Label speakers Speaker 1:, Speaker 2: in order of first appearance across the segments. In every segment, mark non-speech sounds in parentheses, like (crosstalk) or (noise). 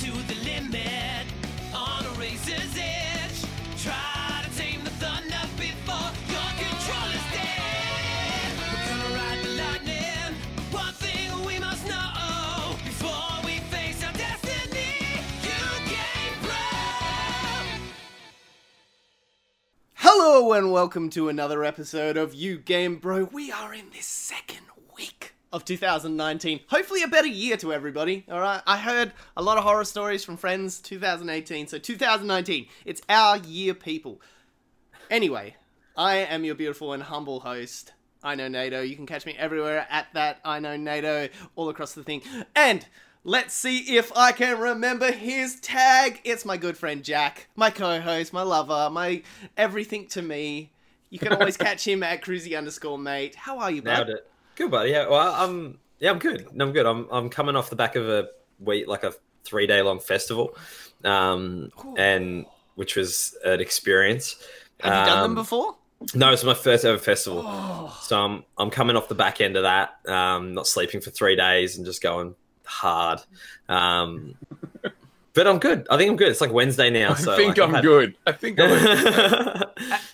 Speaker 1: to the limit on a razor's edge. Try to tame the thunder before your control is dead. We're gonna ride the lightning. One thing we must know before we face our destiny. You came from
Speaker 2: Hello and welcome to another episode of You Game Bro. We are in this second week of 2019. Hopefully, a better year to everybody. All right, I heard a lot of horror stories from friends 2018, so 2019, it's our year, people. Anyway, I am your beautiful and humble host. I know NATO. You can catch me everywhere at that I know NATO all across the thing. And let's see if I can remember his tag. It's my good friend Jack, my co-host, my lover, my everything to me. You can
Speaker 3: (laughs)
Speaker 2: always catch him at cruisy underscore mate. How are you, bud?
Speaker 3: Nailed it. Good buddy. Yeah. Well, I'm. Yeah, I'm good. No, I'm good. I'm. I'm coming off the back of a week, like a three day long festival, um,
Speaker 2: Cool.
Speaker 3: and which was an experience.
Speaker 2: Have you done them
Speaker 3: Um,
Speaker 2: before?
Speaker 3: No, it's my first ever festival.
Speaker 2: Oh,
Speaker 3: So I'm. I'm coming off the back end of that. Um, not sleeping for three days and just going hard.
Speaker 4: (laughs)
Speaker 3: Um, but I'm good. I think I'm good. It's like Wednesday now.
Speaker 4: I
Speaker 3: so
Speaker 4: think
Speaker 3: like, I've (laughs)
Speaker 4: I'm
Speaker 3: had-
Speaker 4: good. (laughs) I think I'm good.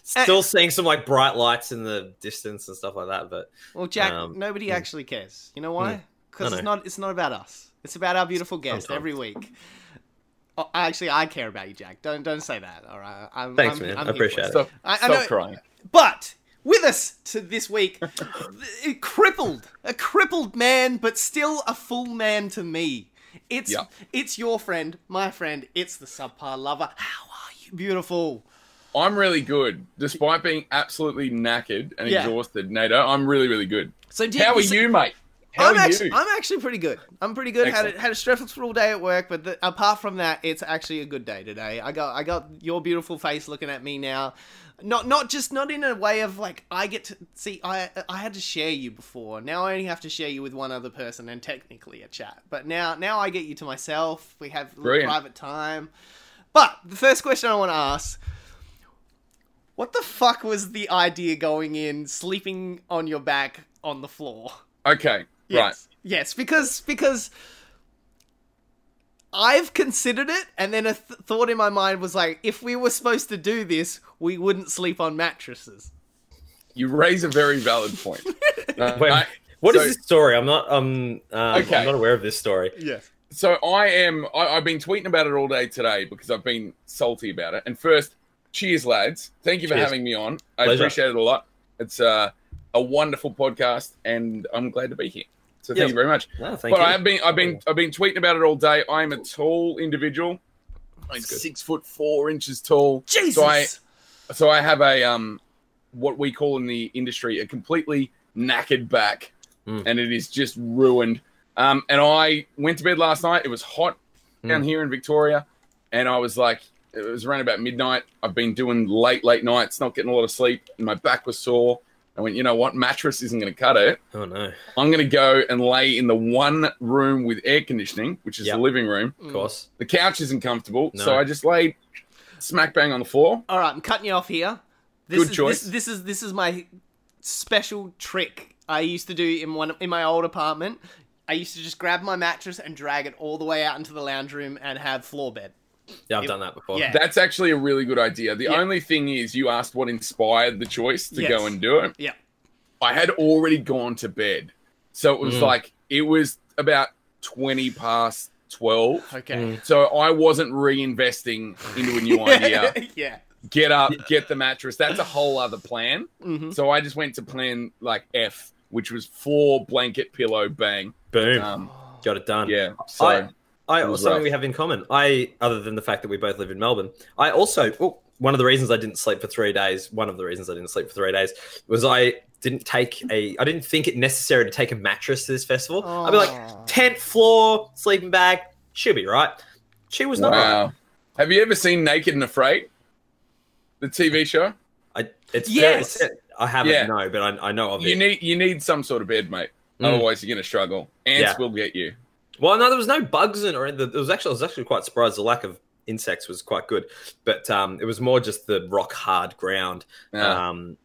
Speaker 3: Still seeing some like bright lights in the distance and stuff like that, but
Speaker 2: well, Jack,
Speaker 3: um, Hmm.
Speaker 2: nobody actually cares. You know why? Because
Speaker 3: I
Speaker 2: it's
Speaker 3: know.
Speaker 2: not. It's not about us. It's about our beautiful guest
Speaker 3: Sometimes.
Speaker 2: every week. Oh, actually, I care about you, Jack. Don't don't say that. All right. I'm,
Speaker 3: Thanks,
Speaker 2: I'm-
Speaker 3: man.
Speaker 2: I'm
Speaker 3: I
Speaker 2: here for
Speaker 3: appreciate it.
Speaker 4: Stop,
Speaker 2: I- I
Speaker 4: stop
Speaker 2: know-
Speaker 4: crying.
Speaker 2: But with us to this week, (laughs) a crippled, a crippled man, but still a full man to me. It's
Speaker 4: Yeah.
Speaker 2: it's your friend, my friend. It's the subpar lover. How are you, beautiful?
Speaker 4: I'm really good, despite being absolutely knackered and
Speaker 2: Yeah.
Speaker 4: exhausted, Nato. I'm really, really good.
Speaker 2: So did
Speaker 4: How are
Speaker 2: so-
Speaker 4: you, mate? How
Speaker 2: I'm
Speaker 4: are
Speaker 2: actually,
Speaker 4: you?
Speaker 2: I'm actually pretty good. I'm pretty good. Had a,
Speaker 4: Excellent.
Speaker 2: had a stressful day at work, but the, apart from that, it's actually a good day today. I got I got your beautiful face looking at me now. Not not just not in a way of like I get to see I I had to share you before. Now I only have to share you with one other person and technically a chat. But now now I get you to myself. We have a little
Speaker 4: Brilliant.
Speaker 2: private time. But the first question I want to ask what the fuck was the idea going in sleeping on your back on the floor?
Speaker 4: Okay, right.
Speaker 2: Yes. Yes, because because I've considered it, and then a th- thought in my mind was like, if we were supposed to do this, we wouldn't sleep on mattresses.
Speaker 4: You raise a very valid point.
Speaker 2: (laughs)
Speaker 4: Uh,
Speaker 3: Wait,
Speaker 4: I-
Speaker 3: what is
Speaker 4: so-
Speaker 3: this story? I'm not. Um, um,
Speaker 4: Okay.
Speaker 3: I'm not aware of this story.
Speaker 2: Yes.
Speaker 4: so I am. I, I've been tweeting about it all day today because I've been salty about it. And first, cheers, lads. Thank you for
Speaker 3: Cheers.
Speaker 4: having me on. I
Speaker 3: Pleasure.
Speaker 4: appreciate it a lot. It's uh, a wonderful podcast, and I'm glad to be here. So thank
Speaker 3: Yes.
Speaker 4: you very much.
Speaker 3: No, thank
Speaker 4: but
Speaker 3: you.
Speaker 4: I have been, I've been, I've been tweeting about it all day. I am a tall individual. I'm
Speaker 3: That's good.
Speaker 4: six foot four inches tall.
Speaker 2: Jesus.
Speaker 4: So I, so I have a um, what we call in the industry a completely knackered back,
Speaker 3: Mm.
Speaker 4: and it is just ruined. Um, and I went to bed last night. It was hot down
Speaker 3: Mm.
Speaker 4: here in Victoria, and I was like, it was around about midnight. I've been doing late, late nights, not getting a lot of sleep, and my back was sore. I went, you know what, mattress isn't going to cut it.
Speaker 3: Oh no!
Speaker 4: I'm going to go and lay in the one room with air conditioning, which is
Speaker 3: Yep.
Speaker 4: the living room.
Speaker 3: Of course.
Speaker 4: The couch isn't comfortable, so
Speaker 3: No.
Speaker 4: I just laid smack bang on the floor.
Speaker 2: All right, I'm cutting you off here. This
Speaker 4: Good
Speaker 2: is,
Speaker 4: choice.
Speaker 2: This, this is this is my special trick I used to do in one in my old apartment. I used to just grab my mattress and drag it all the way out into the lounge room and have floor bed.
Speaker 3: Yeah, I've done that before.
Speaker 2: Yeah.
Speaker 4: That's actually a really good idea. The
Speaker 2: Yeah.
Speaker 4: only thing is, you asked what inspired the choice to
Speaker 2: Yes.
Speaker 4: go and do it.
Speaker 2: Yeah.
Speaker 4: I had already gone to bed. So it was
Speaker 3: Mm.
Speaker 4: like, it was about 20 past 12.
Speaker 2: (laughs) Okay.
Speaker 4: So I wasn't reinvesting into a new
Speaker 3: (laughs)
Speaker 4: idea.
Speaker 2: yeah.
Speaker 4: Get up, get the mattress. That's a whole other plan.
Speaker 2: hmm
Speaker 4: So I just went to plan like F, which was four blanket pillow bang.
Speaker 3: Boom.
Speaker 4: Um,
Speaker 3: Got it done.
Speaker 4: yeah. So
Speaker 3: I, I
Speaker 4: it was
Speaker 3: something
Speaker 4: rough.
Speaker 3: we have in common. I, other than the fact that we both live in Melbourne, I also oh, one of the reasons I didn't sleep for three days. One of the reasons I didn't sleep for three days was I didn't take a. I didn't think it necessary to take a mattress to this festival. I'd be
Speaker 2: Aw.
Speaker 3: like tent floor, sleeping bag. She'll be right. She was not. Right.
Speaker 4: wow. Have you ever seen Naked and Afraid? The TV show?
Speaker 3: I, it's
Speaker 2: Yes.
Speaker 3: Very, I haven't
Speaker 4: Yeah.
Speaker 3: no, but I, I know of
Speaker 4: You
Speaker 3: it.
Speaker 4: need you need some sort of bed, mate.
Speaker 3: Mm.
Speaker 4: Otherwise, you're going to struggle. Ants
Speaker 3: Yeah.
Speaker 4: will get you.
Speaker 3: Well, no, there was no bugs in it. Or anything. There was actually, I was actually quite surprised. The lack of insects was quite good, but um, it was more just the rock hard ground,
Speaker 4: Uh,
Speaker 3: um,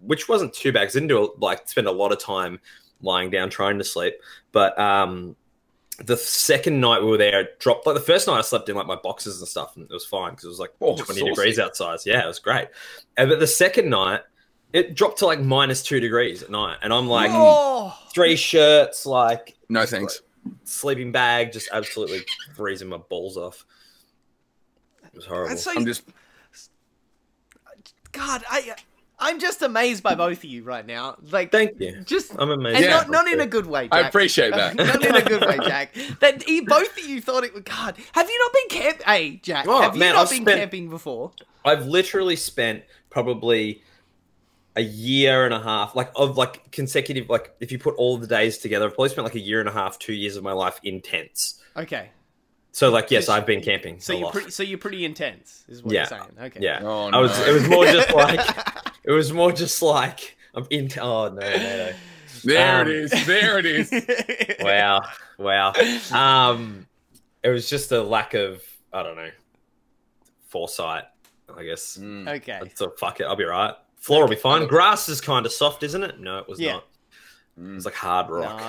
Speaker 3: which wasn't too bad. 'cause I didn't do a- like spend a lot of time lying down trying to sleep, but um, the second night we were there, it dropped. Like the first night, I slept in like my boxes and stuff, and it was fine because it was like
Speaker 4: Oh,
Speaker 3: twenty
Speaker 4: saucy.
Speaker 3: degrees outside. Yeah, it was great. And but the second night, it dropped to like minus two degrees at night, and I'm like
Speaker 2: oh,
Speaker 3: three shirts, like
Speaker 4: No thanks.
Speaker 3: sleeping bag, just absolutely freezing my balls off. It was horrible.
Speaker 2: and so
Speaker 3: (laughs)
Speaker 4: I'm just
Speaker 2: God, I I'm just amazed by both of you right now. Like,
Speaker 3: Thank you.
Speaker 2: just
Speaker 3: I'm amazed.
Speaker 2: and
Speaker 4: Yeah.
Speaker 2: not not in a good way. Jack.
Speaker 4: I appreciate that.
Speaker 2: (laughs) not in a good way,
Speaker 3: (laughs)
Speaker 2: Jack. That he, both of you thought it. was God, have you not been camp? Hey, Jack,
Speaker 3: Oh,
Speaker 2: have you
Speaker 3: man,
Speaker 2: not
Speaker 3: I've
Speaker 2: been
Speaker 3: spent-
Speaker 2: camping before?
Speaker 3: I've literally spent probably a year and a half, like of like consecutive, like if you put all the days together, I've probably spent like a year and a half, two years of my life in tents.
Speaker 2: Okay,
Speaker 3: So like, yes, I've been camping.
Speaker 2: so
Speaker 3: a
Speaker 2: you're
Speaker 3: lot.
Speaker 2: pretty, so you're pretty intense, is what
Speaker 3: Yeah.
Speaker 2: you're saying. Okay, (laughs)
Speaker 3: yeah.
Speaker 4: Oh,
Speaker 3: I was.
Speaker 4: no.
Speaker 3: It was more
Speaker 4: (laughs)
Speaker 3: just like. it was more just like I'm in. Oh no, no, no.
Speaker 4: there.
Speaker 3: Um,
Speaker 4: it is. There
Speaker 3: (laughs)
Speaker 4: it is.
Speaker 3: wow wow um it was just a lack of i don't know foresight i guess
Speaker 4: Mm.
Speaker 2: okay.
Speaker 3: so fuck it i'll be right floor will be fine grass is kind of soft isn't it no it was
Speaker 2: Yeah.
Speaker 3: not it
Speaker 4: mm.
Speaker 3: was like hard rock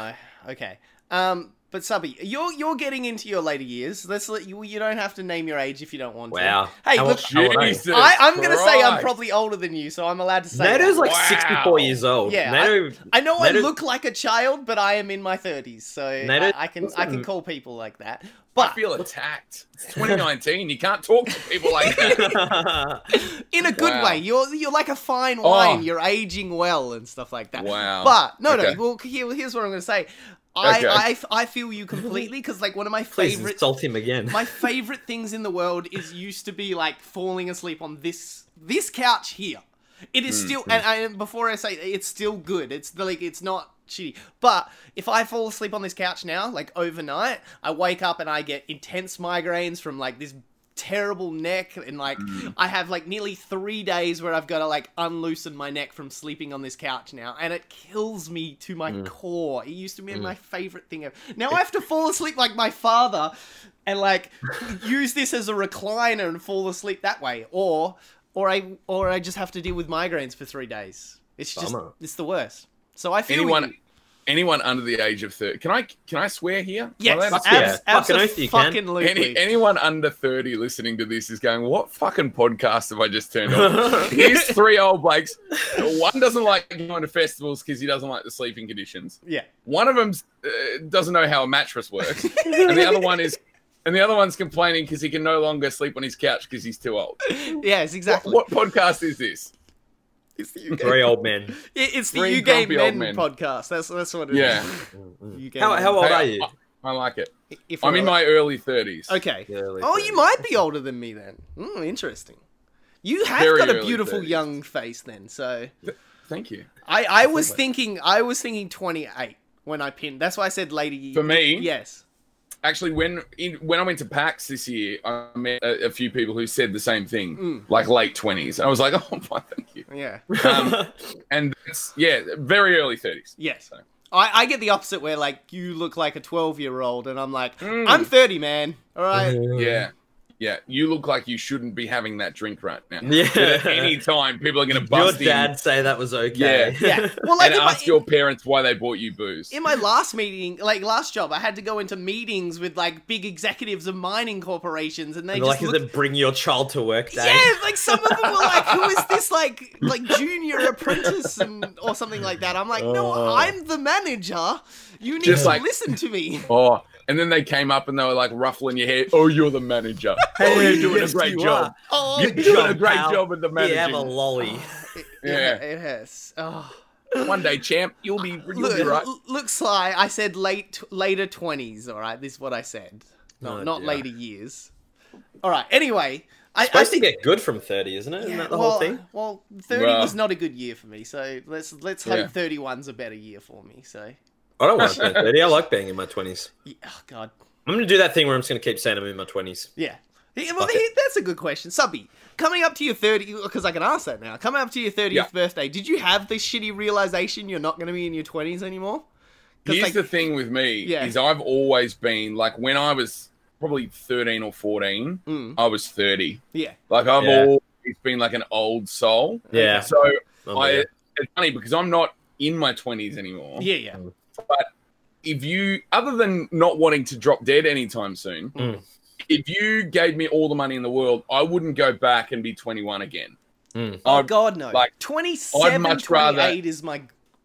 Speaker 2: No, okay. Um, but Subby, you're you're getting into your later years. Let's let you. You don't have to name your age if you don't want
Speaker 3: wow
Speaker 2: to. Hey,
Speaker 3: How
Speaker 2: look,
Speaker 3: old- how old are you?
Speaker 4: Jesus
Speaker 2: I, I'm going to say I'm
Speaker 4: Christ.
Speaker 2: probably older than you, so I'm allowed to say.
Speaker 3: nato's
Speaker 2: that.
Speaker 3: like
Speaker 4: Wow.
Speaker 3: 64 years old
Speaker 2: Yeah,
Speaker 3: nato
Speaker 2: I know I
Speaker 3: Nader-
Speaker 2: look like a child, but I am in my thirties, so I,
Speaker 3: Nader-
Speaker 2: I can I can call people like that. But
Speaker 4: Mm.
Speaker 3: Ah,
Speaker 4: I feel
Speaker 3: (laughs)
Speaker 4: attacked. It's 2019. You can't talk to people like that.
Speaker 2: in a good
Speaker 4: Wow.
Speaker 2: way, you're you're like a fine
Speaker 4: Oh.
Speaker 2: wine. You're aging well and stuff like that.
Speaker 4: Wow.
Speaker 2: But no,
Speaker 4: Okay.
Speaker 2: no. Well, here, here's what I'm going to say. I,
Speaker 4: Okay.
Speaker 2: I I feel you completely because like one of my
Speaker 3: (laughs) please
Speaker 2: favorite
Speaker 3: insult him again (laughs)
Speaker 2: my (laughs) favorite things in the world is used to be like falling asleep on this this couch here. It is still, and I, before I say it, it's still good. It's the- like it's not shitty. But if I fall asleep on this couch now, like overnight, I wake up and I get intense migraines from like this terrible neck and like I have like nearly 3 days where I've got to like unloosen my neck from sleeping on this couch now and it kills me to my core. It used to be my favorite thing ever. Now I have to fall asleep like my father and like use this as a recliner and fall asleep that way or or I or I just have to deal with migraines for 3 days. It's just
Speaker 3: Bummer.
Speaker 2: it's the worst. So I feel
Speaker 4: anyone,
Speaker 2: you.
Speaker 4: anyone under the age of 30. Can I can I swear here? Am I
Speaker 2: Yes,
Speaker 4: allowed to
Speaker 2: abs-
Speaker 3: yeah.
Speaker 4: swear?
Speaker 3: Fucking oath you can.
Speaker 2: fucking
Speaker 4: Any, anyone under 30 listening to this is going, What fucking podcast have I just turned
Speaker 2: (laughs)
Speaker 4: on? Here's three old Blakes. One doesn't like going to festivals because he doesn't like the sleeping conditions.
Speaker 2: Yeah.
Speaker 4: One of them uh, doesn't know how a mattress works. and the other one is. And the other one's complaining because he can no longer sleep on his couch because he's too old.
Speaker 2: (laughs) Yes, exactly.
Speaker 4: What podcast is this?
Speaker 2: It's the UK.
Speaker 3: very old man
Speaker 2: It- It's the
Speaker 4: Three
Speaker 2: You Game
Speaker 4: grumpy old
Speaker 2: Men,
Speaker 4: men.
Speaker 2: podcast. That's that's what it is.
Speaker 4: Yeah.
Speaker 2: You Game
Speaker 3: how,
Speaker 2: Men.
Speaker 3: how old
Speaker 4: Hey,
Speaker 3: are you
Speaker 4: I, I like it.
Speaker 2: If
Speaker 4: I'm
Speaker 2: we're
Speaker 4: in
Speaker 2: all-
Speaker 4: my early 30s.
Speaker 2: Okay.
Speaker 3: The early
Speaker 2: Oh, you
Speaker 3: 30s.
Speaker 2: might be older than me then. Mm, interesting. You have
Speaker 4: Very
Speaker 2: got a
Speaker 4: early
Speaker 2: beautiful
Speaker 4: 30s.
Speaker 2: young face then. So
Speaker 4: Thank you.
Speaker 2: I I was thinking I was thinking 28 when I pinned. That's why I said later years.
Speaker 4: For me,
Speaker 2: Yes.
Speaker 4: actually when in, when I went to PAX this year, I met a, a few people who said the same thing,
Speaker 3: Mm.
Speaker 4: like late twenties. I was like, (laughs) oh my, thank you.
Speaker 2: Yeah.
Speaker 3: (laughs)
Speaker 2: (laughs)
Speaker 4: Um, and it's, yeah, very early thirties.
Speaker 2: Yes.
Speaker 4: So-
Speaker 2: I, I get the opposite where like you look like a 12 year old and I'm like
Speaker 4: Mm.
Speaker 2: I'm 30 man. All
Speaker 3: Mm-hmm.
Speaker 2: right.
Speaker 4: Yeah, yeah. You look like you shouldn't be having that drink right now.
Speaker 3: Yeah.
Speaker 4: But at any time, people are going to
Speaker 3: your
Speaker 4: bust in
Speaker 3: dad say that was okay (laughs)
Speaker 4: Yeah. (laughs)
Speaker 2: Yeah. Well, like
Speaker 4: and
Speaker 2: in my-
Speaker 4: ask your parents why they bought you booze.
Speaker 2: in my last meeting, like last job, I had to go into meetings with like big executives of mining corporations, and they
Speaker 3: And
Speaker 2: just
Speaker 3: like, is
Speaker 2: looked- (laughs)
Speaker 3: it bring your child to work day?
Speaker 2: yeah, like some of them were like, "Who is
Speaker 3: (laughs)
Speaker 2: this like like junior apprentice and or something like that?" I'm like, "No,
Speaker 3: Oh.
Speaker 2: I'm the manager. You need
Speaker 4: Just
Speaker 2: to
Speaker 4: like-
Speaker 2: listen to me."
Speaker 4: Oh, and then they came up and they were like ruffling your hair. Oh, you're the
Speaker 3: (laughs)
Speaker 4: manager. Oh, you're doing
Speaker 3: Yes,
Speaker 4: a great
Speaker 3: you
Speaker 4: job.
Speaker 2: Oh,
Speaker 4: You're
Speaker 2: it,
Speaker 4: doing a
Speaker 3: job,
Speaker 4: great
Speaker 3: pal.
Speaker 4: job at the
Speaker 3: You have a
Speaker 4: managing.
Speaker 2: (sighs)
Speaker 3: lolly.
Speaker 4: Yeah.
Speaker 2: it hurts. Oh.
Speaker 4: One day, champ, you'll be, you'll
Speaker 2: Look,
Speaker 4: be right.
Speaker 2: l- look, Sly. I said late, later twenties. All right, this is what I said. No,
Speaker 3: Oh,
Speaker 2: not
Speaker 3: dear.
Speaker 2: later years. All right. Anyway, I, I
Speaker 3: supposed to get good from 30, isn't it? Isn't that the
Speaker 2: well, (laughs)
Speaker 3: whole thing?
Speaker 2: Well, thirty
Speaker 4: Well.
Speaker 2: was not a good year for me, so let's let's
Speaker 4: Yeah.
Speaker 2: hope thirty one's a better year for me. So,
Speaker 3: I don't want to turn 30. I like being in my 20s.
Speaker 2: yeah, oh god,
Speaker 3: I'm going to do that thing where I'm just going to keep saying I'm in my 20s.
Speaker 2: yeah. Yeah, well,
Speaker 3: Fuck
Speaker 2: he- that's a good question, Subby. Coming up to your thirty, because I can ask that now. Coming up to your thirtieth
Speaker 4: Yeah.
Speaker 2: birthday, did you have this shitty realization you're not going to be in your twenties anymore? 'Cause,
Speaker 4: Here's
Speaker 2: like,
Speaker 4: the thing with me
Speaker 2: Yeah.
Speaker 4: is I've always been like when I was probably 13 or 14,
Speaker 2: Mm.
Speaker 4: I was 30.
Speaker 2: yeah,
Speaker 4: Like I've
Speaker 3: Yeah.
Speaker 4: always been like an old soul.
Speaker 3: Yeah.
Speaker 4: So
Speaker 3: Oh,
Speaker 4: I
Speaker 3: yeah.
Speaker 4: it's funny because I'm not in my 20s anymore.
Speaker 2: yeah, yeah.
Speaker 4: if you, other than not wanting to drop dead anytime soon,
Speaker 3: Mm.
Speaker 4: if you gave me all the money in the world, I wouldn't go back and be 21 again.
Speaker 3: Mm.
Speaker 2: Oh
Speaker 4: I'd,
Speaker 2: God, no.
Speaker 4: like,
Speaker 2: Like, 27,
Speaker 4: much
Speaker 2: 28
Speaker 4: rather-
Speaker 2: is my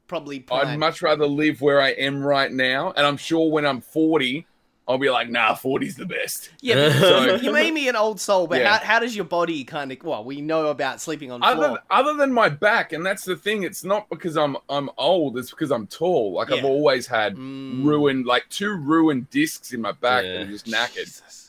Speaker 2: probably prime.
Speaker 4: I'd much rather live where I am right now. And I'm sure when I'm 40, I'll be like, nah, 40's the best.
Speaker 2: Yeah, but
Speaker 4: So-
Speaker 2: you may be an old soul, but
Speaker 4: Yeah.
Speaker 2: how, how does your body kind of? Well, we know about sleeping on the
Speaker 4: Other,
Speaker 2: floor.
Speaker 4: other than my back, and that's the thing. It's not because I'm I'm old. It's because I'm tall. Like I've
Speaker 2: Yeah.
Speaker 4: always had
Speaker 2: Mm.
Speaker 4: ruined, like two ruined discs in my back
Speaker 3: Yeah.
Speaker 4: that are just knackered.
Speaker 2: Jesus.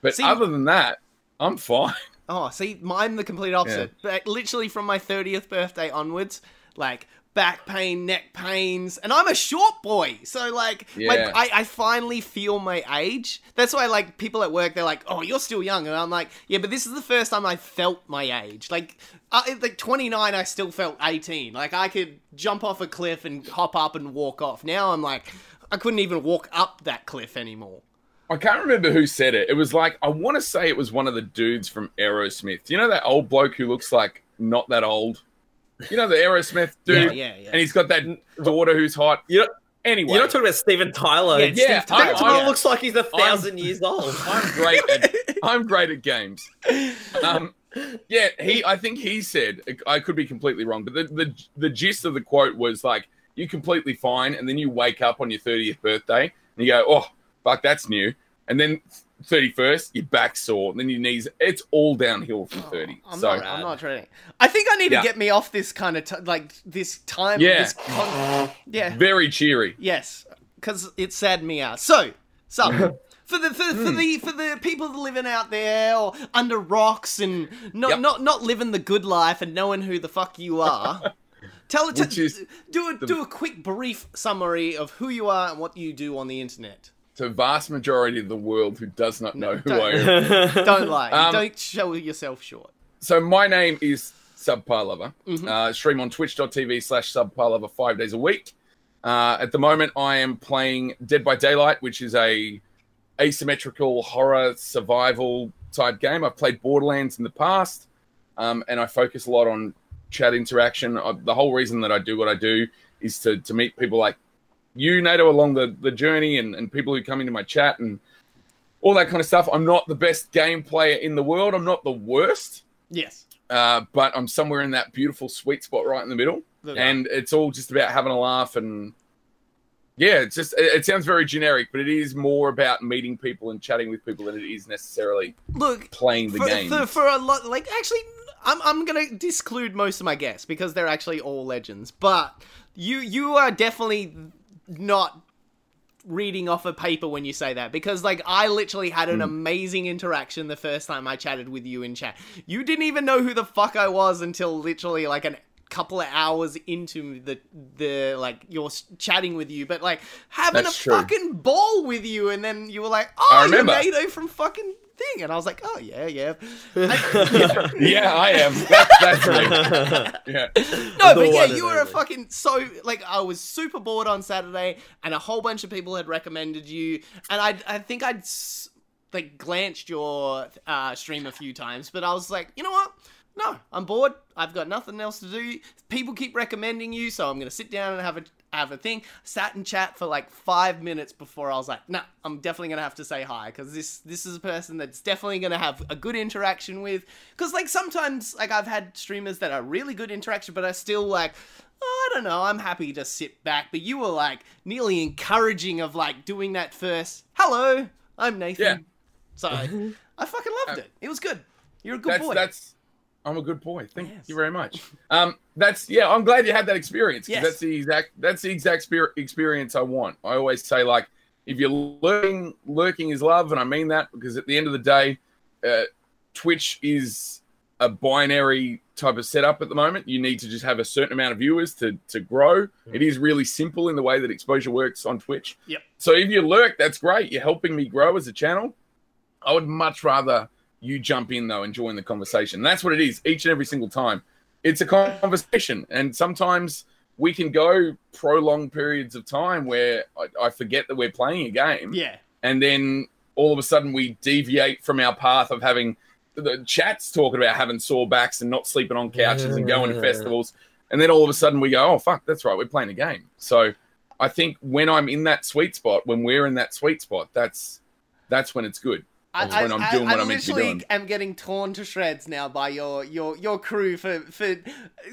Speaker 4: But
Speaker 2: See-
Speaker 4: other than that, I'm fine. (laughs)
Speaker 2: Oh, see, I'm the complete opposite. But literally from my 30th birthday onwards, like back pain, neck pains, and I'm a short boy. So like, my,
Speaker 4: Yeah.
Speaker 2: I, I finally feel my age. That's why like people at work they're like, "Oh, you're still young," and I'm like, "Yeah, but this is the first time I felt my age. Like, I, at, like 29, I still felt 18. Like I could jump off a cliff and hop up and walk off. Now I'm like, I couldn't even walk up that cliff anymore.
Speaker 4: I can't remember who said it. It was like I want to say it was one of the dudes from Aerosmith. You know that old bloke who looks like not that old. You know the Aerosmith dude,
Speaker 2: Yeah, yeah, yeah.
Speaker 4: and he's got that daughter who's hot.
Speaker 3: You know,
Speaker 4: Anyway,
Speaker 3: you're not talking about Steven Tyler.
Speaker 2: Yeah,
Speaker 4: Uh, yeah,
Speaker 2: Steve
Speaker 4: I,
Speaker 2: Tyler.
Speaker 3: Steven Tyler
Speaker 4: I,
Speaker 3: looks like he's a 1000 years
Speaker 4: (laughs)
Speaker 3: old.
Speaker 4: I'm great. At, I'm great at games. Um, yeah, he. I think he said. I could be completely wrong, but the, the the gist of the quote was like, "You completely fine," and then you wake up on your thirtieth birthday and you go, "Oh, fuck, that's new," and then. 31st, your back sore, and then your knees. It's all downhill from 30.
Speaker 2: Oh, I'm
Speaker 4: so,
Speaker 2: not. I'm not trying. I think I need
Speaker 4: Yeah.
Speaker 2: to get me off this kind of t- like this time.
Speaker 4: Yeah.
Speaker 2: This con- yeah.
Speaker 4: very cheery.
Speaker 2: Yes. Because it saddened me out. So,
Speaker 4: (laughs)
Speaker 2: so for the for,
Speaker 4: Hmm.
Speaker 2: for the for the people that living out there or under rocks and not
Speaker 4: Yep.
Speaker 2: not not living the good life and knowing who the fuck you are.
Speaker 4: (laughs)
Speaker 2: Tell it.
Speaker 4: Which is
Speaker 2: to do a
Speaker 4: the-
Speaker 2: do a quick brief summary of who you are and what you do on the
Speaker 4: (laughs)
Speaker 2: internet.
Speaker 4: So, vast majority of the world who does not know who
Speaker 2: don't-
Speaker 4: I am.
Speaker 2: Don't lie.
Speaker 4: Um,
Speaker 2: Don't show yourself short.
Speaker 4: so my name is Subpar Lover. Uh, stream on twitch.tv slash Subpar Lover five days a week. Uh, at the moment, I am playing Dead by Daylight, which is a asymmetrical horror survival type game. I've played Borderlands in the past, um, and I focus a lot on chat interaction. I, the whole reason that I do what I do is to, to meet people like you, NATO, along the, the journey and, and people who come into my chat and all that kind of stuff. I'm not the best game player in the world. I'm not the worst
Speaker 2: Yes.
Speaker 4: uh, but I'm somewhere in that beautiful sweet spot right in the middle,
Speaker 2: The-
Speaker 4: and it's all just about having a laugh and yeah, it's just it, it sounds very generic, but it is more about meeting people and chatting with people than it is necessarily
Speaker 2: Look,
Speaker 4: playing the
Speaker 2: for, (laughs)
Speaker 4: game.
Speaker 2: For, for a lot, like actually, I'm I'm gonna disclude most of my guests because they're actually all legends. But you you are definitely not reading off a paper when you say that because like I literally had
Speaker 4: Hmm.
Speaker 2: an amazing interaction the first time I chatted with you in chat. You didn't even know who the fuck I was until literally like an couple of hours into the the like you're s- chatting with you but like having
Speaker 4: That's
Speaker 2: a
Speaker 4: true.
Speaker 2: fucking ball with you and then you were like oh
Speaker 4: I
Speaker 2: you're
Speaker 4: remember.
Speaker 2: Nato from fucking thing and I was like oh yeah yeah
Speaker 3: (laughs)
Speaker 4: (laughs) yeah, I
Speaker 2: (laughs)
Speaker 4: am. That, that's right. Yeah,
Speaker 2: No,
Speaker 3: The
Speaker 2: but yeah,
Speaker 3: one and
Speaker 2: you were a
Speaker 3: only.
Speaker 2: fucking so like I was super bored on Saturday, and a whole bunch of people had recommended you, and I I think I'd s- like glanced your uh, stream a few times, but I was like, you know what? No, I'm bored. I've got nothing else to do. People keep recommending you, so I'm gonna sit down and have a have a thing. Sat and chat for like five minutes before I was like, nah, I'm definitely gonna have to say hi because this this is a person that's definitely gonna have a good interaction with. Because like sometimes like I've had streamers that are really good interaction, but I still like. "Oh, I don't know. I'm happy to sit back, but you were like nearly encouraging of like doing that first. Hello, I'm Nathan.
Speaker 4: Yeah.
Speaker 2: So I fucking loved it. It was good. You're a good
Speaker 4: Uh, that's
Speaker 2: boy.
Speaker 4: that's. I'm a good boy. Thank
Speaker 2: Yes.
Speaker 4: you very much. Um, that's yeah. I'm glad you had that experience. 'cause
Speaker 2: Yes.
Speaker 4: That's the exact. That's the exact spirit experience I want. I always say like, if you're lurking, lurking is love, and I mean that because at the end of the day, uh, Twitch is a binary type of setup at the moment. You need to just have a certain amount of viewers to to grow. It is really simple in the way that exposure works on Twitch.
Speaker 2: Yep.
Speaker 4: So if you lurk, that's great. You're helping me grow as a channel. I would much rather you jump in though and join the conversation. That's what it is each and every single time. It's a conversation, and sometimes we can go prolonged periods of time where I, I forget that we're playing a game
Speaker 2: yeah.
Speaker 4: and then all of a sudden we deviate from our path of having the chats talking about having sore backs and not sleeping on couches and going to
Speaker 3: Yeah.
Speaker 4: festivals and then all of a sudden we go oh fuck that's right we're playing a game so I think when I'm in that sweet spot, when we're in that sweet spot, that's that's when it's good. That's when I'm doing what
Speaker 2: I
Speaker 4: I'm meant to be
Speaker 2: literally
Speaker 4: doing.
Speaker 2: am getting torn to shreds now by your your your crew for for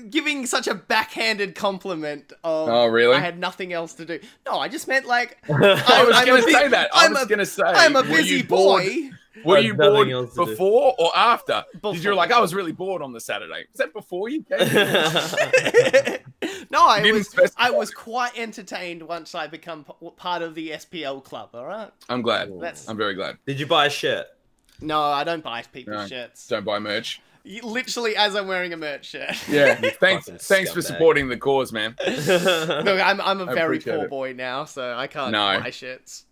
Speaker 2: giving such a backhanded compliment. Of,
Speaker 4: Oh, really?
Speaker 2: I had nothing else to do. No, I just meant like
Speaker 4: I was
Speaker 2: (laughs) I'm
Speaker 4: going
Speaker 2: a
Speaker 4: to
Speaker 2: bu-
Speaker 4: say that. I
Speaker 2: I'm
Speaker 4: was
Speaker 2: a-
Speaker 4: going to say,
Speaker 2: I'm a
Speaker 4: were
Speaker 2: busy
Speaker 4: you bored-
Speaker 2: boy. (laughs)
Speaker 4: Were
Speaker 3: Had
Speaker 4: you
Speaker 3: nothing
Speaker 4: bored
Speaker 3: else to do.
Speaker 4: before or after? Because
Speaker 2: Before.
Speaker 4: you're like, I was really bored on the Saturday. Was that before
Speaker 3: (laughs)
Speaker 4: you gave me?
Speaker 2: no, I
Speaker 4: Didn't
Speaker 2: was
Speaker 4: specify.
Speaker 2: I was quite entertained once I become p- part of the SPL club. All right.
Speaker 4: I'm glad.
Speaker 2: That's-
Speaker 4: I'm very glad.
Speaker 3: (laughs) Did you buy a shirt? (laughs)
Speaker 2: No, I don't buy people's
Speaker 4: No.
Speaker 2: shirts.
Speaker 4: Don't buy merch.
Speaker 2: You- Literally, as I'm wearing a merch shirt.
Speaker 4: Yeah.
Speaker 3: (laughs)
Speaker 4: thanks
Speaker 3: fucking
Speaker 4: thanks for
Speaker 3: scumbag.
Speaker 4: supporting the cause, man.
Speaker 2: Look, I'm I'm a
Speaker 4: I
Speaker 2: very
Speaker 4: appreciate
Speaker 2: poor
Speaker 4: it.
Speaker 2: boy now, so I can't
Speaker 4: No.
Speaker 2: buy shits.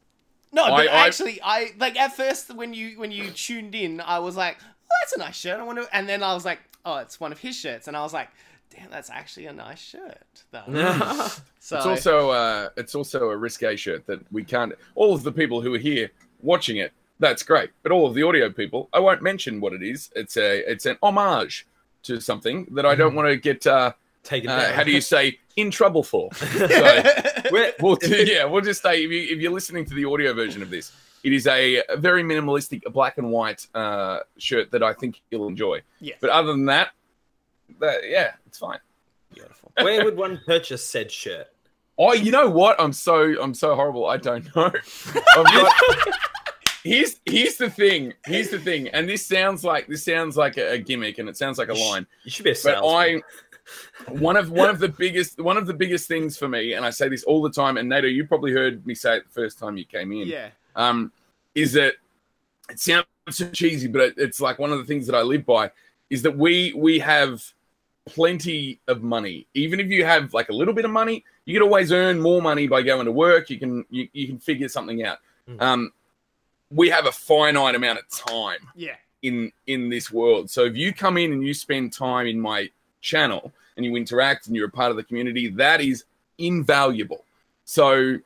Speaker 2: No,
Speaker 4: I-
Speaker 2: but
Speaker 4: I-
Speaker 2: actually, I like at first when you when you tuned in, I was like, oh, "That's a nice shirt." I wonder, and then I was like, "Oh, it's one of his shirts," and I was like, "Damn, that's actually a nice shirt."
Speaker 4: Uh,
Speaker 2: Though. so (laughs)
Speaker 4: It's also uh, it's also a risque shirt that we can't. All of the people who are here watching it, that's great. But all of the audio people, I won't mention what it is. It's a it's an homage to something that I
Speaker 3: Mm-hmm.
Speaker 4: don't want to get. Uh,
Speaker 3: Take it
Speaker 4: uh,
Speaker 3: back.
Speaker 4: how do you say in trouble for? So,
Speaker 3: (laughs) Where-
Speaker 4: we'll do, yeah, we'll just say if, you, if you're listening to the audio version of this, it is a very minimalistic black and white uh, shirt that I think you'll enjoy.
Speaker 2: yes,
Speaker 4: But other than that, that yeah, it's fine.
Speaker 2: beautiful.
Speaker 3: where would one purchase said shirt?
Speaker 4: Oh, you know what? I'm so I'm so horrible. I don't know. I've got- here's here's the thing. Here's the thing. And this sounds like this sounds like a, a gimmick, and it sounds like a line.
Speaker 3: You should be a
Speaker 4: But I
Speaker 3: salesman.
Speaker 4: one of one of the biggest one of the biggest things for me, and I say this all the time. And Nato, you probably heard me say it the first time you came
Speaker 2: (laughs)
Speaker 4: in.
Speaker 2: Yeah,
Speaker 4: Um, is that it sounds so cheesy, but it, it's like one of the things that I live by is that we we have plenty of money. Even if you have like a little bit of money, you can always earn more money by going to work. You can you, you can figure something out.
Speaker 3: Mm.
Speaker 4: Um, we have a finite amount of time
Speaker 2: yeah,
Speaker 4: in in this world. So if you come in and you spend time in my channel and you interact and you're a part of the community, that is invaluable. So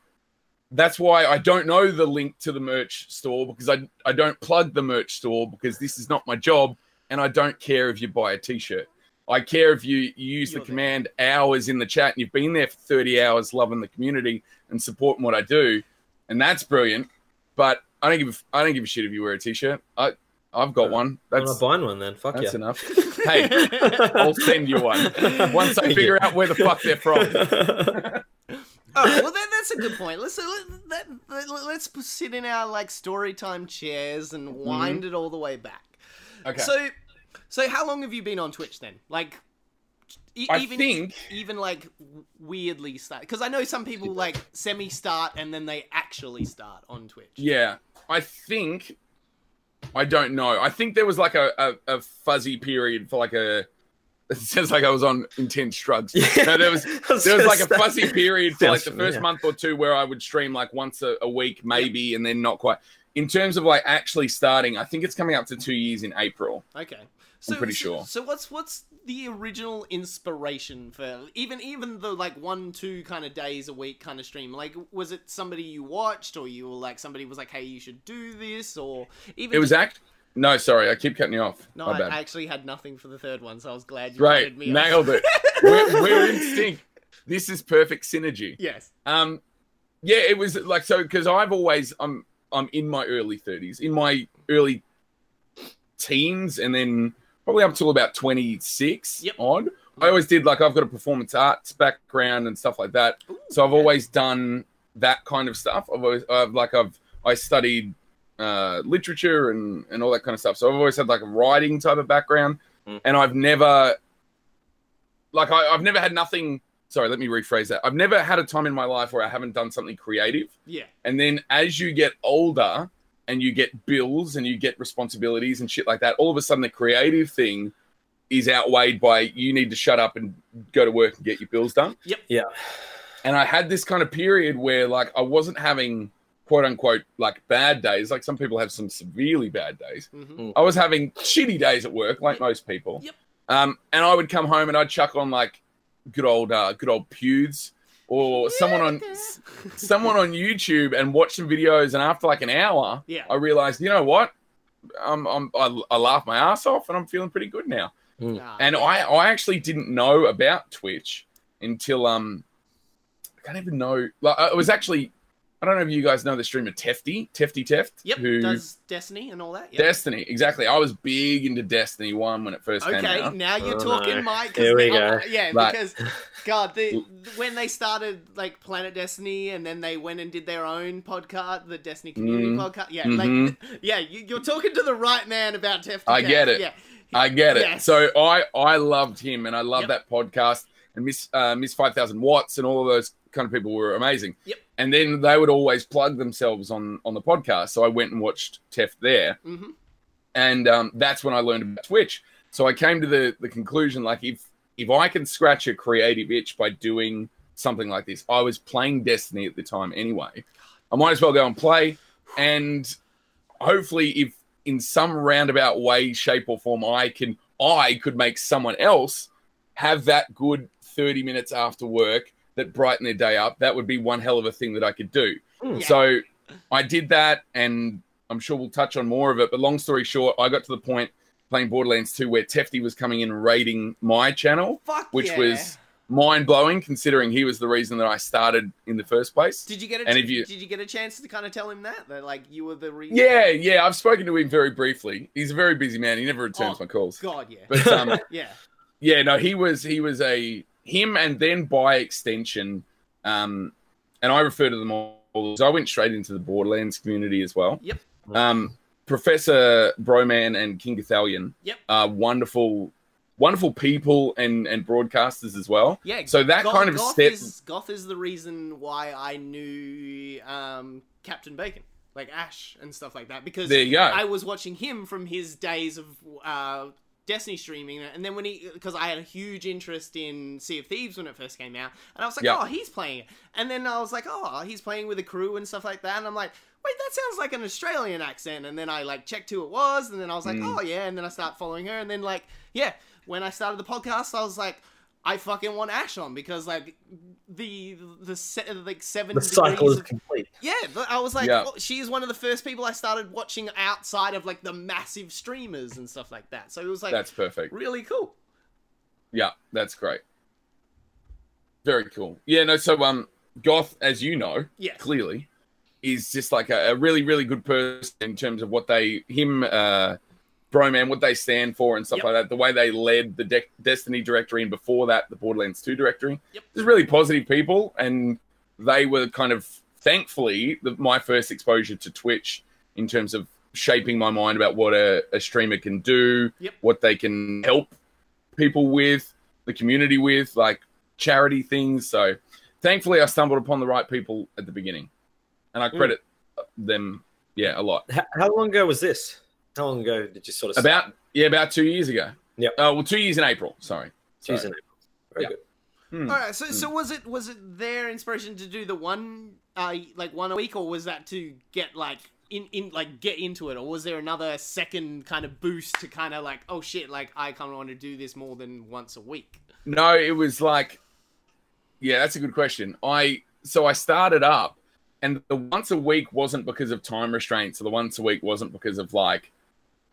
Speaker 4: that's why I don't know the link to the merch store because I I don't plug the merch store because this is not my job and I don't care if you buy a t-shirt. I care if you, you use
Speaker 2: You're there.
Speaker 4: the command hours in the chat and you've been there for 30 hours loving the community and supporting what I do and that's brilliant. But I don't give a f- I don't give a shit if you wear a t-shirt. I I've got one.
Speaker 3: I'm
Speaker 4: That's
Speaker 3: buying one then. Fuck
Speaker 4: that's
Speaker 3: yeah.
Speaker 4: enough. Hey, I'll
Speaker 3: (laughs)
Speaker 4: send you one once I
Speaker 3: Thank
Speaker 4: figure
Speaker 3: you.
Speaker 4: out where the fuck they're
Speaker 3: (laughs)
Speaker 4: from.
Speaker 2: All right, well, that, that's a good point. Let's let, that, let, let's sit in our like story time chairs and wind
Speaker 4: Mm-hmm.
Speaker 2: it all the way back.
Speaker 4: Okay.
Speaker 2: So, so how long have you been on Twitch then? Like, e-
Speaker 4: I
Speaker 2: even
Speaker 4: think-
Speaker 2: even like w- weirdly start because I know some people like semi start and then they actually start on Twitch.
Speaker 4: Yeah, I think. I don't know. I think there was like a, a, a fuzzy period for like a. (laughs) It sounds like I was on
Speaker 3: (laughs)
Speaker 4: intense drugs. No, there was
Speaker 3: I
Speaker 4: (laughs) there was
Speaker 3: gonna
Speaker 4: like a
Speaker 3: say-
Speaker 4: fuzzy period for like
Speaker 3: Sounds
Speaker 4: the first
Speaker 3: familiar.
Speaker 4: month or two where I would stream like once a, a week maybe, and then not quite. In terms of like actually starting, I think it's coming up to two years in April.
Speaker 2: Okay. So,
Speaker 4: pretty
Speaker 2: so-
Speaker 4: sure.
Speaker 2: So what's what's the original inspiration for even even the like one two kind of days a week kind of stream? Like, was it somebody you watched, or you were like somebody was like, "Hey, you should do this," or even
Speaker 4: It was act. No, sorry, I keep cutting you off.
Speaker 2: No,
Speaker 4: My
Speaker 2: I
Speaker 4: bad.
Speaker 2: actually had nothing for the third one, so I was glad you
Speaker 4: Right,
Speaker 2: pointed me. out. (laughs)
Speaker 4: nailed it. we're, we're in sync. This is perfect synergy.
Speaker 2: Yes.
Speaker 4: Um, yeah, it was like so because I've always I'm I'm in my early 30s, in my early teens, and then probably up till about 26
Speaker 2: Yep.
Speaker 4: odd. I always did like I've got a performance arts background and stuff like that,
Speaker 2: Ooh,
Speaker 4: so I've
Speaker 2: okay.
Speaker 4: always done that kind of stuff. I've always I've, like I've I studied uh, literature and and all that kind of stuff, so I've always had like a writing type of background,
Speaker 3: Mm.
Speaker 4: and I've never like I, I've never had nothing. Sorry, let me rephrase that. I've never had a time in my life where I haven't done something creative.
Speaker 2: Yeah.
Speaker 4: And then as you get older and you get bills and you get responsibilities and shit like that, all of a sudden the creative thing is outweighed by you need to shut up and go to work and get your bills done.
Speaker 2: Yep.
Speaker 3: Yeah.
Speaker 4: And I had this kind of period where like I wasn't having quote unquote like bad days. Like some people have some severely bad days.
Speaker 2: hmm
Speaker 4: I was having shitty days at work, like most people.
Speaker 2: Yep.
Speaker 4: Um, and I would come home and I'd chuck on like good old uh, good old pewds or someone on someone on YouTube and watch some videos, and after like an hour,
Speaker 2: Yeah.
Speaker 4: I realized, you know what? I'm, I'm, I, I laugh my ass off, and I'm feeling pretty good now.
Speaker 2: Ah,
Speaker 4: And I, I actually didn't know about Twitch until um, I don't even know. Like, I was actually, I don't know if you guys know the streamer Tefty, Tefty Teft.
Speaker 2: Yep,
Speaker 4: Who
Speaker 2: does Destiny and all that. Yep.
Speaker 4: Destiny? Exactly. I was big into Destiny One when it first came
Speaker 2: Okay,
Speaker 4: out.
Speaker 2: now you're
Speaker 3: Oh,
Speaker 2: talking,
Speaker 3: no.
Speaker 2: Mike. 'cause
Speaker 3: Here we
Speaker 2: now-
Speaker 3: go.
Speaker 2: Yeah,
Speaker 4: Right.
Speaker 2: because God, the, when they started like Planet Destiny, and then they went and did their own podcast, the Destiny Community
Speaker 4: Mm.
Speaker 2: Podcast. Yeah,
Speaker 4: Mhm.
Speaker 2: like (laughs) yeah, you, you're talking to the right man about Tefty.
Speaker 4: I get it.
Speaker 2: Yeah,
Speaker 4: I get it.
Speaker 2: Yes.
Speaker 4: So I I loved him, and I loved
Speaker 2: Yep.
Speaker 4: that podcast, and Miss uh, Miss Five Thousand Watts, and all of those kind of people were amazing.
Speaker 2: Yep.
Speaker 4: And then they would always plug themselves on on the podcast. So I went and watched Teft there,
Speaker 2: hmm
Speaker 4: and um, that's when I learned about Twitch. So I came to the the conclusion like if if I can scratch a creative itch by doing something like this, I was playing Destiny at the time anyway. I might as well go and play, and hopefully, if in some roundabout way, shape, or form, I can I could make someone else have that good thirty minutes after work that brighten their day up. That would be one hell of a thing that I could do.
Speaker 2: Yeah.
Speaker 4: So I did that, and I'm sure we'll touch on more of it. But long story short, I got to the point playing Borderlands 2 where Tefty was coming in and raiding my channel,
Speaker 2: Fuck
Speaker 4: which
Speaker 2: yeah.
Speaker 4: was mind blowing considering he was the reason that I started in the first place.
Speaker 2: Did you get a
Speaker 4: and if you-
Speaker 2: did you get a chance to kind of tell him that that like you were the reason?
Speaker 4: Yeah, yeah. I've spoken to him very briefly. He's a very busy man. He never returns
Speaker 2: Oh,
Speaker 4: my calls.
Speaker 2: God, yeah,
Speaker 4: But
Speaker 2: (laughs)
Speaker 4: um,
Speaker 2: yeah,
Speaker 4: yeah, no, he was he was a him, and then by extension, um, and I refer to them all. So I went straight into the Borderlands community as well.
Speaker 2: Yep.
Speaker 4: Um, Professor Broman and King Gathalion.
Speaker 2: Yep.
Speaker 4: Are wonderful, wonderful people and and broadcasters as well.
Speaker 2: yeah.
Speaker 4: So that
Speaker 2: Goth,
Speaker 4: kind of
Speaker 2: Goth
Speaker 4: step.
Speaker 2: is, Goth is the reason why I knew um, Captain Bacon, like Ash and stuff like that, because
Speaker 4: There you go.
Speaker 2: I was watching him from his days of uh, Destiny streaming, and then when he, because I had a huge interest in Sea of Thieves when it first came out, and I was like,
Speaker 4: Yeah.
Speaker 2: oh, he's playing it, and then I was like, oh, he's playing with a crew and stuff like that, and I'm like. Wait, that sounds like an Australian accent. And then I like checked who it was, and then I was like,
Speaker 4: Mm.
Speaker 2: oh yeah. And then I start following her, and then like, yeah. When I started the podcast, I was like, I fucking want Ash on because like the the se- like seven
Speaker 3: The cycle
Speaker 2: degrees
Speaker 3: is
Speaker 2: of-
Speaker 3: complete.
Speaker 2: yeah, but I was like,
Speaker 4: Yeah.
Speaker 2: well, she is one of the first people I started watching outside of like the massive streamers and stuff like that. So it was like
Speaker 4: that's perfect.
Speaker 2: really cool.
Speaker 4: Yeah, that's great. Very cool. Yeah. No. So um, Goth, as you know,
Speaker 2: Yeah,
Speaker 4: clearly is just like a, a really really good person in terms of what they him uh bro man what they stand for and stuff
Speaker 2: Yep.
Speaker 4: like that the way they led the De- destiny directory and before that the borderlands 2 directory
Speaker 2: Yep.
Speaker 4: just really positive people and they were kind of thankfully the, my first exposure to twitch in terms of shaping my mind about what a, a streamer can do
Speaker 2: Yep.
Speaker 4: what they can help people with the community with like charity things so thankfully i stumbled upon the right people at the beginning and i
Speaker 3: Hmm.
Speaker 4: credit uh, them yeah a lot
Speaker 3: How, how long ago was this? How long ago did you sort of
Speaker 4: about yeah about two years ago
Speaker 3: Yep.
Speaker 4: uh, well two years in april sorry
Speaker 3: Jeez, in April. Very
Speaker 4: Yeah.
Speaker 3: good.
Speaker 4: Hmm.
Speaker 2: All right. So, so was it was it their inspiration to do the one uh like one a week, or was that to get like in in like get into it, or was there another second kind of boost to kind of like oh shit, like I kind of want to do this more than once a week?
Speaker 4: No, it was like, yeah, that's a good question. I so I started up, and the once a week wasn't because of time restraints. So the once a week wasn't because of like,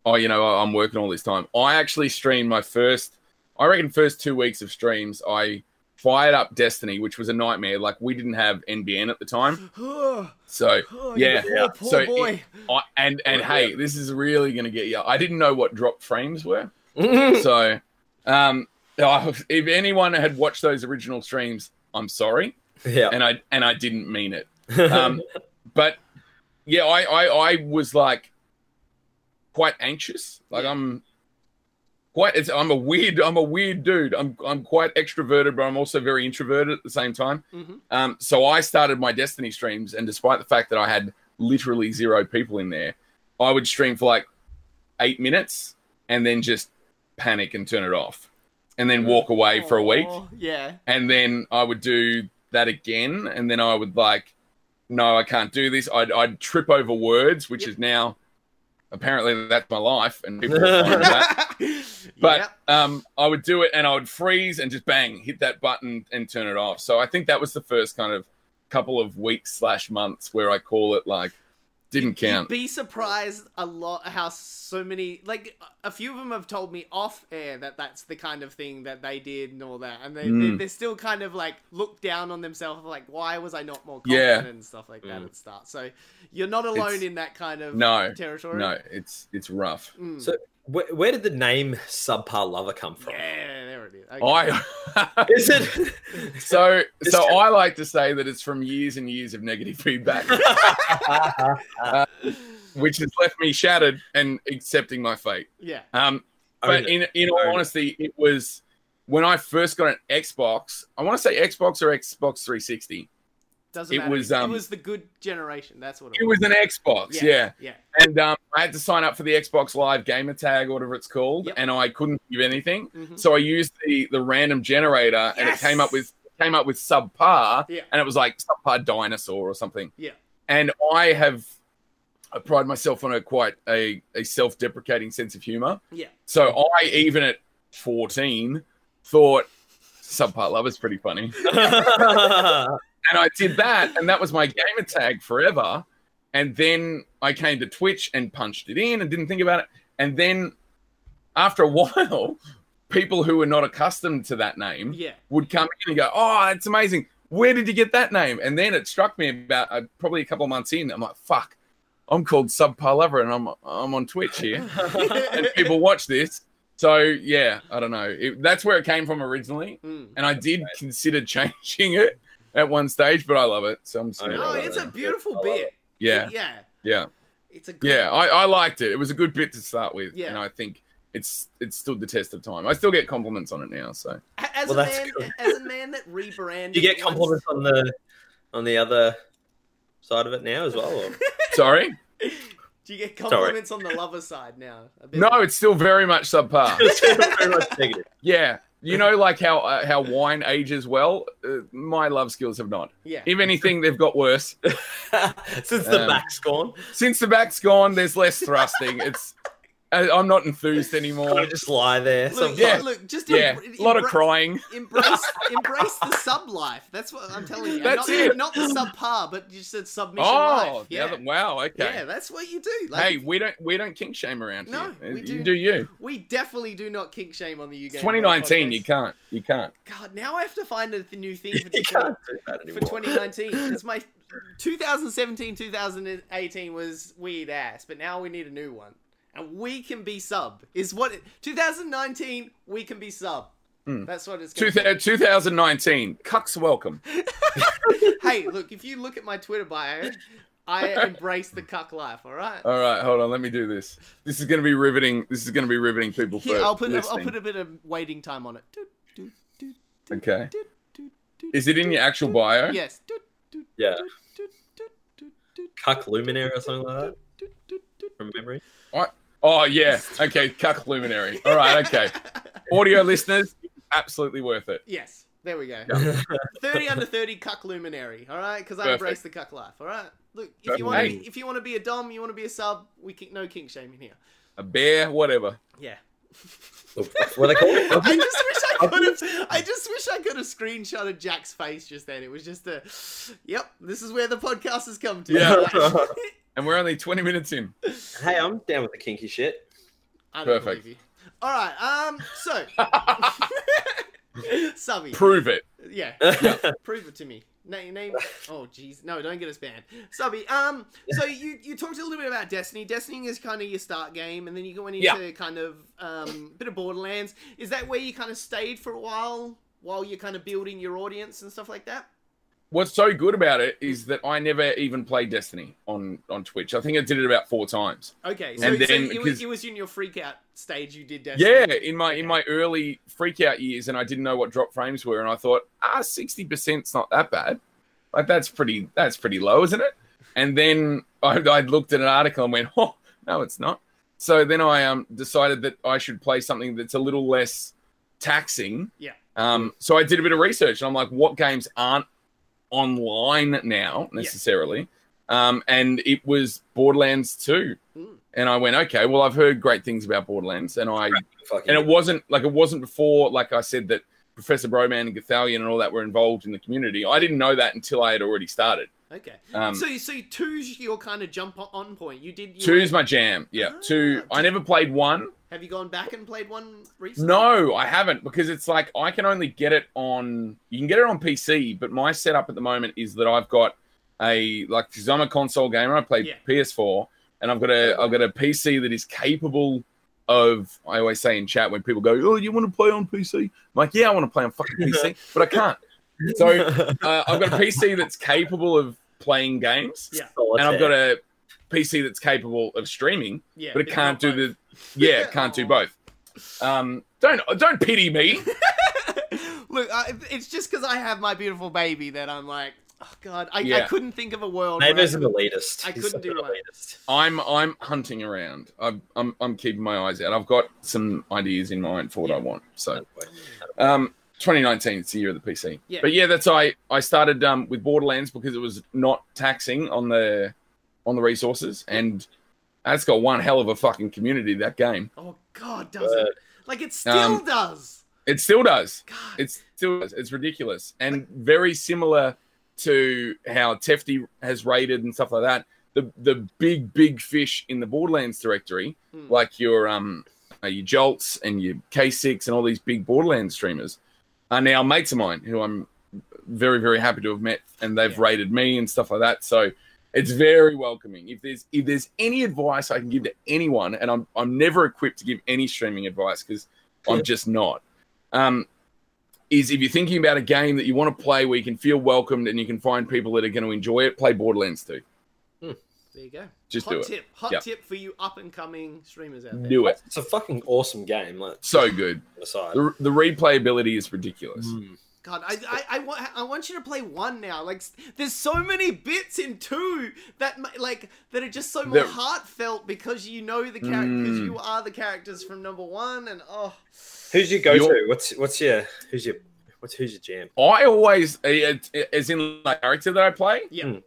Speaker 4: oh, you know, I'm working all this time. I actually streamed my first, I reckon, first two weeks of streams. I fired up Destiny, which was a nightmare. Like we didn't have NBN at the time,
Speaker 2: (gasps) oh,
Speaker 4: so
Speaker 2: you
Speaker 4: Yeah,
Speaker 2: poor,
Speaker 3: yeah.
Speaker 2: poor
Speaker 4: So it-
Speaker 2: boy.
Speaker 4: I, and and hey, this is really gonna get you. I didn't know what drop frames were.
Speaker 3: Mhm.
Speaker 4: (laughs) So, um, I- if anyone had watched those original streams, I'm sorry,
Speaker 3: (laughs) yeah.
Speaker 4: and I and I didn't mean it. Um, but yeah, I, I I was like quite anxious. Like I'm quite. It's, I'm a weird. I'm a weird dude. I'm I'm quite extroverted, but I'm also very introverted at the same time.
Speaker 2: Mhm.
Speaker 4: Um, so I started my Destiny streams, and despite the fact that I had literally zero people in there, I would stream for like eight minutes and then just panic and turn it off, and then walk away for a week
Speaker 2: Aw, Yeah.
Speaker 4: and then I would do that again, and then I would like, no, I can't do this. I'd, I'd trip over words, which
Speaker 2: Yep.
Speaker 4: is now apparently that's my life, and people are fine with that.
Speaker 2: (laughs)
Speaker 4: But
Speaker 2: Yep.
Speaker 4: um, I would do it, and I would freeze and just bang, hit that button and turn it off. So I think that was the first kind of couple of weeks slash months where I call it like Didn't count.
Speaker 2: You'd be surprised a lot how so many like a few of them have told me off air that that's the kind of thing that they did and all that, and they, they
Speaker 4: Mm.
Speaker 2: they're still kind of like look down on themselves like why was I not more
Speaker 4: Yeah. Hmm.
Speaker 2: confident and stuff like that at the start. So you're not alone
Speaker 4: It's-
Speaker 2: in that kind of
Speaker 4: No,
Speaker 2: territory.
Speaker 4: No, it's it's rough.
Speaker 2: Mm.
Speaker 3: So (laughs) where, where did the name Subpar Lover come from?
Speaker 2: yeah, there it is. Okay.
Speaker 4: I (laughs)
Speaker 3: Is (laughs) it?
Speaker 4: so
Speaker 3: It's
Speaker 4: so
Speaker 3: true.
Speaker 4: I like to say that it's from years and years of negative
Speaker 2: (laughs)
Speaker 4: feedback, Uh, which has left me shattered and accepting my fate.
Speaker 2: (laughs) yeah.
Speaker 4: Um,
Speaker 3: Own
Speaker 4: but
Speaker 3: it. (laughs)
Speaker 4: in in all
Speaker 3: Own it.
Speaker 4: honesty, it was when I first got an Xbox. I want to say Xbox or Xbox 360.
Speaker 2: Doesn't
Speaker 4: it
Speaker 2: matter.
Speaker 4: was,
Speaker 2: it
Speaker 4: um,
Speaker 2: was the good generation. That's what it,
Speaker 4: It was an Xbox, yeah.
Speaker 2: Yeah.
Speaker 4: And um, I had to sign up for the Xbox Live gamer tag, whatever it's called,
Speaker 2: Yep.
Speaker 4: and I couldn't give anything.
Speaker 2: Mhm.
Speaker 4: So I used the the random generator, and it
Speaker 2: Yes!
Speaker 4: came up with came up with subpar,
Speaker 2: Yeah.
Speaker 4: and it was like subpar dinosaur or something.
Speaker 2: Yeah.
Speaker 4: And I have, I pride myself on a quite a a self deprecating sense of humor.
Speaker 2: Yeah.
Speaker 4: So
Speaker 2: Mm-hmm.
Speaker 4: I even at fourteen thought subpar love is pretty funny, and I did that, and that was my gamer tag forever. And then I came to Twitch and punched it in and didn't think about it. And then after a (laughs) while, people who were not accustomed to that name
Speaker 2: Yeah.
Speaker 4: would come in and go, "Oh, it's amazing! Where did you get that name?" And then it struck me about uh, probably a couple of months in. I'm like, "Fuck, I'm called Subpar Lover, and I'm I'm on Twitch here, and people watch this." So yeah, I don't know. It, that's where it came from originally, (laughs)
Speaker 2: Mm.
Speaker 4: and I did consider (laughs) changing it at one stage, but I love it, so I'm just gonna
Speaker 3: I
Speaker 2: Oh,
Speaker 4: roll
Speaker 3: love
Speaker 4: with
Speaker 2: it's
Speaker 4: it.
Speaker 2: a beautiful
Speaker 3: I love
Speaker 2: bit.
Speaker 4: yeah,
Speaker 2: Yeah.
Speaker 4: yeah,
Speaker 2: It's a good
Speaker 4: yeah. I, I liked it. It was a good bit to start with,
Speaker 2: Yeah.
Speaker 4: and I think it's it's stood the test of time. I still get compliments on it now, so (laughs)
Speaker 2: A- As
Speaker 3: Well,
Speaker 2: a
Speaker 3: that's
Speaker 2: man,
Speaker 3: good.
Speaker 2: as a man that rebranded,
Speaker 3: you get
Speaker 2: once-
Speaker 3: compliments on the on the other side of it now as well. or-
Speaker 4: sorry.
Speaker 2: (laughs) Do you get compliments on the lover side now? A bit
Speaker 4: No,
Speaker 2: more.
Speaker 4: it's still very much subpar.
Speaker 3: (laughs)
Speaker 2: (laughs)
Speaker 3: It's very much negative.
Speaker 4: yeah, you know, like how uh, how wine ages well. Uh, my love skills have not.
Speaker 2: yeah,
Speaker 4: If anything, they've got worse.
Speaker 3: (laughs) Since the
Speaker 4: Um,
Speaker 3: back's gone,
Speaker 4: Since the back's gone, there's less thrusting. It's I, I'm not enthused anymore.
Speaker 3: I just lie there.
Speaker 2: look,
Speaker 3: Sometimes.
Speaker 4: yeah.
Speaker 2: look, just
Speaker 4: Yeah,
Speaker 2: embr-
Speaker 4: a lot of
Speaker 2: embra-
Speaker 4: crying.
Speaker 2: Embrace, embrace the sub life. That's what I'm telling you.
Speaker 4: That's
Speaker 2: not,
Speaker 4: it.
Speaker 2: not the subpar, but you said submission
Speaker 4: Oh,
Speaker 2: life.
Speaker 4: the
Speaker 2: Yeah,
Speaker 4: other- wow. Okay.
Speaker 2: yeah, that's what you do. Like,
Speaker 4: hey, we don't we don't kink shame around
Speaker 2: No,
Speaker 4: here.
Speaker 2: we
Speaker 4: you
Speaker 2: do-
Speaker 4: do you.
Speaker 2: we definitely do not kink shame on the UK.
Speaker 4: It's 2019. You can't. You can't.
Speaker 2: God, now I have to find a th- new
Speaker 4: (laughs)
Speaker 2: thing for
Speaker 3: (laughs) You
Speaker 2: the
Speaker 3: can't do that
Speaker 2: for
Speaker 3: anymore.
Speaker 2: (laughs) 2019 because my 2017 2018 was weird ass but now we need a new one and we can be sub is what it, 2019 we can be sub
Speaker 4: Hmm.
Speaker 2: that's what it's
Speaker 4: Two
Speaker 2: gonna be.
Speaker 4: th- 2019. Cucks welcome.
Speaker 2: hey look if you look at my twitter bio
Speaker 4: (laughs)
Speaker 2: i embrace the cuck life all right
Speaker 4: All right, hold on. Let me do this. This is going to be riveting. This is going to be riveting people. For
Speaker 2: Here, I'll put I'll
Speaker 4: listening.
Speaker 2: put a bit of waiting time on it. Doot, doot, doot, doot,
Speaker 4: Okay.
Speaker 2: doot, doot, doot,
Speaker 4: Is it in your actual
Speaker 2: doot.
Speaker 4: bio?
Speaker 2: Yes. Doot, doot,
Speaker 3: Yeah.
Speaker 2: doot, doot, doot, doot, doot,
Speaker 3: Cuck Luminaire or something like that
Speaker 2: doot, doot, doot.
Speaker 3: from memory.
Speaker 4: Oh yeah. Okay, cuck luminary. All right.
Speaker 2: (laughs)
Speaker 4: Ah, Okay. Audio listeners, absolutely worth it.
Speaker 2: Yes. There we go. 30 under 30 cuck luminary, all right? Because I
Speaker 4: Perfect.
Speaker 2: embrace the cuck life, all right? Look, if you want to
Speaker 4: Hey.
Speaker 2: be, if you want to be a dom, you want to be a sub, we can, no king shaming here.
Speaker 4: A bear, whatever.
Speaker 2: Yeah.
Speaker 3: what they call (laughs) it?
Speaker 2: I just wish I could have. I just wish I could have screenshotted Jack's face just then. It was just a, yep, this is where the podcast has come to.
Speaker 3: Yeah.
Speaker 4: And we're only 20 minutes in.
Speaker 3: hey, I'm down with the kinky shit.
Speaker 2: I don't
Speaker 4: (laughs) Perfect.
Speaker 2: believe you. All right. Um.
Speaker 4: (laughs)
Speaker 2: So, (laughs) subby.
Speaker 4: Prove it.
Speaker 2: yeah.
Speaker 3: (laughs)
Speaker 2: prove it to me. Name, name. Oh, jeez. No, don't get us banned. Subby, um, so you you talked a little bit about Destiny. Destiny is kind of your start game, and then you went into
Speaker 4: Yeah.
Speaker 2: kind of um bit of Borderlands. Is that where you kind of stayed for a while while you're kind of building your audience and stuff like that?
Speaker 4: What's so good about it is that I never even played Destiny on on Twitch. I think I did it about four times.
Speaker 2: Okay, so,
Speaker 4: And
Speaker 2: so
Speaker 4: then,
Speaker 2: it, was,
Speaker 4: because-
Speaker 2: it was in your freak out stage. You did Destiny.
Speaker 4: Yeah, in my in my early freak out years, and I didn't know what drop frames were, and I thought, ah, sixty percent's not that bad. Like that's pretty that's pretty low, isn't it? And then (laughs) I, I looked at an article and went, oh, no, it's not. So then I um decided that I should play something that's a little less taxing.
Speaker 2: Yeah.
Speaker 4: Um. So I did a bit of research, and I'm like, what games aren't online now necessarily? Um. And it was Borderlands Two.
Speaker 2: Mm.
Speaker 4: And I went, okay, well, I've heard great things about Borderlands, and I
Speaker 3: Fucking
Speaker 4: and it wasn't like it wasn't before like i said that professor broman and gathalion and all that were involved in the community i didn't know that until i had already started
Speaker 2: Okay.
Speaker 4: Um,
Speaker 2: so you see, two's your kind of jump on- on point. You did. You
Speaker 4: Two's my jam. Yeah, two. I never played one.
Speaker 2: Have you gone back and played one recently?
Speaker 4: No, I haven't because it's like I can only get it on. You can get it on PC, but my setup at the moment is that I've got a like because I'm a console gamer. I play
Speaker 2: Yeah.
Speaker 4: PS4, and I've got a I've got a PC that is capable of. I always say in chat when people go, "Oh, you want to play on PC?" I'm like, "Yeah, I want to play on fucking
Speaker 2: (laughs)
Speaker 4: PC, but I can't." So uh, I've got a PC that's capable of playing games,
Speaker 2: Yeah.
Speaker 4: and I've got a PC that's capable of streaming
Speaker 2: Yeah.
Speaker 4: but it
Speaker 2: you
Speaker 4: can't do
Speaker 2: can't
Speaker 4: the yeah, it can't do both. Um, don't don't pity me.
Speaker 2: both. Look, I, it's just because I have my beautiful baby that I'm like, oh god, I, I
Speaker 4: Yeah.
Speaker 2: couldn't think of a world. where I
Speaker 3: Neighbor's an
Speaker 2: could-
Speaker 3: elitist.
Speaker 2: I
Speaker 3: He's
Speaker 2: couldn't
Speaker 3: such an
Speaker 2: do one.
Speaker 3: elitist.
Speaker 4: I'm I'm hunting around. I'm I'm, I'm keeping my eyes out. I've got some ideas in mind for what I want. So, um, 2019, it's the year of the PC.
Speaker 2: Yeah.
Speaker 4: But yeah, that's I I started um with Borderlands because it was not taxing on the on the resources, and that's got one hell of a fucking community. That game,
Speaker 2: Oh god, does it? Like it still
Speaker 4: Um,
Speaker 2: does.
Speaker 4: it still does.
Speaker 2: God.
Speaker 4: It's still it's ridiculous and very similar to how Tefty has rated and stuff like that. The the big big fish in the Borderlands directory,
Speaker 2: Hmm.
Speaker 4: like your um uh, your Jolts and your K6 and all these big Borderlands streamers, are now mates of mine who I'm very very happy to have met, and they've
Speaker 2: Yeah.
Speaker 4: rated me and stuff like that. So it's very welcoming. If there's if there's any advice I can give to anyone, and I'm I'm never equipped to give any streaming advice because I'm just not. Um, is if you're thinking about a game that you want to play where you can feel welcomed and you can find people that are going to enjoy it, play Borderlands 2.
Speaker 2: there you go.
Speaker 4: Just
Speaker 2: hot
Speaker 4: do it.
Speaker 2: tip, hot
Speaker 4: Yep.
Speaker 2: tip for you up and coming streamers out there.
Speaker 4: Do it.
Speaker 3: It's a fucking awesome game. Like,
Speaker 4: So good.
Speaker 3: aside.
Speaker 4: The, the replayability is ridiculous.
Speaker 3: Mm.
Speaker 2: God, I, I, I, want, I want you to play one now. Like, s- there's so many bits in two that, m- like, that are just so more
Speaker 4: There-
Speaker 2: heartfelt because you know the characters,
Speaker 4: Mm.
Speaker 2: you are the characters from number one, and oh,
Speaker 3: Who's your go-to?
Speaker 4: Your-
Speaker 3: What's what's your who's your what's who's your jam?
Speaker 4: I always, it- it- as in like character that I play.
Speaker 2: yeah,
Speaker 3: Mm.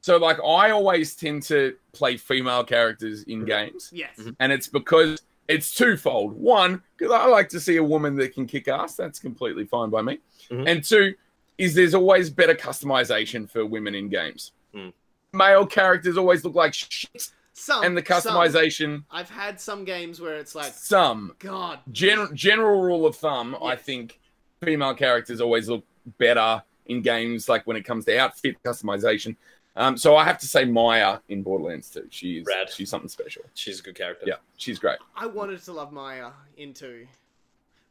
Speaker 4: So like I always tend to play female characters in games,
Speaker 2: yes,
Speaker 3: Mhm.
Speaker 4: and it's because it's twofold. One, because I like to see a woman that can kick ass. That's completely fine by me.
Speaker 3: Mhm.
Speaker 4: And two, is there's always better customization for women in games.
Speaker 3: Mm.
Speaker 4: Male characters always look like shit,
Speaker 2: some
Speaker 4: and the
Speaker 2: some.
Speaker 4: customization.
Speaker 2: I've had some games where it's like,
Speaker 4: Some
Speaker 2: God,
Speaker 4: gen- general rule of thumb, I
Speaker 2: Yes.
Speaker 4: think female characters always look better in games, like when it comes to outfit customization. Um, so I have to say Maya in Borderlands 2. She's
Speaker 3: Rad.
Speaker 4: she's something special.
Speaker 3: She's a good character.
Speaker 4: Yeah, she's great.
Speaker 2: I wanted to love Maya in two,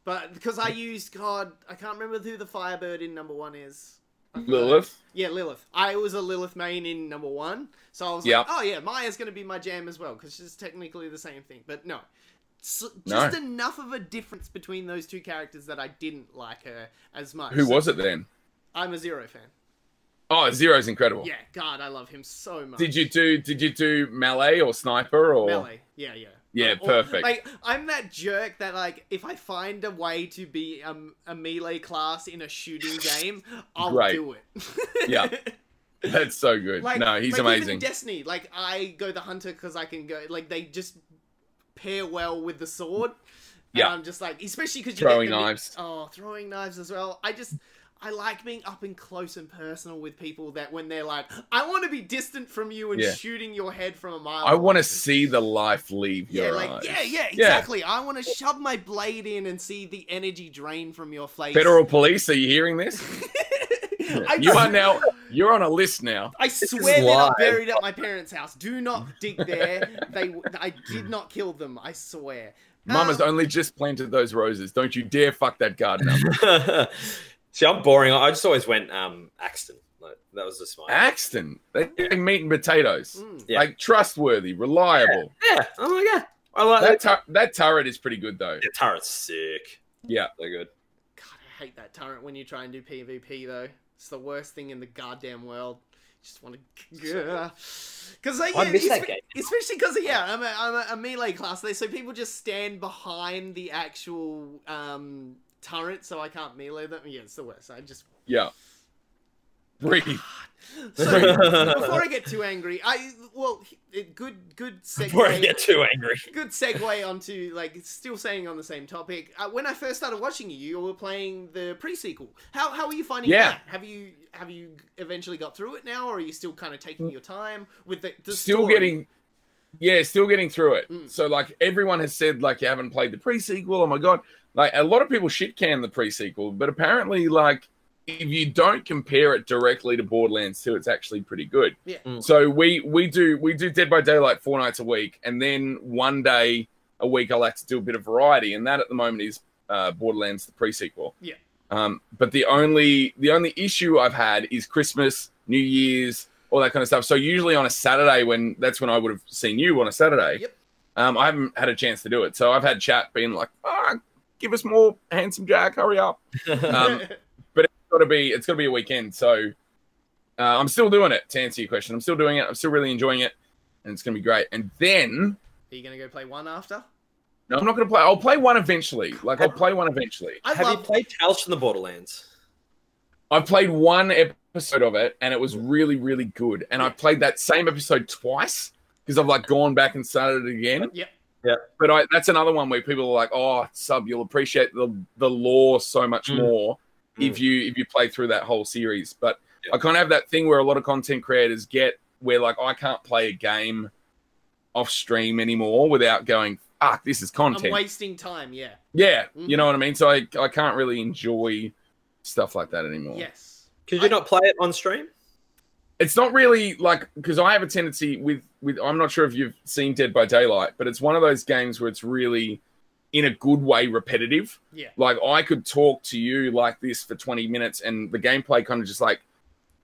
Speaker 2: but because I used God, I can't remember who the Firebird in number one is. I forgot.
Speaker 4: Lilith.
Speaker 2: Yeah, Lilith. I was a Lilith main in number one, so I was
Speaker 4: Yep.
Speaker 2: like, oh yeah, Maya's gonna be my jam as well because she's technically the same thing. But no, S
Speaker 4: No.
Speaker 2: just enough of a difference between those two characters that I didn't like her as much.
Speaker 4: Who
Speaker 2: So
Speaker 4: was it then?
Speaker 2: I'm a Zero fan.
Speaker 4: Oh, Zero's incredible.
Speaker 2: Yeah, God, I love him so much.
Speaker 4: Did you do did you do melee or sniper or
Speaker 2: Melee. Yeah, yeah.
Speaker 4: Yeah,
Speaker 2: Or-
Speaker 4: perfect.
Speaker 2: Like I'm that jerk that like if I find a way to be um, a melee class in a shooting game, I'll
Speaker 4: Great.
Speaker 2: do it.
Speaker 4: (laughs) Yeah. that's so
Speaker 2: (laughs)
Speaker 4: good.
Speaker 2: Like
Speaker 4: no, he's
Speaker 2: like Even
Speaker 4: amazing.
Speaker 2: Destiny, like I go the hunter because I can go. Like they just pair well with the sword. And
Speaker 4: Yeah.
Speaker 2: I'm just like, especially because
Speaker 4: Throwing
Speaker 2: get the mi-
Speaker 4: knives.
Speaker 2: Oh, throwing knives as well. I just. I like being up and close and personal with people that when they're like, I want to be distant from you and
Speaker 4: Yeah.
Speaker 2: shooting your head from a mile.
Speaker 4: I want to
Speaker 2: away."
Speaker 4: see the life leave
Speaker 2: Yeah,
Speaker 4: your
Speaker 2: like
Speaker 4: eyes.
Speaker 2: yeah, yeah, exactly. I want to shove my blade in and see the energy drain from your face. (laughs)
Speaker 4: Federal police, are you hearing this?
Speaker 2: I,
Speaker 4: You are now you're on a list now.
Speaker 2: I
Speaker 3: is
Speaker 2: swear they're not
Speaker 3: live.
Speaker 2: buried at my parents' house. Do not dig there. they, I
Speaker 4: (laughs)
Speaker 2: did not kill them. I swear.
Speaker 4: Mama's
Speaker 2: Um,
Speaker 4: only just planted those roses. Don't you dare fuck that garden
Speaker 2: (laughs)
Speaker 4: up.
Speaker 3: (laughs) See, I'm boring. I just always went um Axton. Like that was just my
Speaker 4: Axton, they they meat and potatoes.
Speaker 2: mm.
Speaker 3: Yeah.
Speaker 4: Like trustworthy, reliable.
Speaker 3: Yeah. Oh my god. I like
Speaker 4: That
Speaker 3: that.
Speaker 4: tur- that turret is pretty good though.
Speaker 3: Yeah, turret's sick.
Speaker 4: Yeah.
Speaker 3: They're good.
Speaker 2: God, I hate that turret when you try and do PvP though. It's the worst thing in the goddamn world. Just (laughs) want to,
Speaker 3: (laughs)
Speaker 2: yeah. Because yeah,
Speaker 3: I miss that
Speaker 2: espe-
Speaker 3: game.
Speaker 2: especially because yeah, I'm a, I'm a, a melee class there, so people just stand behind the actual
Speaker 3: (laughs)
Speaker 2: um, turret, so I can't melee them. Yeah, it's the worst. I just
Speaker 4: Yeah. breathe.
Speaker 2: So (laughs)
Speaker 3: (laughs)
Speaker 2: before I get too angry, I well, he- it- good good segue.
Speaker 3: Before I get too angry.
Speaker 2: good segue onto like still staying on the same topic. Uh, when I first started watching you, you were playing the pre-sequel. How how are you finding
Speaker 4: Yeah.
Speaker 2: that? Have you have you eventually got through it now, or are you still kind of taking your time with the, the
Speaker 4: still
Speaker 2: story? (laughs)
Speaker 4: getting yeah still getting through it
Speaker 2: Mm.
Speaker 4: so like everyone has said like you haven't played the pre-sequel oh my god like a lot of people shit can the pre-sequel but apparently like if you don't compare it directly to borderlands 2 it's actually pretty good
Speaker 2: Yeah.
Speaker 3: Mm.
Speaker 4: so we we do we do dead by daylight four nights a week and then one day a week i like to do a bit of variety and that at the moment is uh, borderlands the pre-sequel
Speaker 2: Yeah.
Speaker 4: um, but the only the only issue i've had is christmas new year's all that kind of stuff. So usually on a Saturday, when that's when I would have seen you on a Saturday.
Speaker 2: Yep.
Speaker 4: Um, I haven't had a chance to do it, so I've had chat being like, "Ah, give us more, handsome Jack,
Speaker 2: (laughs)
Speaker 4: hurry up." Um, but it's got to be it's got to be a weekend, so uh, I'm still doing it. To answer your question, I'm still doing it. I'm still really enjoying it, and it's gonna be great. And then
Speaker 2: Are you gonna go play one after?
Speaker 4: no, I'm not gonna play. I'll play one eventually. Like I'll play one eventually.
Speaker 2: I
Speaker 3: Have you
Speaker 2: love
Speaker 3: played Tales from the Borderlands?
Speaker 4: I played one episode of it and it was really, really good. And I played that same episode twice because I've like gone back and started it again.
Speaker 2: Yep.
Speaker 3: Yeah.
Speaker 4: But I, that's another one where people are like, "Oh, sub, you'll appreciate the the lore so much
Speaker 3: Mm.
Speaker 4: more if
Speaker 3: Mm.
Speaker 4: you if you play through that whole series." But
Speaker 3: Yeah.
Speaker 4: I kind of have that thing where a lot of content creators get where like I can't play a game off stream anymore without going, "Fuck, this is
Speaker 2: I'm
Speaker 4: content."
Speaker 2: wasting time. Yeah.
Speaker 4: yeah,
Speaker 2: Mhm.
Speaker 4: you know what I mean. So I I can't really enjoy stuff like that anymore.
Speaker 2: Yes.
Speaker 3: Could you not play it on stream?
Speaker 4: it's not really like because I have a tendency with with I'm not sure if you've seen Dead by Daylight, but it's one of those games where it's really in a good way repetitive.
Speaker 2: Yeah.
Speaker 4: Like I could talk to you like this for 20 minutes and the gameplay kind of just like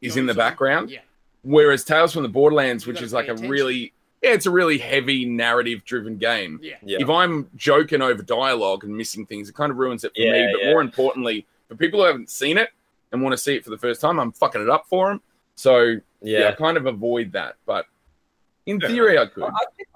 Speaker 4: is in the
Speaker 2: Goes on.
Speaker 4: background.
Speaker 2: Yeah.
Speaker 4: Whereas Tales from the Borderlands,
Speaker 2: You
Speaker 4: which
Speaker 2: gotta
Speaker 4: is like
Speaker 2: pay
Speaker 4: a
Speaker 2: attention.
Speaker 4: really yeah, it's a really heavy narrative driven game
Speaker 2: Yeah.
Speaker 3: Yeah.
Speaker 4: if I'm joking over dialogue and missing things, it kind of ruins it for
Speaker 3: Yeah,
Speaker 4: me. But
Speaker 3: yeah.
Speaker 4: more importantly, for people who haven't seen it and want to see it for the first time, I'm fucking it up for them. So yeah, I kind of avoid that. But in
Speaker 3: Fair
Speaker 4: theory, I could.
Speaker 3: I, I think,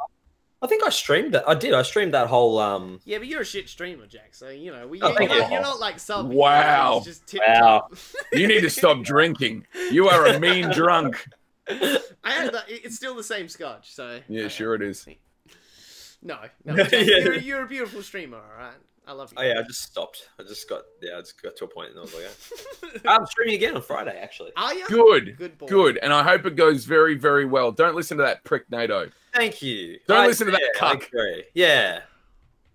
Speaker 3: I think I streamed that. I did. I streamed that whole. Um,
Speaker 2: Yeah, but you're a shit streamer, Jack. So you know, we,
Speaker 3: Oh,
Speaker 2: you're,
Speaker 3: thank
Speaker 2: not,
Speaker 4: you.
Speaker 2: you're not like sub.
Speaker 4: Wow.
Speaker 2: It's just tip
Speaker 3: Wow.
Speaker 2: top.
Speaker 4: you need to stop drinking. You are a mean drunk.
Speaker 2: I had the, it- it's still the same scotch. So
Speaker 4: Yeah, sure it is.
Speaker 2: No,
Speaker 4: (laughs)
Speaker 2: no.
Speaker 3: Yeah.
Speaker 2: Jack, you're, you're a beautiful streamer. All right, I love you.
Speaker 3: (laughs) oh yeah, I just stopped. I just got. Yeah, I just got to a point, and I was like, oh. I'm streaming again on Friday. Actually,
Speaker 2: (laughs) Are you
Speaker 4: Good.
Speaker 2: Good boy.
Speaker 4: Good. And I hope it goes very, very well. Don't listen to that prick NATO.
Speaker 3: thank you.
Speaker 4: Don't
Speaker 3: I-
Speaker 4: listen to that
Speaker 3: yeah, I
Speaker 4: cuck.
Speaker 3: agree. Yeah,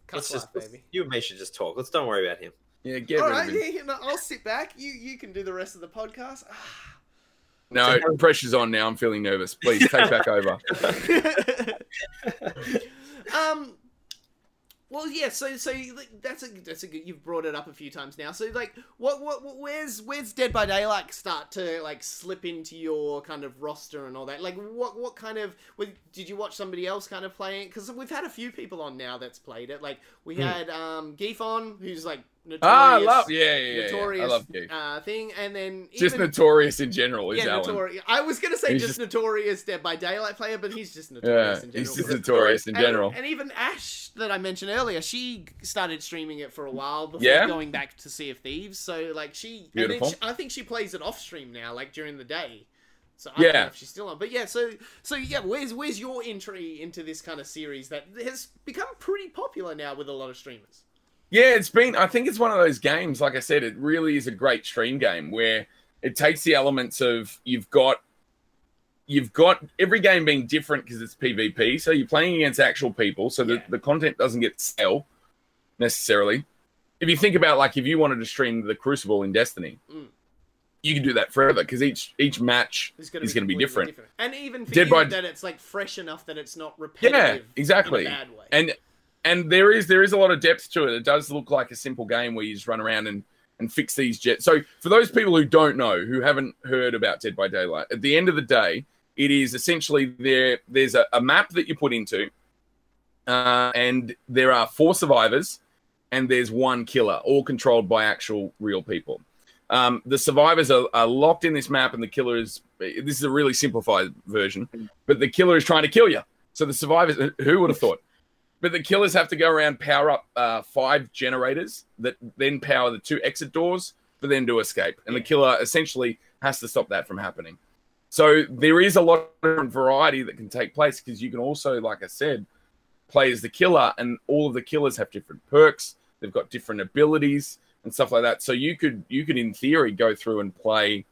Speaker 2: Cuck
Speaker 3: let's just
Speaker 2: life, baby.
Speaker 3: you and me should just talk. Let's don't worry about him.
Speaker 4: Yeah, get
Speaker 2: all
Speaker 4: rid
Speaker 2: right,
Speaker 4: of him.
Speaker 2: yeah, yeah, no, I'll sit back. You you can do the rest of the podcast. Ah.
Speaker 4: No, pressure's on now. I'm feeling nervous. Please take
Speaker 2: (laughs)
Speaker 4: back over.
Speaker 2: um. Well, yeah. So, so like, that's a that's a good. You've brought it up a few times now. So, like, what, what, what where's where's Dead by Daylight start to like slip into your kind of roster and all that? Like, what, what kind of with, did you watch somebody else kind of playing? Because we've had a few people on now that's played it. Like, we
Speaker 3: Hmm.
Speaker 2: had um Geefon, who's like notorious,
Speaker 4: Ah, I love. Yeah, yeah, yeah, yeah. I
Speaker 2: notorious
Speaker 4: love you.
Speaker 2: uh, thing, and then
Speaker 4: Just
Speaker 2: even,
Speaker 4: notorious in general is
Speaker 2: yeah,
Speaker 4: Alan.
Speaker 2: notorious. I was gonna say
Speaker 4: He's
Speaker 2: just, notorious Dead by Daylight player, but he's just
Speaker 4: Yeah,
Speaker 2: notorious in general.
Speaker 4: he's just notorious in
Speaker 2: And-
Speaker 4: general.
Speaker 2: And, even Ash that I mentioned earlier, she started streaming it for a while before
Speaker 4: Yeah.
Speaker 2: going back to Sea of Thieves. So like she, and
Speaker 4: Beautiful.
Speaker 2: then she, I think she plays it off stream now, like during the day. So I don't
Speaker 4: Yeah.
Speaker 2: know if she's still on, but yeah. So so yeah, where's where's your entry into this kind of series that has become pretty popular now with a lot of streamers?
Speaker 4: Yeah, it's been. I think it's one of those games. Like I said, it really is a great stream game where it takes the elements of you've got you've got every game being different because it's PvP. So you're playing against actual people, so
Speaker 2: Yeah.
Speaker 4: that the content doesn't get stale necessarily. If you think about like if you wanted to stream the Crucible in Destiny,
Speaker 2: Mm.
Speaker 4: you can do that forever because each each match
Speaker 2: It's gonna
Speaker 4: is going to be
Speaker 2: completely
Speaker 4: different.
Speaker 2: And even for
Speaker 4: Dead
Speaker 2: you,
Speaker 4: by-
Speaker 2: that it's like fresh enough that it's not
Speaker 4: Yeah,
Speaker 2: repetitive.
Speaker 4: exactly.
Speaker 2: In a bad way.
Speaker 4: and and there is there is a lot of depth to it. It does look like a simple game where you just run around and and fix these jets. So for those people who don't know, who haven't heard about Dead by Daylight, at the end of the day, it is essentially there. There's a, a map that you put into, uh, and there are four survivors, and there's one killer, all controlled by actual real people. Um, the survivors are, are locked in this map, and the killer is. This is a really simplified version, but the killer is trying to kill you. So the survivors, who would have thought? But the killers have to go around power up uh, five generators that then power the two exit doors, for them to escape. And the killer essentially has to stop that from happening. So there is a lot of different variety that can take place because you can also, like I said, play as the killer, and all of the killers have different perks. They've got different abilities and stuff like that. So you could you could in theory go through and play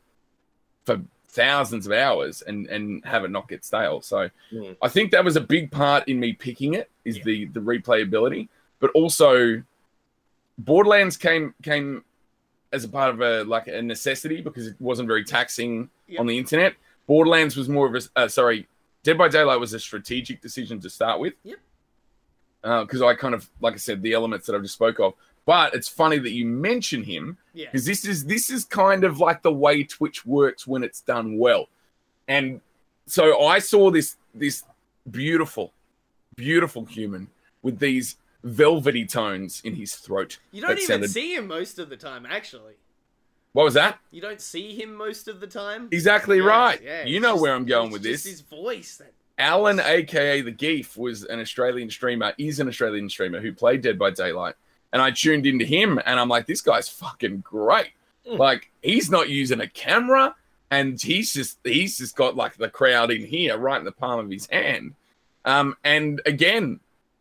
Speaker 4: for thousands of hours and and have it not get stale. So
Speaker 3: Mm.
Speaker 4: I think that was a big part in me picking it is
Speaker 5: Yeah.
Speaker 4: the the replayability, but also Borderlands came came as a part of a like a necessity because it wasn't very taxing
Speaker 2: Yep.
Speaker 4: on the internet. Borderlands was more of a uh, sorry, Dead by Daylight was a strategic decision to start with.
Speaker 2: Yep.
Speaker 4: Because I kind of like I said the elements that I've just spoke of, but it's funny that you mention him
Speaker 2: Yeah.
Speaker 4: because this is this is kind of like the way Twitch works when it's done well. And so I saw this this beautiful, beautiful human with these velvety tones in his throat.
Speaker 2: You don't
Speaker 4: that
Speaker 2: even
Speaker 4: sounded-
Speaker 2: see him most of the time, actually.
Speaker 4: What was that?
Speaker 2: You don't see him most of the time.
Speaker 4: Exactly
Speaker 2: Yeah,
Speaker 4: right.
Speaker 2: yeah,
Speaker 4: you
Speaker 2: it's
Speaker 4: know
Speaker 2: just-
Speaker 4: where I'm going
Speaker 2: it's
Speaker 4: with
Speaker 2: just
Speaker 4: this.
Speaker 2: His voice. That,
Speaker 4: Alan, aka the Geef, was an Australian streamer, is an Australian streamer who played Dead by Daylight. And I tuned into him and I'm like, this guy's fucking great.
Speaker 3: Mm.
Speaker 4: Like, he's not using a camera and he's just he's just got like the crowd in here right in the palm of his hand. Um, and again,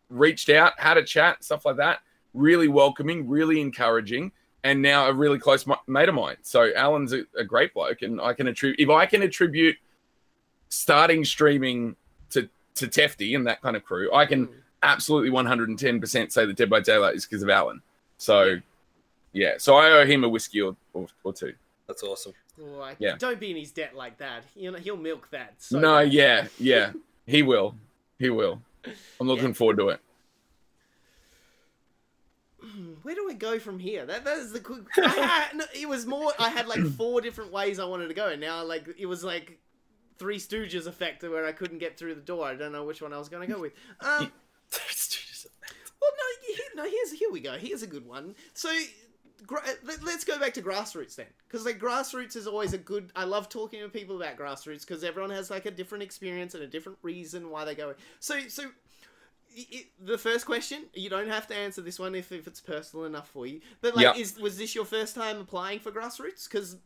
Speaker 4: reached out, had a chat, stuff like that. Really welcoming, really encouraging, and now a really close mi- mate of mine. So Alan's a, a great bloke, and I can attribute if I can attribute starting streaming to to Tefty and that kind of crew, I
Speaker 2: Hmm.
Speaker 4: can absolutely one hundred and ten percent say that Dead by Daylight is because of Alan. So yeah, so I owe him a whiskey or, or, or two.
Speaker 3: That's (laughs) awesome.
Speaker 2: like,
Speaker 4: Yeah.
Speaker 2: oh, Don't be in his debt like that. You know, he'll milk that. So
Speaker 4: no,
Speaker 2: bad.
Speaker 4: yeah,
Speaker 2: (laughs)
Speaker 4: yeah, he will, he will. I'm looking
Speaker 2: Yeah.
Speaker 4: forward to it.
Speaker 2: Where do we go from here? That that is the
Speaker 4: (laughs)
Speaker 2: quick. I had- no, it was more. I had like four different ways I wanted to go, and now like it was like Three Stooges effect, where I couldn't get through the door. I don't know which one I was going to go with. Um, Well, no, he- no. Here's here we go. Here's a good one. So, gra- let- let's go back to grassroots then, because like grassroots is always a good. I love talking to people about grassroots because everyone has like a different experience and a different reason why they go. So, so i i the first question you don't have to answer this one if, if it's personal enough for you. But like,
Speaker 4: Yeah.
Speaker 2: is was this your first time applying for grassroots? Because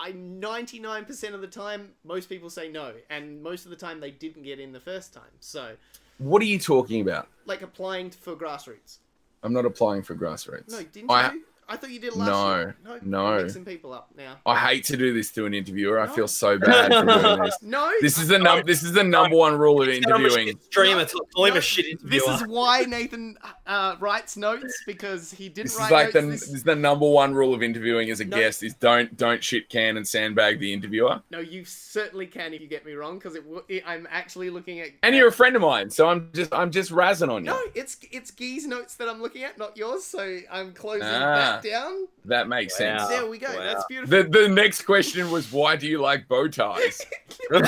Speaker 2: I 99% of the time, most people say no, and most of the time they didn't get in the first time. So,
Speaker 4: What are you talking about?
Speaker 2: like applying for grassroots.
Speaker 4: I'm not applying for grassroots.
Speaker 2: No, didn't
Speaker 4: I,
Speaker 2: you? I thought you did last
Speaker 4: No,
Speaker 2: year.
Speaker 4: no.
Speaker 2: you're Mixing people up now.
Speaker 4: I hate to do this to an interviewer. I
Speaker 2: No.
Speaker 4: feel so bad for
Speaker 2: (laughs)
Speaker 4: doing this.
Speaker 2: No.
Speaker 4: This is the num- this is the number one rule of
Speaker 3: I'm a
Speaker 4: interviewing.
Speaker 3: shit streamer.
Speaker 2: No,
Speaker 3: Tell him I'm
Speaker 2: no,
Speaker 3: a shit
Speaker 2: This
Speaker 3: interviewer.
Speaker 2: is why Nathan uh, writes notes because he didn't
Speaker 4: This
Speaker 2: write
Speaker 4: is like the
Speaker 2: notes.
Speaker 4: this
Speaker 2: This...
Speaker 4: is the number one rule of interviewing as a
Speaker 2: No.
Speaker 4: guest is don't don't shit can and sandbag the interviewer.
Speaker 2: No, you certainly can if you get me wrong because it, w- it. I'm actually looking at.
Speaker 4: And you're a friend of mine, so I'm just I'm just razzing on
Speaker 2: (laughs)
Speaker 4: you.
Speaker 2: No, it's it's Gee's notes that I'm looking at, not yours. So I'm closing
Speaker 4: Ah.
Speaker 2: that down.
Speaker 4: That makes
Speaker 3: Wow.
Speaker 4: sense.
Speaker 2: there we go.
Speaker 3: wow.
Speaker 2: That's beautiful.
Speaker 4: The the next question was why do you like bow ties?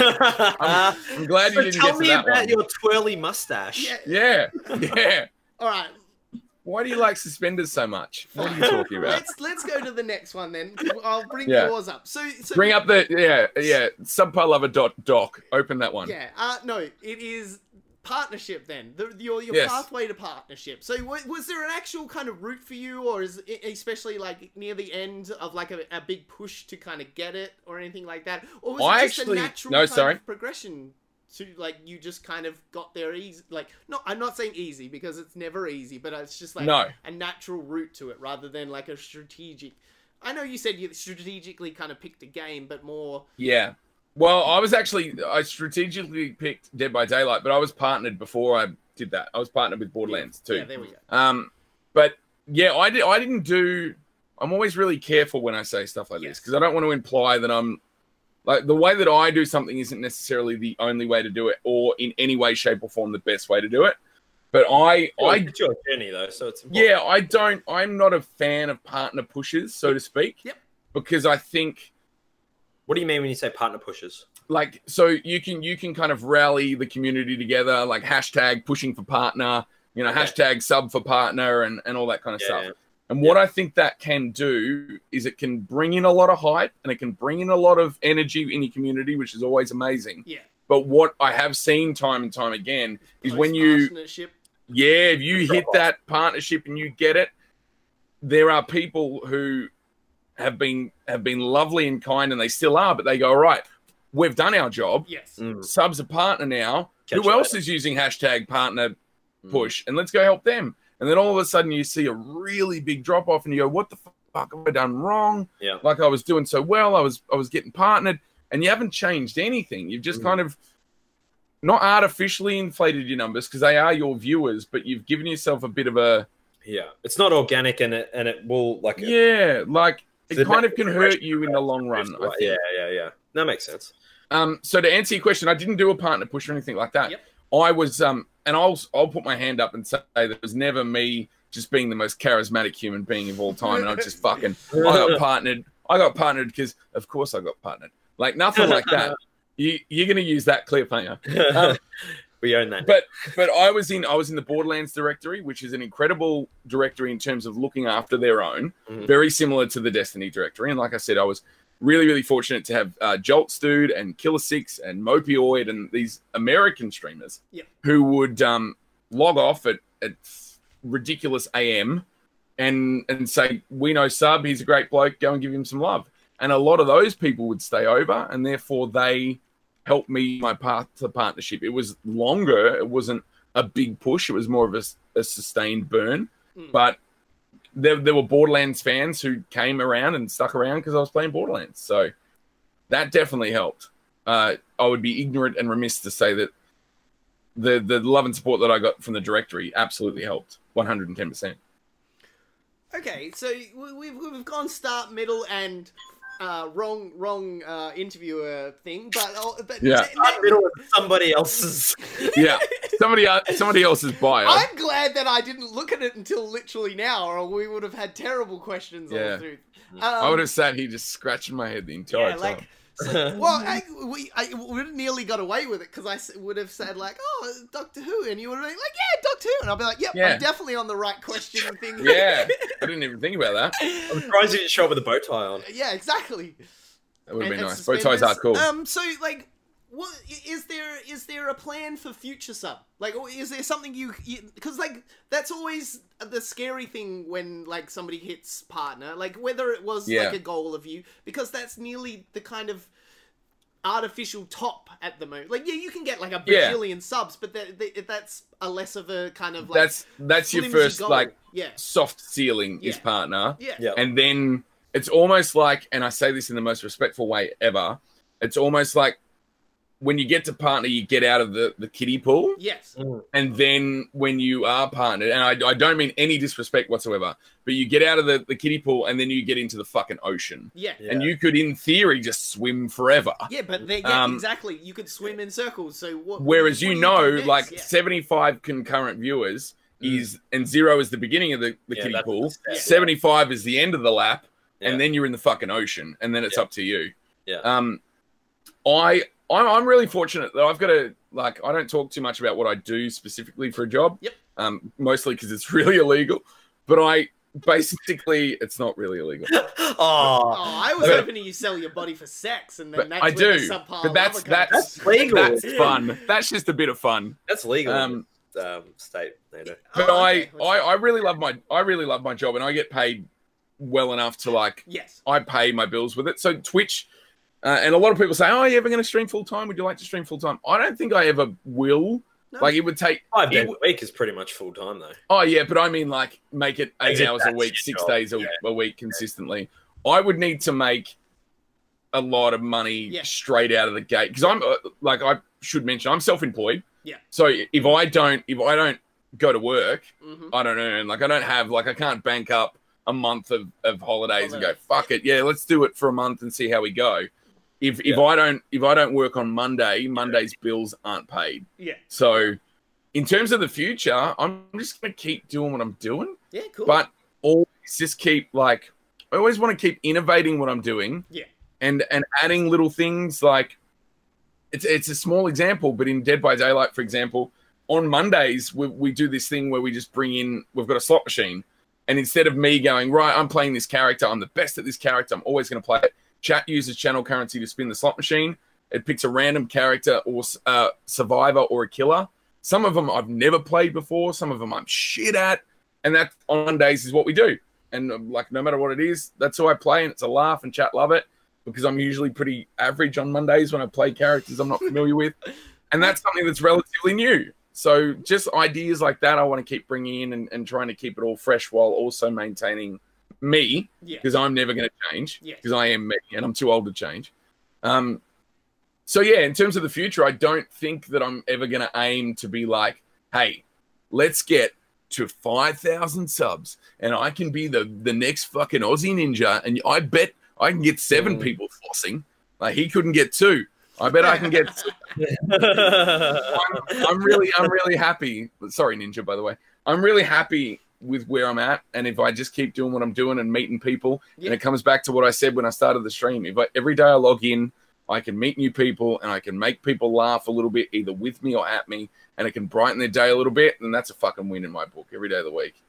Speaker 4: I'm, I'm glad you
Speaker 3: so
Speaker 4: didn't
Speaker 3: tell
Speaker 4: get to
Speaker 3: me
Speaker 4: that
Speaker 3: about
Speaker 4: one.
Speaker 3: your twirly mustache.
Speaker 2: Yeah.
Speaker 4: (laughs) Yeah, yeah.
Speaker 2: All right.
Speaker 4: Why do you like suspenders so much? What are
Speaker 3: (laughs)
Speaker 4: you talking about?
Speaker 2: Let's let's go to the next one then. I'll bring
Speaker 4: Yeah.
Speaker 2: yours up. So, so
Speaker 4: Bring up the yeah yeah subpar lover dot doc. Open that one.
Speaker 2: Yeah. Uh, no, it is partnership then. The, your your
Speaker 4: Yes.
Speaker 2: pathway to partnership. So w- was there an actual kind of route for you, or is it especially like near the end of like a, a big push to kind of get it or anything like that, or was
Speaker 4: I
Speaker 2: it just
Speaker 4: actually-
Speaker 2: a natural
Speaker 4: no,
Speaker 2: kind
Speaker 4: sorry.
Speaker 2: of progression? To like you just kind of got there easy. Like no, I'm not saying easy because it's never easy, but it's just like
Speaker 4: No.
Speaker 2: a natural route to it rather than like a strategic. I know you said you strategically kind of picked a game, but more
Speaker 4: Yeah. Well, I was actually I strategically picked Dead by Daylight, but I was partnered before I did that. I was partnered with Borderlands too.
Speaker 2: Yeah, there we go.
Speaker 4: Um, but yeah, I did. I didn't do. I'm always really careful when I say stuff like this
Speaker 2: Yes.
Speaker 4: because I don't want to imply that I'm like the way that I do something isn't necessarily the only way to do it, or in any way, shape, or form the best way to do it. But I,
Speaker 3: I
Speaker 4: I
Speaker 3: get your journey though, so it's important.
Speaker 4: yeah, I don't. I'm not a fan of partner pushes, so to speak.
Speaker 2: Yep.
Speaker 4: Because I think
Speaker 3: What do you mean when you say partner pushes?
Speaker 4: like so you can you can kind of rally the community together like hashtag pushing for partner you know
Speaker 3: Okay.
Speaker 4: hashtag sub for partner and and all that kind of
Speaker 3: Yeah,
Speaker 4: stuff
Speaker 3: yeah.
Speaker 4: and what i think that can do is it can bring in a lot of hype and it can bring in a lot of energy in your community which is always amazing
Speaker 2: yeah.
Speaker 4: but what i have seen time and time again is when you
Speaker 2: partnership.
Speaker 4: yeah, if you
Speaker 3: Drop
Speaker 4: hit
Speaker 3: off.
Speaker 4: that partnership and you get it, there are people who have been have been lovely and kind, and they still are. But they go, all right, we've done our job.
Speaker 2: Yes.
Speaker 3: Mm.
Speaker 4: Subs a partner now.
Speaker 3: Catch
Speaker 4: Who
Speaker 3: you
Speaker 4: else
Speaker 3: later. Hmm.
Speaker 4: is using hashtag partner push? And let's go help them. And then all of a sudden, you see a really big drop off, and you go, what the fuck have I done wrong?
Speaker 3: Yeah.
Speaker 4: like I was doing so well. I was I was getting partnered, and you haven't changed anything. You've just
Speaker 3: Mm.
Speaker 4: kind of not artificially inflated your numbers because they are your viewers, but you've given yourself a bit of a
Speaker 3: Yeah. It's not organic and it and it will like
Speaker 4: yeah, like it
Speaker 3: The
Speaker 4: kind
Speaker 3: next
Speaker 4: of can hurt
Speaker 3: generation
Speaker 4: you in the long run. I think.
Speaker 3: Yeah, yeah, yeah. That makes sense.
Speaker 4: Um, so to answer your question, I didn't do a partner push or anything like that.
Speaker 2: Yep.
Speaker 4: I was, um, and I'll I'll put my hand up and say that it was never me just being the most charismatic human being of all time, and I just fucking (laughs) I
Speaker 3: (laughs)
Speaker 4: got partnered. I got partnered because of course I got partnered. Like nothing like that. You you're gonna use that clip, aren't you? Um,
Speaker 3: (laughs) we own that.
Speaker 4: but but I was in I was in the Borderlands directory, which is an incredible directory in terms of looking after their own,
Speaker 3: Mhm.
Speaker 4: very similar to the Destiny directory. And like I said, I was really really fortunate to have uh, Jolts dude and Killer Six and Mopioid and these American streamers
Speaker 2: Yep.
Speaker 4: who would um, log off at, at ridiculous AM and and say we know Sub, he's a great bloke, go and give him some love. And a lot of those people would stay over, and therefore they helped me my path to partnership. It was longer. It wasn't a big push. It was more of a, s- a sustained burn.
Speaker 2: Mm.
Speaker 4: But there, there were Borderlands fans who came around and stuck around because I was playing Borderlands. So that definitely helped. Uh, I would be ignorant and remiss to say that the the love and support that I got from the directory absolutely helped. One hundred and ten percent.
Speaker 2: Okay, so we- we've we've gone start, middle, and uh, wrong wrong uh, interviewer thing, but I'll- but
Speaker 4: Yeah.
Speaker 2: ne- ne-
Speaker 3: middle of somebody else's (laughs)
Speaker 2: (laughs)
Speaker 4: Yeah. Somebody el- somebody else's bio.
Speaker 2: I'm glad that I didn't look at it until literally now, or we would have had terrible questions all
Speaker 4: Yeah.
Speaker 2: through. Um,
Speaker 4: I would have sat here just scratching my head the entire
Speaker 2: yeah,
Speaker 4: time.
Speaker 2: like well, I, we I we nearly got away with it because I s- would have said like, oh, Doctor Who, and you would have been like, yeah, Doctor Who, and I'll be like, yep,
Speaker 4: Yeah.
Speaker 2: I'm definitely on the right question thing. (laughs)
Speaker 4: yeah. I didn't even think about that.
Speaker 3: I'm surprised you didn't show up with a bow tie on.
Speaker 2: yeah, exactly.
Speaker 4: That would have
Speaker 2: and-
Speaker 4: been
Speaker 2: and
Speaker 4: nice. Bow ties are
Speaker 2: suspenders.
Speaker 4: cool.
Speaker 2: Um, so like, what i- is there? Is there a plan for future sub? Like, or is there something you? Because like, that's always the scary thing when like somebody hits partner. Like, whether it was
Speaker 4: Yeah.
Speaker 2: like a goal of you, because that's nearly the kind of artificial top at the moment. Like, yeah, you can get like a
Speaker 4: Yeah.
Speaker 2: bajillion subs, but that, that, that's a less of a kind of like
Speaker 4: that's that's your
Speaker 2: flimsy
Speaker 4: first
Speaker 2: goal.
Speaker 4: like
Speaker 2: yeah,
Speaker 4: soft ceiling is
Speaker 2: Yeah.
Speaker 4: partner,
Speaker 2: yeah,
Speaker 3: Yeah.
Speaker 4: and then it's almost like, and I say this in the most respectful way ever, it's almost like when you get to partner, you get out of the the kiddie pool,
Speaker 2: yes,
Speaker 4: and then when you are partnered, and I, I don't mean any disrespect whatsoever, but you get out of the the kiddie pool, and then you get into the fucking ocean,
Speaker 2: yeah.
Speaker 3: Yeah.
Speaker 4: and you could, in theory, just swim forever.
Speaker 2: Yeah, but they, yeah,
Speaker 4: Um,
Speaker 2: exactly. You could swim in circles. So what?
Speaker 4: Whereas
Speaker 2: what
Speaker 4: you
Speaker 2: do
Speaker 4: know,
Speaker 2: do next?
Speaker 4: like
Speaker 2: Yeah.
Speaker 4: 75 concurrent viewers
Speaker 3: Mm.
Speaker 4: is and zero is the beginning of the, the
Speaker 3: Yeah,
Speaker 4: kiddie
Speaker 3: that's
Speaker 4: pool.
Speaker 3: the
Speaker 4: (laughs)
Speaker 3: step.
Speaker 4: 75 is the end of the lap,
Speaker 3: Yeah.
Speaker 4: and then you're in the fucking ocean, and then it's
Speaker 3: Yeah.
Speaker 4: up to you.
Speaker 3: Yeah.
Speaker 4: Um, I I'm, I'm really fortunate that I've got a like I don't talk too much about what I do specifically for a job.
Speaker 2: Yep.
Speaker 4: Um, mostly because it's (laughs) really illegal, but I basically it's not really illegal.
Speaker 2: Oh,
Speaker 3: oh,
Speaker 2: I was
Speaker 4: But-
Speaker 2: hoping you sell your body for sex, and then
Speaker 4: But
Speaker 2: that's
Speaker 4: I
Speaker 2: where the
Speaker 4: do.
Speaker 2: subpar
Speaker 4: But that's
Speaker 2: lover comes
Speaker 4: that's
Speaker 3: That's legal.
Speaker 4: That's fun. That's just a bit of fun.
Speaker 3: that's legal.
Speaker 4: Um,
Speaker 3: Um, um state. You know.
Speaker 2: from.
Speaker 4: but
Speaker 2: Oh,
Speaker 4: I,
Speaker 2: okay, what's
Speaker 4: I
Speaker 2: that?
Speaker 4: I really love my I really love my job and I get paid well enough to like
Speaker 2: yes,
Speaker 4: I pay my bills with it. So Twitch uh, and a lot of people say, "Oh, are you ever going to stream full time? Would you like to stream full time?" I don't think I ever will.
Speaker 2: No.
Speaker 4: Like it would take.
Speaker 3: Five days
Speaker 4: It-
Speaker 3: a week is pretty much full time though.
Speaker 4: Oh yeah, but I mean like make it eight
Speaker 3: Is it
Speaker 4: hours a
Speaker 3: that's
Speaker 4: week,
Speaker 3: your
Speaker 4: six
Speaker 3: job?
Speaker 4: days a,
Speaker 3: Yeah.
Speaker 4: a week consistently. I would need to make a lot of money
Speaker 2: Yeah.
Speaker 4: straight out of the gate because I'm uh, like I should mention I'm self-employed.
Speaker 2: Yeah.
Speaker 4: So if I don't if I don't go to work,
Speaker 2: hmm
Speaker 4: I don't earn. Like I don't have like I can't bank up a month of, of holidays and go,
Speaker 2: Holidays.
Speaker 4: fuck it. Yeah, let's do it for a month and see how we go. If if
Speaker 3: Yeah.
Speaker 4: I don't if I don't work on Monday, Monday's bills aren't paid.
Speaker 2: yeah,
Speaker 4: So in terms of the future, I'm just gonna keep doing what I'm doing.
Speaker 2: yeah, cool.
Speaker 4: But always just keep like I always want to keep innovating what I'm doing.
Speaker 2: Yeah.
Speaker 4: And and adding little things like it's it's a small example, but in Dead by Daylight, for example, on Mondays we, we do this thing where we just bring in we've got a slot machine. And instead of me going, right, I'm playing this character, I'm the best at this character, I'm always gonna play it. Chat uses channel currency to spin the slot machine. It picks a random character or s- uh, survivor or a killer. Some of them I've never played before. Some of them I'm shit at and that on Mondays is what we do. and um, like no matter what it is, that's who I play, and it's a laugh and chat love it because I'm usually pretty average on Mondays when I play characters I'm not familiar with, and that's something that's relatively new. So just ideas like that, I want to keep bringing in and, and trying to keep it all fresh while also maintaining me
Speaker 2: Yeah.
Speaker 4: because I'm never going to change
Speaker 2: Yeah.
Speaker 4: because I am me and I'm too old to change. Um, so yeah, in terms of the future, I don't think that I'm ever going to aim to be like, hey, let's get to five thousand subs and I can be the the next fucking Aussie ninja and I bet I can get seven
Speaker 3: Mm.
Speaker 4: people flossing. Like he couldn't get two. I bet I can get. two.
Speaker 3: (laughs)
Speaker 4: I'm, I'm really, I'm really happy. Sorry, Ninja. By the way, I'm really happy with where I'm at, and if I just keep doing what I'm doing and meeting people,
Speaker 2: Yeah.
Speaker 4: and it comes back to what I said when I started the stream. If I, every day I log in, I can meet new people and I can make people laugh a little bit, either with me or at me, and it can brighten their day a little bit, then that's a fucking win in my book every day of the week.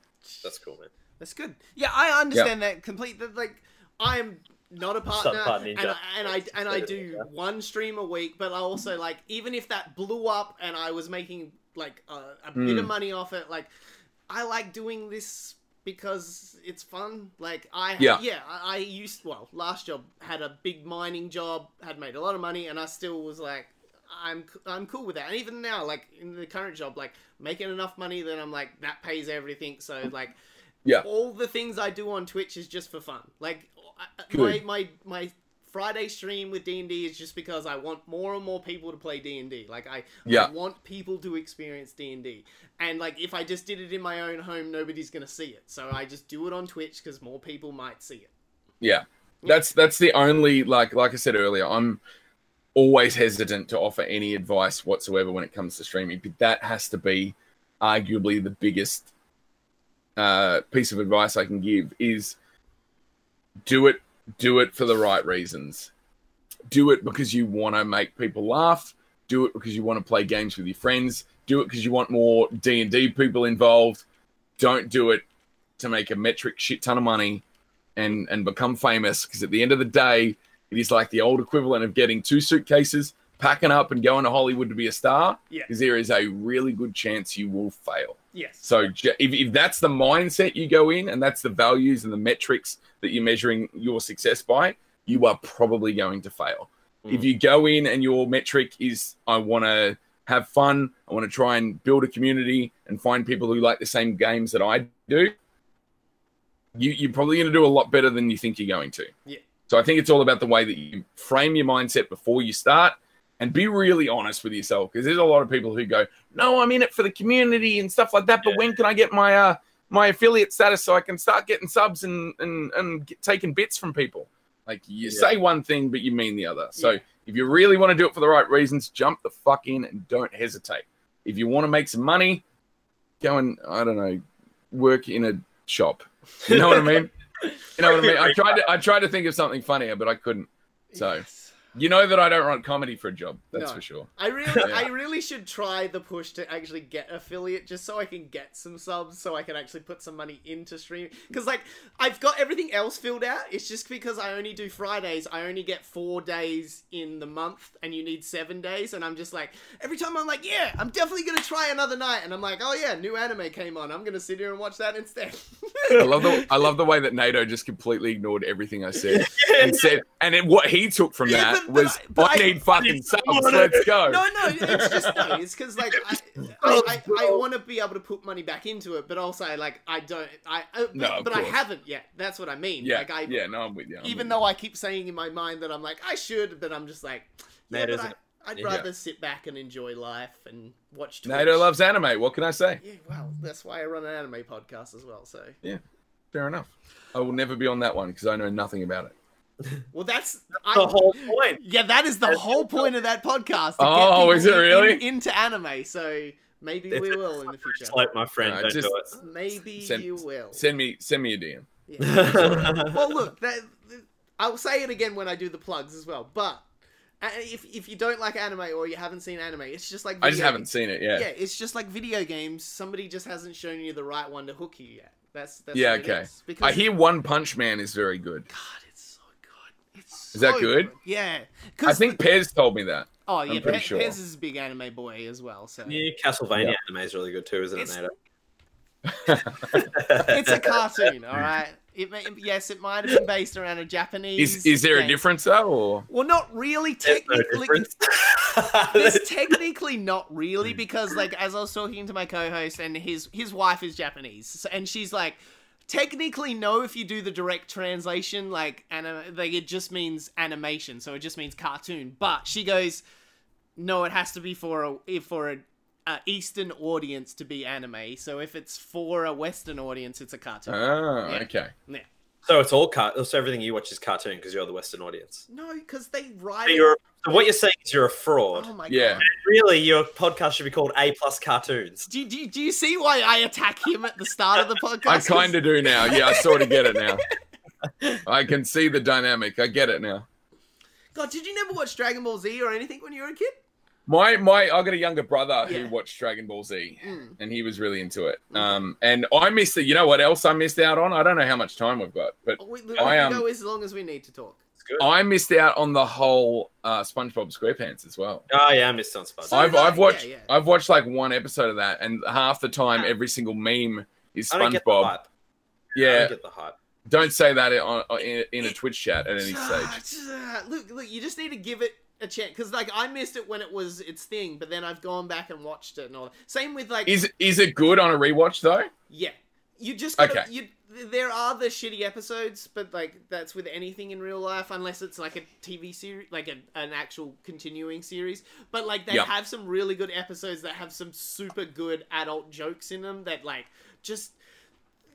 Speaker 3: That's cool, man.
Speaker 2: That's good. Yeah, I understand that complete. That like I am not a partner,
Speaker 3: part
Speaker 2: and,
Speaker 3: ninja.
Speaker 2: I, and I and I do one stream a week. But I also like even if that blew up and I was making like a, a bit of money off it, like I like doing this because it's fun. Like I
Speaker 4: Yeah.
Speaker 2: yeah I, I used well last job had a big mining job, had made a lot of money, and I still was like. I'm I'm cool with that, and even now, like in the current job, like making enough money that I'm like that pays everything. So like
Speaker 4: Yeah.
Speaker 2: all the things I do on Twitch is just for fun. Like I- my
Speaker 4: Good.
Speaker 2: my my Friday stream with D and D is just because I want more and more people to play D and D. Like I,
Speaker 4: Yeah.
Speaker 2: I want people to experience D and D. And like if I just did it in my own home, nobody's gonna see it. So I just do it on Twitch because more people might see it.
Speaker 4: Yeah. That's that's the only like like I said earlier, I'm always hesitant to offer any advice whatsoever when it comes to streaming, but that has to be arguably the biggest uh, piece of advice I can give is do it do it for the right reasons. Do it because you want to make people laugh, do it because you want to play games with your friends, do it because you want more D&D people involved. Don't do it to make a metric shit ton of money and and become famous because at the end of the day it is like the old equivalent of getting two suitcases packing up and going to hollywood to be a star
Speaker 2: Yeah.
Speaker 4: because there is a really good chance you will fail
Speaker 2: Yes.
Speaker 4: so j- if, if that's the mindset you go in and that's the values and the metrics that you're measuring your success by you are probably going to fail if
Speaker 3: Mm.
Speaker 4: you go in and your metric is i want to have fun i want to try and build a community and find people who like the same games that i do you, you're probably going to do a lot better than you think you're going to.
Speaker 2: Yeah.
Speaker 4: So I think it's all about the way that you frame your mindset before you start and be really honest with yourself because there's a lot of people who go, "No, I'm in it for the community and stuff like that, but
Speaker 3: Yeah.
Speaker 4: when can I get my uh, my affiliate status so I can start getting subs and and and get, taking bits from people?" Like you
Speaker 3: Yeah.
Speaker 4: say one thing but you mean the other. So
Speaker 2: Yeah.
Speaker 4: if you really want to do it for the right reasons, jump the fuck in and don't hesitate. If you want to make some money, go and I don't know, work in a shop. You know what
Speaker 3: (laughs)
Speaker 4: I mean? You know what I mean? I tried to I tried to think of something funnier, but I couldn't. So
Speaker 2: Yes.
Speaker 4: you know that I don't write comedy for a job. That's
Speaker 2: No.
Speaker 4: for sure.
Speaker 2: I really,
Speaker 4: Yeah.
Speaker 2: I really should try the push to actually get affiliate, just so I can get some subs, so I can actually put some money into streaming. Because like I've got everything else filled out. It's just because I only do Fridays. I only get four days in the month, and you need seven days. And I'm just like, every time I'm like, yeah, I'm definitely gonna try another night. And I'm like, oh yeah, new anime came on. I'm gonna sit here and watch that instead.
Speaker 4: I love the I love the way that NATO just completely ignored everything
Speaker 2: (laughs)
Speaker 4: I said and said, and then what he took from
Speaker 2: Yeah,
Speaker 4: that
Speaker 2: but- but
Speaker 4: was
Speaker 2: I- but
Speaker 4: I,
Speaker 2: I-
Speaker 4: need fucking subs. Let's go.
Speaker 2: No, no, it's just no. It's because like I,
Speaker 4: Oh,
Speaker 2: I, I, I want to be able to put money back into it, but also like I don't. I uh, but,
Speaker 4: No, of
Speaker 2: but I
Speaker 4: course.
Speaker 2: haven't yet. That's what I mean.
Speaker 4: yeah,
Speaker 2: like I,
Speaker 4: yeah, no, I'm with you. I'm
Speaker 2: even
Speaker 4: with
Speaker 2: though I keep saying in my mind that I'm like I should, but I'm just like, yeah, but
Speaker 3: That is
Speaker 2: I,
Speaker 3: it.
Speaker 2: I'd
Speaker 3: Yeah.
Speaker 2: rather sit back and enjoy life and watch.
Speaker 4: you.
Speaker 2: Twitch.
Speaker 4: NATO loves anime. What can I say?
Speaker 2: Yeah, well, that's why I run an anime podcast as well. So,
Speaker 4: Fair enough. I will never be on that one because I know nothing about it.
Speaker 2: well, that's
Speaker 3: the
Speaker 2: I,
Speaker 3: whole point.
Speaker 2: Yeah, that is the
Speaker 3: That's-
Speaker 2: whole point of that podcast. to get
Speaker 4: Oh,
Speaker 2: people
Speaker 4: is it
Speaker 2: in-
Speaker 4: really?
Speaker 2: into anime? So maybe
Speaker 3: It's
Speaker 2: we
Speaker 3: a
Speaker 2: will in the fucking future.
Speaker 3: Slope, my friend.
Speaker 4: No,
Speaker 3: don't
Speaker 4: just-
Speaker 3: do
Speaker 2: Maybe
Speaker 4: Send-
Speaker 2: you will.
Speaker 4: Send me send me a DM.
Speaker 2: Yeah. (laughs)
Speaker 3: (laughs) it.
Speaker 2: well, look, that, that- I'll say it again when I do the plugs as well. But uh, if if you don't like anime or you haven't seen anime, it's just like
Speaker 4: I just
Speaker 2: video
Speaker 4: haven't
Speaker 2: games.
Speaker 4: seen it yet.
Speaker 2: Yeah, it's just like video games. Somebody just hasn't shown you the right one to hook you yet. That's that's
Speaker 4: Yeah,
Speaker 2: what it
Speaker 4: okay.
Speaker 2: is. Because
Speaker 4: I hear One Punch Man is very good.
Speaker 2: God, it's so good. It's
Speaker 4: Is that
Speaker 2: so
Speaker 4: good?
Speaker 2: Yeah,
Speaker 4: I
Speaker 2: because
Speaker 4: think Pez told me that.
Speaker 2: oh yeah,
Speaker 4: pretty
Speaker 2: Pe-
Speaker 4: sure.
Speaker 2: Pez is a big anime boy as well. So
Speaker 3: New Castlevania anime is really good too, isn't it,
Speaker 2: It's-
Speaker 3: Nato? (laughs)
Speaker 2: It's a cartoon, all right. It may, yes, it might have been based around a Japanese.
Speaker 4: Is is there a
Speaker 2: game.
Speaker 4: difference though? Or
Speaker 2: Well, not really.
Speaker 3: There's no
Speaker 2: Technically,
Speaker 3: difference. (laughs) Hmm.
Speaker 2: there's technically not really because like as I was talking to my co-host and his his wife is Japanese so- and she's like technically no if you do the direct translation like anim- like it just means animation so it just means cartoon but she goes no it has to be for a if for a uh, Eastern audience to be anime so if it's for a Western audience it's a cartoon
Speaker 3: Uh-huh.
Speaker 4: oh,
Speaker 2: Yeah.
Speaker 4: okay.
Speaker 2: yeah.
Speaker 3: so it's all car- so everything you watch is cartoon because you're the Western audience.
Speaker 2: no because they write
Speaker 3: So
Speaker 2: it-
Speaker 3: you're, so what you're saying is you're a fraud.
Speaker 2: oh my
Speaker 4: Yeah.
Speaker 2: god
Speaker 3: Really, your podcast should be called A plus cartoons.
Speaker 2: do you, do, you, do you see why I attack him at the start of the podcast?
Speaker 4: I kind of do now. Yeah, I sort of get
Speaker 3: (laughs)
Speaker 4: it now. I can see the dynamic. I get it now.
Speaker 2: God, did you never watch Dragon Ball Z or anything when you were a kid?
Speaker 4: My my, I got a younger brother
Speaker 2: Yeah.
Speaker 4: who watched Dragon Ball Z,
Speaker 2: Mm.
Speaker 4: and he was really into it. Um, and I missed it. You know what else I missed out on? I don't know how much time we've got, but
Speaker 2: We, we
Speaker 4: I,
Speaker 2: can
Speaker 4: um,
Speaker 2: go as long as we need to talk.
Speaker 3: It's good.
Speaker 4: I missed out on the whole uh, SpongeBob SquarePants as well.
Speaker 3: Oh yeah, I missed on Spud.
Speaker 2: So
Speaker 4: I've
Speaker 2: did I.
Speaker 4: I've watched
Speaker 2: Yeah, yeah.
Speaker 4: I've watched like one episode of that, and half the time every single meme is
Speaker 3: I don't get the
Speaker 4: SpongeBob.
Speaker 3: hype. I
Speaker 4: Yeah,
Speaker 3: don't get the hype.
Speaker 4: don't say that on, on- in, in a
Speaker 2: It-
Speaker 4: Twitch chat at any stage.
Speaker 2: Look, look, you just need to give it a chance because, like, I missed it when it was its thing, but then I've gone back and watched it and all. Same with like,
Speaker 4: Is is it good on a rewatch though?
Speaker 2: yeah, you just gotta,
Speaker 4: Okay.
Speaker 2: You, there are the shitty episodes, but like that's with anything in real life, unless it's like a TV series, like a, an actual continuing series. But like they
Speaker 4: Yeah.
Speaker 2: have some really good episodes that have some super good adult jokes in them that like just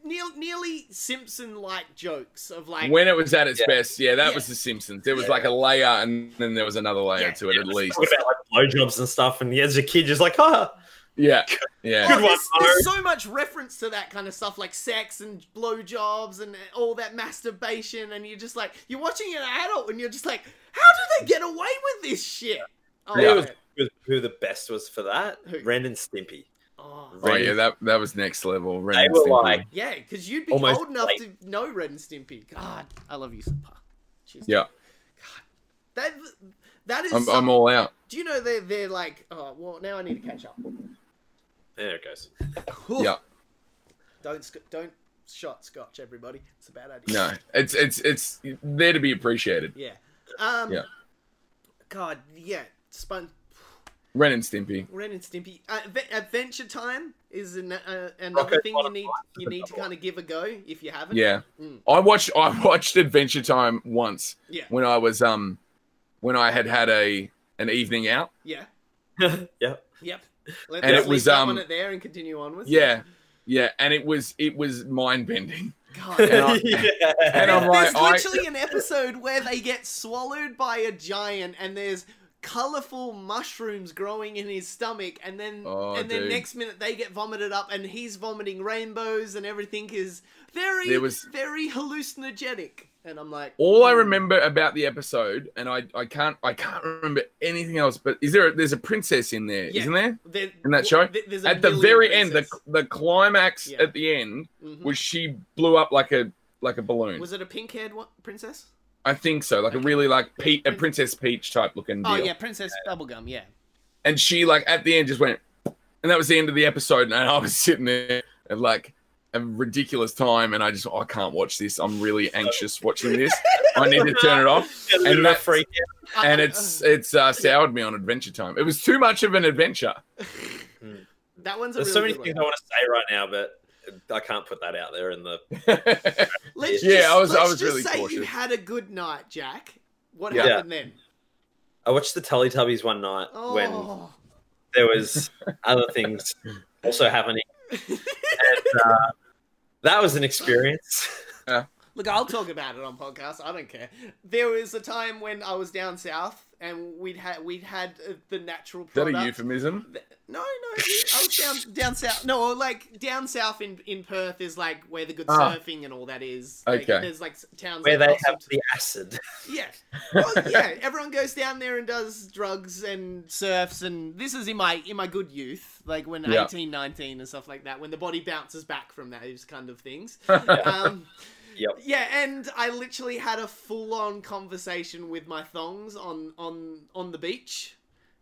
Speaker 2: near, nearly Simpson-like jokes of like
Speaker 4: When it was at its
Speaker 3: Yeah.
Speaker 4: best, yeah, that
Speaker 2: Yeah.
Speaker 4: was The Simpsons. There was
Speaker 3: Yeah.
Speaker 4: like a layer, and then there was another layer
Speaker 2: Yeah.
Speaker 4: to it
Speaker 3: Yeah,
Speaker 4: at
Speaker 3: just (laughs)
Speaker 4: least.
Speaker 3: talk about like blowjobs and stuff, and as a kid, just like, (laughs) ah,
Speaker 4: Yeah,
Speaker 2: Oh,
Speaker 4: yeah.
Speaker 3: Good one,
Speaker 2: there's, there's so much reference to that kind of stuff, like sex and blowjobs and all that masturbation, and you're just like, you're watching an adult, and you're just like, how do they get away with this shit? Oh,
Speaker 4: Yeah.
Speaker 3: who, was, who was- who the best was for that?
Speaker 2: Who?
Speaker 3: Ren and Stimpy.
Speaker 2: oh.
Speaker 4: Oh yeah, that that was next level. Ren
Speaker 3: They
Speaker 4: and
Speaker 3: were
Speaker 4: Stimpy.
Speaker 3: like,
Speaker 2: Yeah, because you'd be
Speaker 3: Almost
Speaker 2: old enough
Speaker 3: late.
Speaker 2: to know Red and Stimpy. God, I love you, Sampa. Jeez.
Speaker 4: yeah,
Speaker 2: That, that is
Speaker 4: I'm,
Speaker 2: some-
Speaker 4: I'm all out.
Speaker 2: Do you know they're, they're like, oh, well, now I need to catch up.
Speaker 3: There it goes. (laughs)
Speaker 2: Cool.
Speaker 4: Yeah,
Speaker 2: Don't, sc- don't shot scotch, everybody. It's a bad idea.
Speaker 4: no, it's it's it's there to be appreciated.
Speaker 2: Yeah. Um,
Speaker 4: Yeah.
Speaker 2: God, yeah. Spon-
Speaker 4: Ren and Stimpy.
Speaker 2: Ren and Stimpy. Uh, Adve- Adventure Time is an, uh, another
Speaker 3: Rocket
Speaker 2: thing you
Speaker 3: Bottom
Speaker 2: need
Speaker 3: Line is
Speaker 2: you need to
Speaker 3: another
Speaker 2: kind of give a go if you haven't.
Speaker 4: Yeah,
Speaker 2: Mm.
Speaker 4: I watched I (laughs) watched Adventure Time once
Speaker 2: Yeah.
Speaker 4: when I was um when I had had a an evening out.
Speaker 2: Yeah.
Speaker 3: yep.
Speaker 2: Yep. Let's
Speaker 4: And it
Speaker 2: leave
Speaker 4: was,
Speaker 2: that
Speaker 4: um,
Speaker 2: one at there and continue on with.
Speaker 4: Yeah, yeah, and it was it was mind bending.
Speaker 2: God.
Speaker 4: And I-
Speaker 2: (laughs)
Speaker 4: and I'm
Speaker 2: there's
Speaker 4: like, I,
Speaker 2: literally an episode where they get swallowed by a giant, and there's colorful mushrooms growing in his stomach, and then
Speaker 4: Oh,
Speaker 2: and then
Speaker 4: dude.
Speaker 2: next minute they get vomited up, and he's vomiting rainbows, and everything is very
Speaker 4: There was-
Speaker 2: very hallucinogenic. And I'm like,
Speaker 4: all I
Speaker 2: "Hmm."
Speaker 4: remember about the episode, and I, I can't I can't remember anything else. But is there a, there's a princess in there,
Speaker 2: Yeah.
Speaker 4: not there?
Speaker 2: There-
Speaker 4: in that show?
Speaker 2: th- there's a
Speaker 4: At the
Speaker 2: million
Speaker 4: very end, the
Speaker 2: pieces.
Speaker 4: the climax
Speaker 2: Yeah.
Speaker 4: at the end
Speaker 2: Mhm.
Speaker 4: was she blew up like a like a balloon.
Speaker 2: was it a pink-haired one, princess?
Speaker 4: I think so, like a really like Pe- a Princess Peach type looking deal.
Speaker 2: Oh yeah, Princess Bubblegum. Yeah,
Speaker 4: And she like at the end just went, and that was the end of the episode. And I was (laughs) sitting there at like a ridiculous time, and I just "Oh, I can't watch this. I'm really anxious watching this. I need to turn it off.
Speaker 3: and
Speaker 4: that's-
Speaker 3: freak.
Speaker 4: and it's it's uh, soured me on Adventure Time. It was too much of an adventure. (laughs)
Speaker 2: that one's a
Speaker 3: There's so
Speaker 2: really
Speaker 3: many
Speaker 2: good
Speaker 3: things
Speaker 2: one.
Speaker 3: I want to say right now, but I can't put that out there in the.
Speaker 2: Let's
Speaker 4: Yeah,
Speaker 2: just,
Speaker 4: I was- I
Speaker 2: let's
Speaker 4: was
Speaker 2: just
Speaker 4: really
Speaker 2: say you
Speaker 4: cautious.
Speaker 2: had a good night, Jack. What
Speaker 4: Yeah.
Speaker 2: happened then?
Speaker 3: I watched the Teletubbies one night
Speaker 2: Oh,
Speaker 3: when there was other things also happening, and uh, that was an experience.
Speaker 2: look, I'll talk about it on podcast. I don't care. There was a time when I was down south and we'd had we'd had uh, the natural
Speaker 4: Is that
Speaker 2: product.
Speaker 4: a euphemism?
Speaker 2: Th- No, no, I was down down south. No, like down south in in Perth is like where the good
Speaker 4: Ah.
Speaker 2: surfing and all that is. Like,
Speaker 4: Okay.
Speaker 2: there's like s- towns
Speaker 3: Where
Speaker 2: like
Speaker 3: they
Speaker 2: Russell-
Speaker 3: have the acid.
Speaker 2: Yeah. Well, yeah. Everyone goes down there and does drugs and surfs, and this is in my in my good youth, like when
Speaker 4: Yeah.
Speaker 2: eighteen, nineteen, 18, 19 and stuff like that, when the body bounces back from those kind of things. um,
Speaker 3: Yep.
Speaker 2: yeah, and I literally had a full on conversation with my thongs on on on the beach.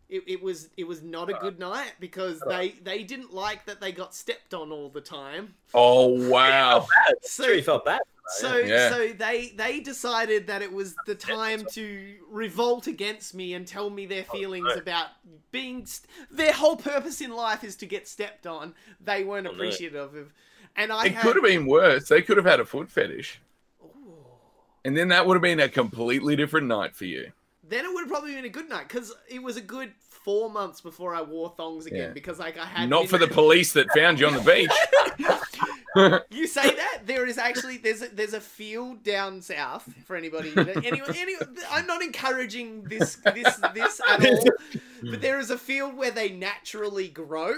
Speaker 2: It, it was it was not a good night because they they didn't like that they got stepped on all the time.
Speaker 4: (laughs) Oh
Speaker 2: (laughs)
Speaker 4: wow!
Speaker 2: So
Speaker 3: Sure, you felt bad.
Speaker 2: so
Speaker 4: Yeah.
Speaker 2: so they they decided that it was the time to revolt against me and tell me their
Speaker 4: Oh,
Speaker 2: feelings
Speaker 3: no.
Speaker 2: about being st- their whole purpose in life is to get stepped on. They weren't
Speaker 3: Oh, no.
Speaker 2: appreciative of, and I
Speaker 4: It
Speaker 2: had,
Speaker 4: could have been worse. They could have had a foot fetish, and then that would have been a completely different night for you.
Speaker 2: then it would have probably been a good night because it was a good four months before I wore thongs again
Speaker 4: Yeah.
Speaker 2: because like I had
Speaker 4: Not
Speaker 2: been-
Speaker 4: for the police that found you on the
Speaker 2: (laughs)
Speaker 4: beach.
Speaker 2: You say that there is actually there's a, there's a field down south for anybody. Anyone, anyone, I'm not encouraging this this this at all, but there is a field where they naturally grow,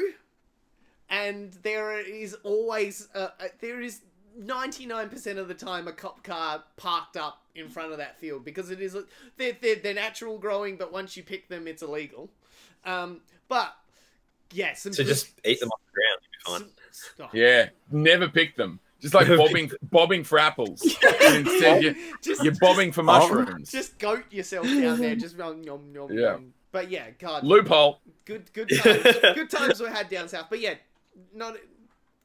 Speaker 2: and there is always uh, uh, there is 99% of the time a cop car parked up in front of that field because it is a- they're, they're, they're natural growing, but once you pick them, it's illegal. Um, but yeah, some
Speaker 3: So just eat them off the ground. You'll be fine.
Speaker 2: Oh,
Speaker 4: Yeah, never pick them. Just like
Speaker 3: Never
Speaker 4: bobbing, bobbing
Speaker 2: (laughs)
Speaker 4: for apples. And Instead, you're,
Speaker 2: Just-
Speaker 4: you're bobbing for mushrooms.
Speaker 2: just goat yourself down there. Just nom, nom, nom,
Speaker 4: Yeah.
Speaker 2: nom. But yeah, God,
Speaker 4: Loophole.
Speaker 2: good good
Speaker 3: (laughs)
Speaker 2: times, good times were had down south. But yeah, not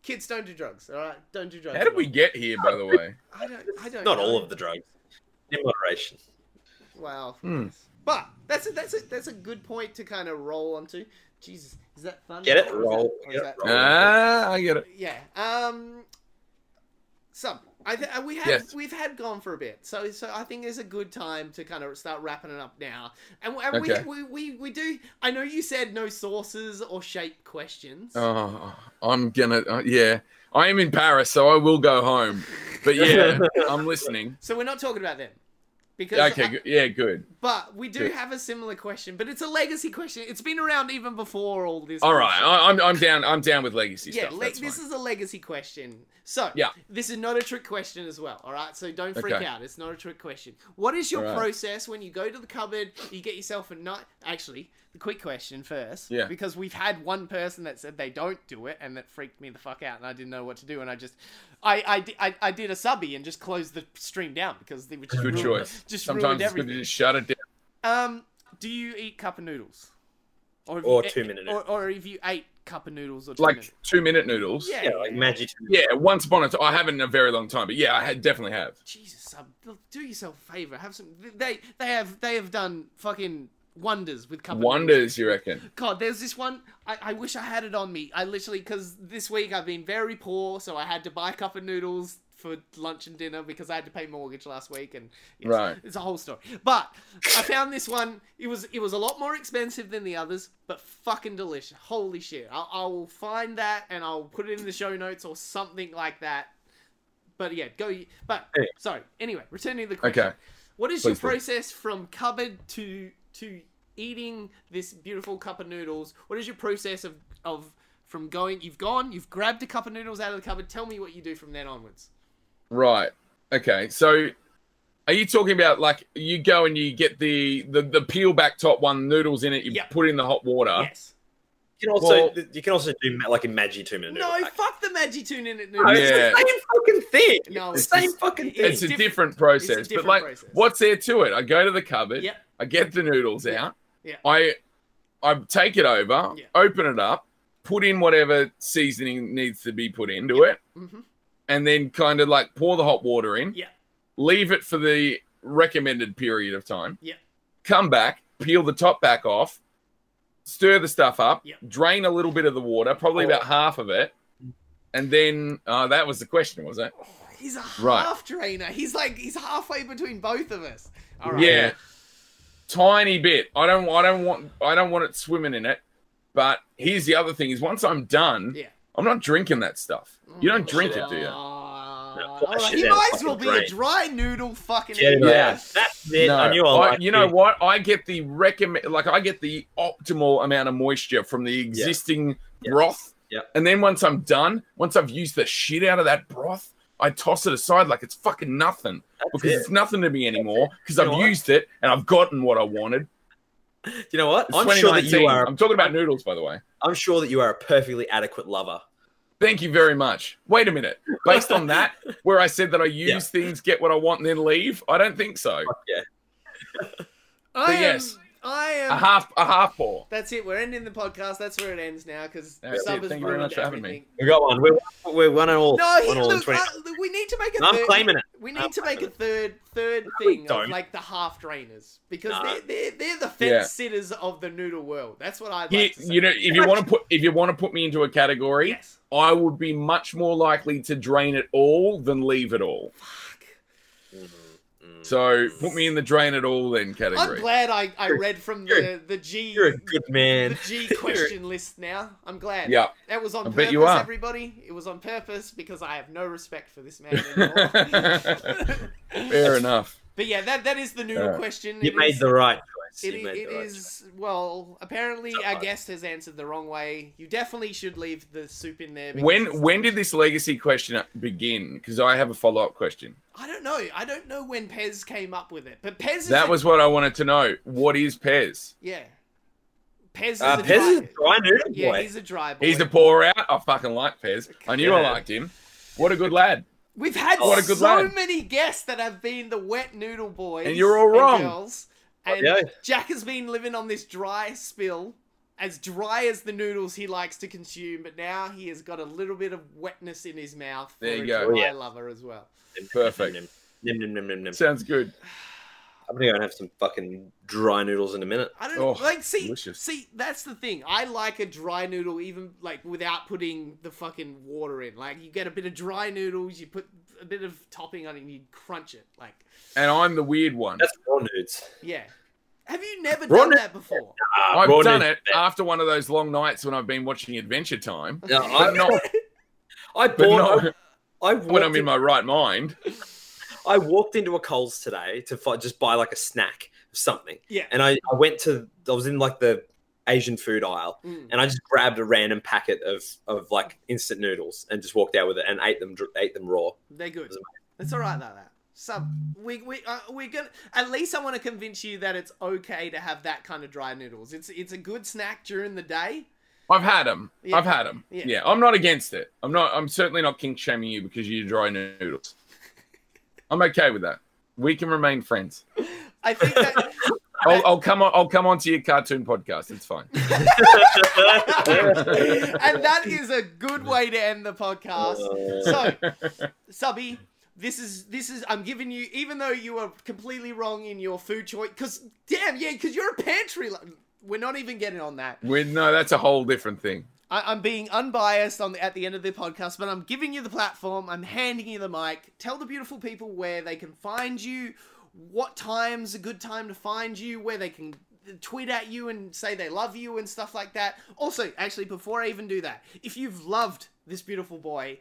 Speaker 2: kids don't do drugs. All right, don't do drugs.
Speaker 4: How did we get here, by
Speaker 2: (laughs)
Speaker 4: the way?
Speaker 2: I don't. I don't.
Speaker 3: Not
Speaker 2: know.
Speaker 3: all of the drugs. In moderation.
Speaker 2: Wow.
Speaker 4: Hmm.
Speaker 2: But that's a that's a that's a good point to kind of roll onto. Jesus, is that fun?
Speaker 3: Get it?
Speaker 2: Or is that-
Speaker 3: Roll.
Speaker 2: or is
Speaker 3: Get it,
Speaker 2: that-
Speaker 3: roll.
Speaker 4: Ah, I get it.
Speaker 2: Yeah. Um. Some. I th- uh, we have
Speaker 4: Yes.
Speaker 2: we've had gone for a bit, so so I think it's a good time to kind of start wrapping it up now. And, and
Speaker 4: Okay.
Speaker 2: we, we, we we do. I know you said no sources or shape questions.
Speaker 4: Oh, I'm gonna. Uh, yeah, I am in Paris, so I will go home. But yeah, I'm listening.
Speaker 2: So we're not talking about them, because
Speaker 4: Okay,
Speaker 2: I-
Speaker 4: good. yeah, good.
Speaker 2: but we do
Speaker 4: Good.
Speaker 2: have a similar question, but it's a legacy question. It's been around even before all this.
Speaker 4: All right,
Speaker 2: bullshit.
Speaker 4: I, I'm I'm down. I'm down with legacy
Speaker 2: Yeah,
Speaker 4: stuff.
Speaker 2: le-
Speaker 4: that's
Speaker 2: this
Speaker 4: fine.
Speaker 2: is a legacy question. So,
Speaker 4: Yeah.
Speaker 2: this is not a trick question as well. All right, so don't freak
Speaker 4: Okay.
Speaker 2: out. It's not a trick question. What is your
Speaker 4: All right.
Speaker 2: process when you go to the cupboard? You get yourself a nut. Actually, the quick question first.
Speaker 4: Yeah.
Speaker 2: Because we've had one person that said they don't do it, and that freaked me the fuck out, and I didn't know what to do, and I just, I, I, di- I, I did a subby and just closed the stream down because they were just
Speaker 4: good
Speaker 2: ruined-
Speaker 4: choice.
Speaker 2: Just
Speaker 4: Sometimes
Speaker 2: ruined
Speaker 4: it's good
Speaker 2: everything.
Speaker 4: to just shut it down.
Speaker 2: Um, do you eat cup of noodles? have
Speaker 3: Or
Speaker 2: you-
Speaker 3: two-minute
Speaker 2: Or, or if you ate cup of noodles or two
Speaker 4: Like
Speaker 2: minute-
Speaker 4: two minute noodles.
Speaker 2: Yeah.
Speaker 3: Yeah, like magic.
Speaker 4: Yeah, once upon a time, I haven't in a very long time, but yeah, I had, definitely have.
Speaker 2: Jesus, son, do- do yourself a favor. Have some. They they have they have done fucking wonders with cup of noodles.
Speaker 4: Wonders, you
Speaker 2: (laughs)
Speaker 4: reckon?
Speaker 2: God, there's this one. I, I wish I had it on me. I literally because this week I've been very poor, so I had to buy cup of noodles for lunch and dinner because I had to pay mortgage last week, and yes,
Speaker 4: Right.
Speaker 2: it's a whole story. But I found this one. It was it was a lot more expensive than the others, but fucking delicious. Holy shit! I, I will find that and I'll put it in the show notes or something like that. But yeah, go. But
Speaker 3: Hey.
Speaker 2: sorry. Anyway, returning to the question.
Speaker 4: Okay.
Speaker 2: What is
Speaker 4: Please do.
Speaker 2: your process from cupboard to to eating this beautiful cup of noodles? What is your process of of from going? You've gone. You've grabbed a cup of noodles out of the cupboard. Tell me what you do from then onwards.
Speaker 4: Right. Okay. So are you talking about like you go and you get the the, the peel back top one noodles in it, you
Speaker 2: Yep.
Speaker 4: put in the hot water.
Speaker 2: yes.
Speaker 3: You can also
Speaker 4: Well-
Speaker 3: you can also do ma- like a magic two minute.
Speaker 2: No, fuck the Maggi tune in at
Speaker 4: Oh,
Speaker 2: noodles.
Speaker 3: it's
Speaker 4: Yeah.
Speaker 3: the same fucking thing.
Speaker 2: No,
Speaker 3: it's
Speaker 2: it's
Speaker 3: the same
Speaker 2: just-
Speaker 3: fucking
Speaker 2: it-
Speaker 3: thing.
Speaker 4: It's, a
Speaker 2: diff-
Speaker 4: different, process.
Speaker 2: it's a different
Speaker 4: but like
Speaker 2: process.
Speaker 4: what's there to it? I go to the cupboard,
Speaker 2: Yep.
Speaker 4: I get the noodles out,
Speaker 2: Yeah.
Speaker 4: I I take it over,
Speaker 2: Yeah.
Speaker 4: open it up, put in whatever seasoning needs to be put into it,
Speaker 2: Mm-hmm.
Speaker 4: and then kind of like pour the hot water in,
Speaker 2: Yeah.
Speaker 4: leave it for the recommended period of time.
Speaker 2: Yeah.
Speaker 4: Come back, peel the top back off, stir the stuff up,
Speaker 2: Yep.
Speaker 4: drain a little bit of the water, probably about half of it, and then uh, that was the question, was it?
Speaker 2: He's a
Speaker 4: Right.
Speaker 2: half trainer. He's like he's halfway between both of us. All right.
Speaker 4: Yeah, tiny bit. I don't. I don't want. I don't want it swimming in it. But here's the other thing: is once I'm done,
Speaker 2: Yeah.
Speaker 4: I'm not drinking that stuff. You don't drink it, do you?
Speaker 2: Mm, Ah,
Speaker 3: No,
Speaker 2: all
Speaker 3: flush
Speaker 2: right.
Speaker 3: it
Speaker 2: He
Speaker 3: down
Speaker 2: might as well be
Speaker 3: fucking
Speaker 2: a
Speaker 3: drain.
Speaker 2: dry noodle fucking.
Speaker 3: Yeah,
Speaker 2: idiot.
Speaker 4: Yeah.
Speaker 3: That's it. I knew I liked
Speaker 4: you know what? I get the recommend, like I get the optimal amount of moisture from the existing
Speaker 3: Yeah.
Speaker 4: broth.
Speaker 3: Yeah.
Speaker 4: And then once I'm done, once I've used the shit out of that broth, I toss it aside like it's fucking nothing because
Speaker 3: it.
Speaker 4: it's nothing to me anymore because
Speaker 3: You know
Speaker 4: I've
Speaker 3: what?
Speaker 4: used it and I've gotten what I wanted.
Speaker 3: You know what?
Speaker 4: It's
Speaker 3: I'm sure that
Speaker 4: 2019.
Speaker 3: you are.
Speaker 4: I'm talking about noodles, by the way.
Speaker 3: I'm sure that you are a perfectly adequate lover.
Speaker 4: Thank you very much. Wait a minute. Based
Speaker 2: (laughs)
Speaker 4: on that, where I said that I use
Speaker 3: Yeah.
Speaker 4: things, get what I want, and then leave, I don't think so.
Speaker 3: Yeah.
Speaker 2: I
Speaker 4: But
Speaker 2: am,
Speaker 4: yes.
Speaker 2: I am.
Speaker 4: A half, a half pour.
Speaker 2: That's it. We're ending the podcast. That's where it ends now because
Speaker 4: That's it.
Speaker 2: sub has
Speaker 4: Thank you very
Speaker 2: ruined
Speaker 4: much for having me.
Speaker 2: everything.
Speaker 3: We got one. We're, we're one and all.
Speaker 2: No, he,
Speaker 3: one all in
Speaker 2: look,
Speaker 3: 20.
Speaker 2: uh, we need to make a
Speaker 3: I'm
Speaker 2: third,
Speaker 3: claiming it.
Speaker 2: We
Speaker 3: I'm
Speaker 2: need to make
Speaker 3: claiming
Speaker 2: a third third
Speaker 3: No, we
Speaker 2: thing of
Speaker 3: don't.
Speaker 2: like the half drainers because
Speaker 3: No.
Speaker 2: they're, they're they're the fence
Speaker 4: Yeah.
Speaker 2: sitters of the noodle world. That's what I like
Speaker 4: You,
Speaker 2: to say.
Speaker 4: you know, if you want to put, if you want to put me into a category,
Speaker 2: yes.
Speaker 4: I would be much more likely to drain it all than leave it all.
Speaker 2: Fuck.
Speaker 4: So put me in the drain it all then
Speaker 2: I'm
Speaker 4: category.
Speaker 2: glad I, I
Speaker 3: You're-
Speaker 2: read from
Speaker 3: you're-
Speaker 2: the the G
Speaker 3: You're a good
Speaker 2: the
Speaker 3: man.
Speaker 2: G question list now. I'm glad.
Speaker 4: yeah.
Speaker 2: That was on
Speaker 4: I
Speaker 2: purpose,
Speaker 4: bet you are.
Speaker 2: everybody. It was on purpose because I have no respect for this
Speaker 3: (laughs)
Speaker 2: man anymore. (laughs)
Speaker 4: Fair enough.
Speaker 2: but yeah, that that is the noodle
Speaker 4: Uh,
Speaker 2: question.
Speaker 3: You
Speaker 2: It
Speaker 3: made
Speaker 2: is-
Speaker 3: the right choice.
Speaker 2: It,
Speaker 3: you made
Speaker 2: it
Speaker 3: the right
Speaker 2: is well. Apparently,
Speaker 3: It's
Speaker 2: our
Speaker 3: alright.
Speaker 2: guest has answered the wrong way. You definitely should leave the soup in there. because it's-
Speaker 4: When when did this legacy question begin? Because I have a follow up question.
Speaker 2: I don't know. I don't know when Pez came up with it, but Pez is
Speaker 4: That
Speaker 2: a-
Speaker 4: was what I wanted to know. What is Pez?
Speaker 2: yeah. Pez is
Speaker 3: Uh,
Speaker 2: a
Speaker 3: Pez is a
Speaker 2: dry,
Speaker 3: dry noodle
Speaker 2: yeah.
Speaker 3: boy.
Speaker 2: He's a dry boy.
Speaker 4: He's a pour out. I fucking like Pez. I knew
Speaker 3: Yeah.
Speaker 4: I liked him. What a good lad.
Speaker 2: We've had
Speaker 4: What a good
Speaker 2: so
Speaker 4: lad.
Speaker 2: many guests that have been the wet noodle boys,
Speaker 4: And you're all wrong.
Speaker 2: girls, and
Speaker 3: Yeah.
Speaker 2: Jack has been living on this dry spill, as dry as the noodles he likes to consume. But now he has got a little bit of wetness in his mouth.
Speaker 4: There
Speaker 2: for
Speaker 4: you
Speaker 2: a
Speaker 4: go.
Speaker 2: Dry
Speaker 3: Yeah.
Speaker 2: lover as well.
Speaker 4: Perfect.
Speaker 3: Nim, nim, nim, nim, nim, nim.
Speaker 4: Sounds good.
Speaker 3: I'm gonna go and have some fucking dry noodles in a minute.
Speaker 2: I don't
Speaker 4: Oh,
Speaker 2: like see
Speaker 4: delicious.
Speaker 2: see that's the thing. I like a dry noodle even like without putting the fucking water in. Like you get a bit of dry noodles, you put a bit of topping on it, and you crunch it. Like
Speaker 4: And I'm the weird one.
Speaker 3: That's raw nudes.
Speaker 2: yeah. Have you never
Speaker 3: Raw
Speaker 2: done
Speaker 3: noodle-
Speaker 2: that before?
Speaker 3: Ah,
Speaker 4: I've
Speaker 3: raw
Speaker 4: done
Speaker 3: nudes.
Speaker 4: it after one of those long nights when I've been watching Adventure Time. (laughs)
Speaker 3: No,
Speaker 4: But
Speaker 3: I'm not.
Speaker 4: not,
Speaker 2: (laughs)
Speaker 3: I
Speaker 4: but
Speaker 3: bought.
Speaker 4: not
Speaker 3: I
Speaker 4: (laughs) when
Speaker 3: walked
Speaker 4: I'm in my right mind.
Speaker 3: I walked into a Coles today to fi- just buy like a snack or something.
Speaker 2: Yeah.
Speaker 3: And I, I went to, I was in like the Asian food aisle
Speaker 2: Mm.
Speaker 3: and I just grabbed a random packet of, of like instant noodles and just walked out with it and ate them, dr- ate them raw.
Speaker 2: They're good.
Speaker 3: Doesn't
Speaker 2: It's all right like that. So we we uh, we're gonna at least I want to convince you that it's okay to have that kind of dry noodles. It's it's a good snack during the day.
Speaker 4: I've had them.
Speaker 2: Yeah.
Speaker 4: I've had them.
Speaker 2: Yeah.
Speaker 4: Yeah. I'm not against it. I'm not. I'm certainly not kink shaming you because you dry noodles. I'm okay with that. We can remain friends.
Speaker 2: I think that
Speaker 4: I'll, I'll come on. I'll come on to your cartoon podcast. It's fine.
Speaker 2: and that is a good way to end the podcast. So, Subby, this is this is I'm giving you, even though you were completely wrong in your food choice, because damn, yeah, because you're a pantry. Lo- we're not even getting on that.
Speaker 4: We no. That's a whole different thing.
Speaker 2: I, I'm being unbiased on the, at the end of the podcast, but I'm giving you the platform. I'm handing you the mic. Tell the beautiful people where they can find you, what time's a good time to find you, where they can tweet at you and say they love you and stuff like that. Also, actually, before I even do that, if you've loved this beautiful boy,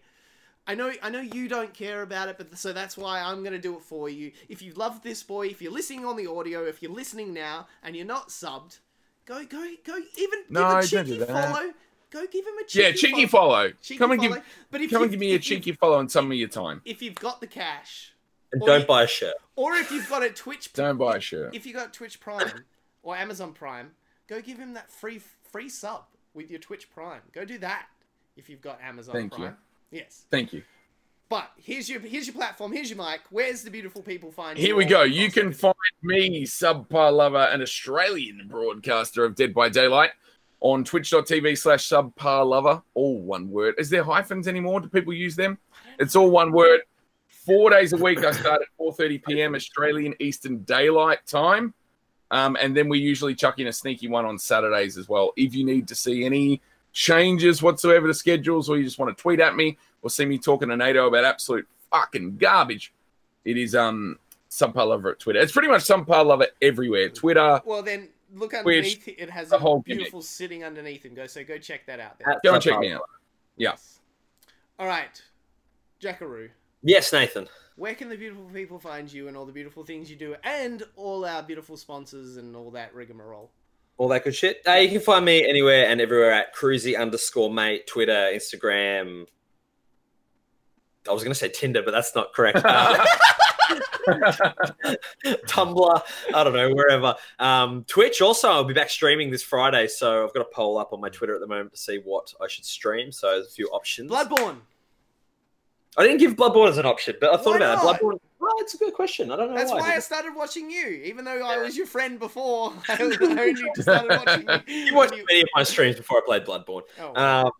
Speaker 2: I know, I know you don't care about it, but so that's why I'm gonna do it for you. If you love this boy, if you're listening on the audio, if you're listening now and you're not subbed, go, go, go, even
Speaker 4: No,
Speaker 2: give
Speaker 4: don't
Speaker 2: a cheeky
Speaker 4: do that.
Speaker 2: follow. Go give him a cheeky
Speaker 4: Yeah. Cheeky follow.
Speaker 2: Cheeky
Speaker 4: come and
Speaker 2: follow.
Speaker 4: give.
Speaker 2: but if
Speaker 4: Come
Speaker 2: you-
Speaker 4: and give me a
Speaker 2: if you-
Speaker 4: cheeky follow and some of your time.
Speaker 2: If you've got the cash,
Speaker 3: and
Speaker 2: Or you-
Speaker 3: don't buy a shirt.
Speaker 2: or if you've got a Twitch,
Speaker 4: Don't buy a shirt.
Speaker 2: if you got Twitch Prime or Amazon Prime, go give him that free free sub with your Twitch Prime. Go do that if you've got Amazon
Speaker 4: Thank you.
Speaker 2: Prime. Yes.
Speaker 4: Thank you.
Speaker 2: But here's your here's your platform. Here's your mic. Where's the beautiful people find
Speaker 4: Here
Speaker 2: your
Speaker 4: we go. You
Speaker 2: podcast?
Speaker 4: can find me, Subpar Lover, an Australian broadcaster of Dead by Daylight, on twitch.tv slash subpar lover. All one word. Is there hyphens anymore? Do people use them? It's all one word. Four days a week. I start at 4.30 p.m. Australian Eastern Daylight Time. Um, and then we usually chuck in a sneaky one on Saturdays as well. If you need to see any changes whatsoever to schedules or you just want to tweet at me or see me talking to NATO about absolute fucking garbage, it is um subpar lover at Twitter. It's pretty much subpar lover everywhere. Twitter.
Speaker 2: Well then, look underneath. It has
Speaker 4: the
Speaker 2: a
Speaker 4: whole gimmick.
Speaker 2: beautiful sitting underneath him. Go so go check that out. There.
Speaker 3: That's
Speaker 4: Go
Speaker 3: my
Speaker 4: and check
Speaker 3: part.
Speaker 4: me out. Yeah.
Speaker 2: All right, Jackaroo.
Speaker 3: Yes, Nathan.
Speaker 2: Where can the beautiful people find you and all the beautiful things you do and all our beautiful sponsors and all that rigmarole?
Speaker 3: All that good shit. Uh, you can find me anywhere and everywhere at cruisy underscore mate, Twitter, Instagram. I was going to say Tinder, but that's not
Speaker 4: (laughs)
Speaker 3: correct. Uh, Tumblr, I don't know, wherever. Um, Twitch also, I'll be back streaming this Friday, so I've got a poll up on my Twitter at the moment to see what I should stream. So there's a few options.
Speaker 2: Bloodborne.
Speaker 3: I didn't give Bloodborne as an option, but I thought
Speaker 2: Why
Speaker 3: about it.
Speaker 2: not?
Speaker 3: Bloodborne. Oh, it's a good question. I don't know.
Speaker 2: That's why I started watching you, even though I was your friend before. (laughs) I only just started watching you.
Speaker 3: you watched many of my streams before I played Bloodborne.
Speaker 2: Oh.
Speaker 3: Um,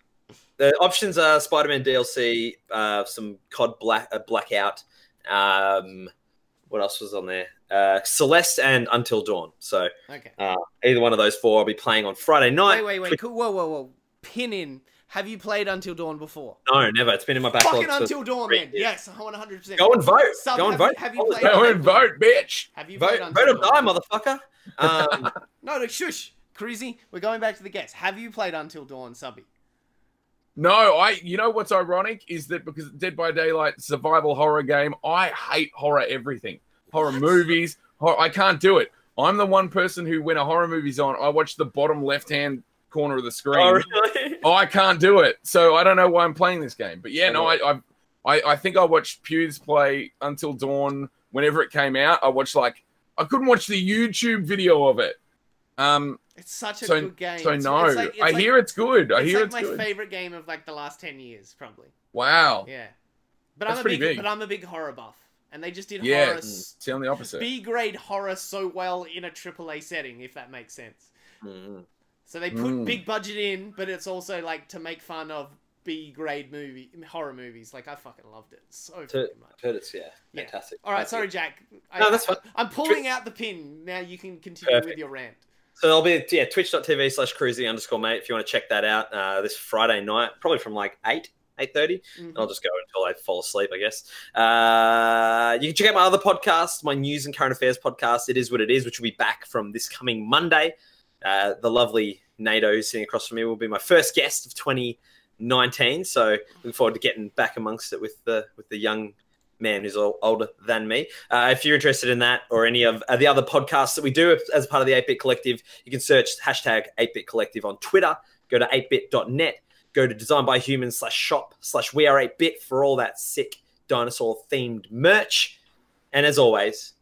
Speaker 3: the options are Spider-Man DLC, uh, some COD Black uh, Blackout. Um, what else was on there? Uh, Celeste and Until Dawn. So
Speaker 2: okay.
Speaker 3: either one of those four, I'll be playing on Friday night.
Speaker 2: Wait, wait, wait. Cool. Whoa, whoa, whoa. Pin in. Have you played Until Dawn before?
Speaker 3: No, never. It's been in my backlog.
Speaker 2: Fucking
Speaker 3: for-
Speaker 2: Until Dawn,
Speaker 3: three
Speaker 2: then.
Speaker 3: years.
Speaker 2: Yes, I want 100%.
Speaker 3: Go and vote.
Speaker 2: Sub,
Speaker 3: Go
Speaker 2: have
Speaker 3: and vote.
Speaker 2: you- have you
Speaker 3: All the
Speaker 2: played-
Speaker 4: Go and vote, bitch.
Speaker 2: Have you played
Speaker 3: Vote, vote
Speaker 2: Until
Speaker 3: or die,
Speaker 2: Dawn?
Speaker 3: motherfucker. (laughs) Um,
Speaker 2: No, no, shush. Crazy. We're going back to the guests. Have you played Until Dawn, Subby?
Speaker 4: No, I. You know what's ironic is that because Dead by Daylight survival horror game, I hate horror everything. Horror movies, hor- I can't do it. I'm the one person who, when a horror movie's on, I watch the bottom left hand corner of the screen.
Speaker 3: oh, really?
Speaker 4: Oh, I can't do it. So I don't know why I'm playing this game. But yeah,
Speaker 3: Oh.
Speaker 4: no, I I, I, I think I watched Pew's play Until Dawn whenever it came out. I watched like I couldn't watch the YouTube video of it. Um,
Speaker 2: It's such a
Speaker 4: so
Speaker 2: good game.
Speaker 4: so
Speaker 2: It's-
Speaker 4: no,
Speaker 2: it's like- it's
Speaker 4: I
Speaker 2: like-
Speaker 4: hear it's good. I
Speaker 2: it's
Speaker 4: hear
Speaker 2: like
Speaker 4: it's
Speaker 2: my
Speaker 4: good.
Speaker 2: favorite game of like the last 10 years, probably.
Speaker 4: Wow,
Speaker 2: Yeah. But
Speaker 4: That's
Speaker 2: I'm a
Speaker 4: pretty
Speaker 2: big,
Speaker 4: big.
Speaker 2: but I'm a big horror buff. And they just did
Speaker 4: Yeah. Mm.
Speaker 2: horror s-
Speaker 4: it's the only opposite.
Speaker 2: B grade horror so well in a AAA setting, if that makes sense.
Speaker 3: Mm.
Speaker 2: So they put
Speaker 4: Mm.
Speaker 2: big budget in, but it's also like to make fun of B grade movie horror movies. Like I fucking loved it so
Speaker 3: To-
Speaker 2: fucking much.
Speaker 3: I've heard it's yeah,
Speaker 2: Yeah.
Speaker 3: fantastic.
Speaker 2: All right,
Speaker 3: That's
Speaker 2: sorry,
Speaker 3: it.
Speaker 2: Jack. I,
Speaker 3: No, that's fine.
Speaker 2: I'm pulling out the pin. Now you can continue with
Speaker 3: Perfect.
Speaker 2: your rant.
Speaker 3: So I'll be yeah, twitch.tv slash cruisy underscore mate if you want to check that out uh, this Friday night, probably from like eight. 8.30
Speaker 2: Mhm.
Speaker 3: and i'll just go until i fall asleep i guess uh, you can check out my other podcast my news and current affairs podcast it is what it is which will be back from this coming monday uh, the lovely nato who's sitting across from me will be my first guest of 2019 so looking forward to getting back amongst it with the with the young man who's all older than me. Uh, if you're interested in that or any of uh, the other podcasts that we do as part of the 8-Bit Collective, you can search hashtag 8-Bit Collective on Twitter. Go to 8bit.net. Go to design by humans slash shop slash we are 8-Bit for all that sick dinosaur-themed merch. And as always,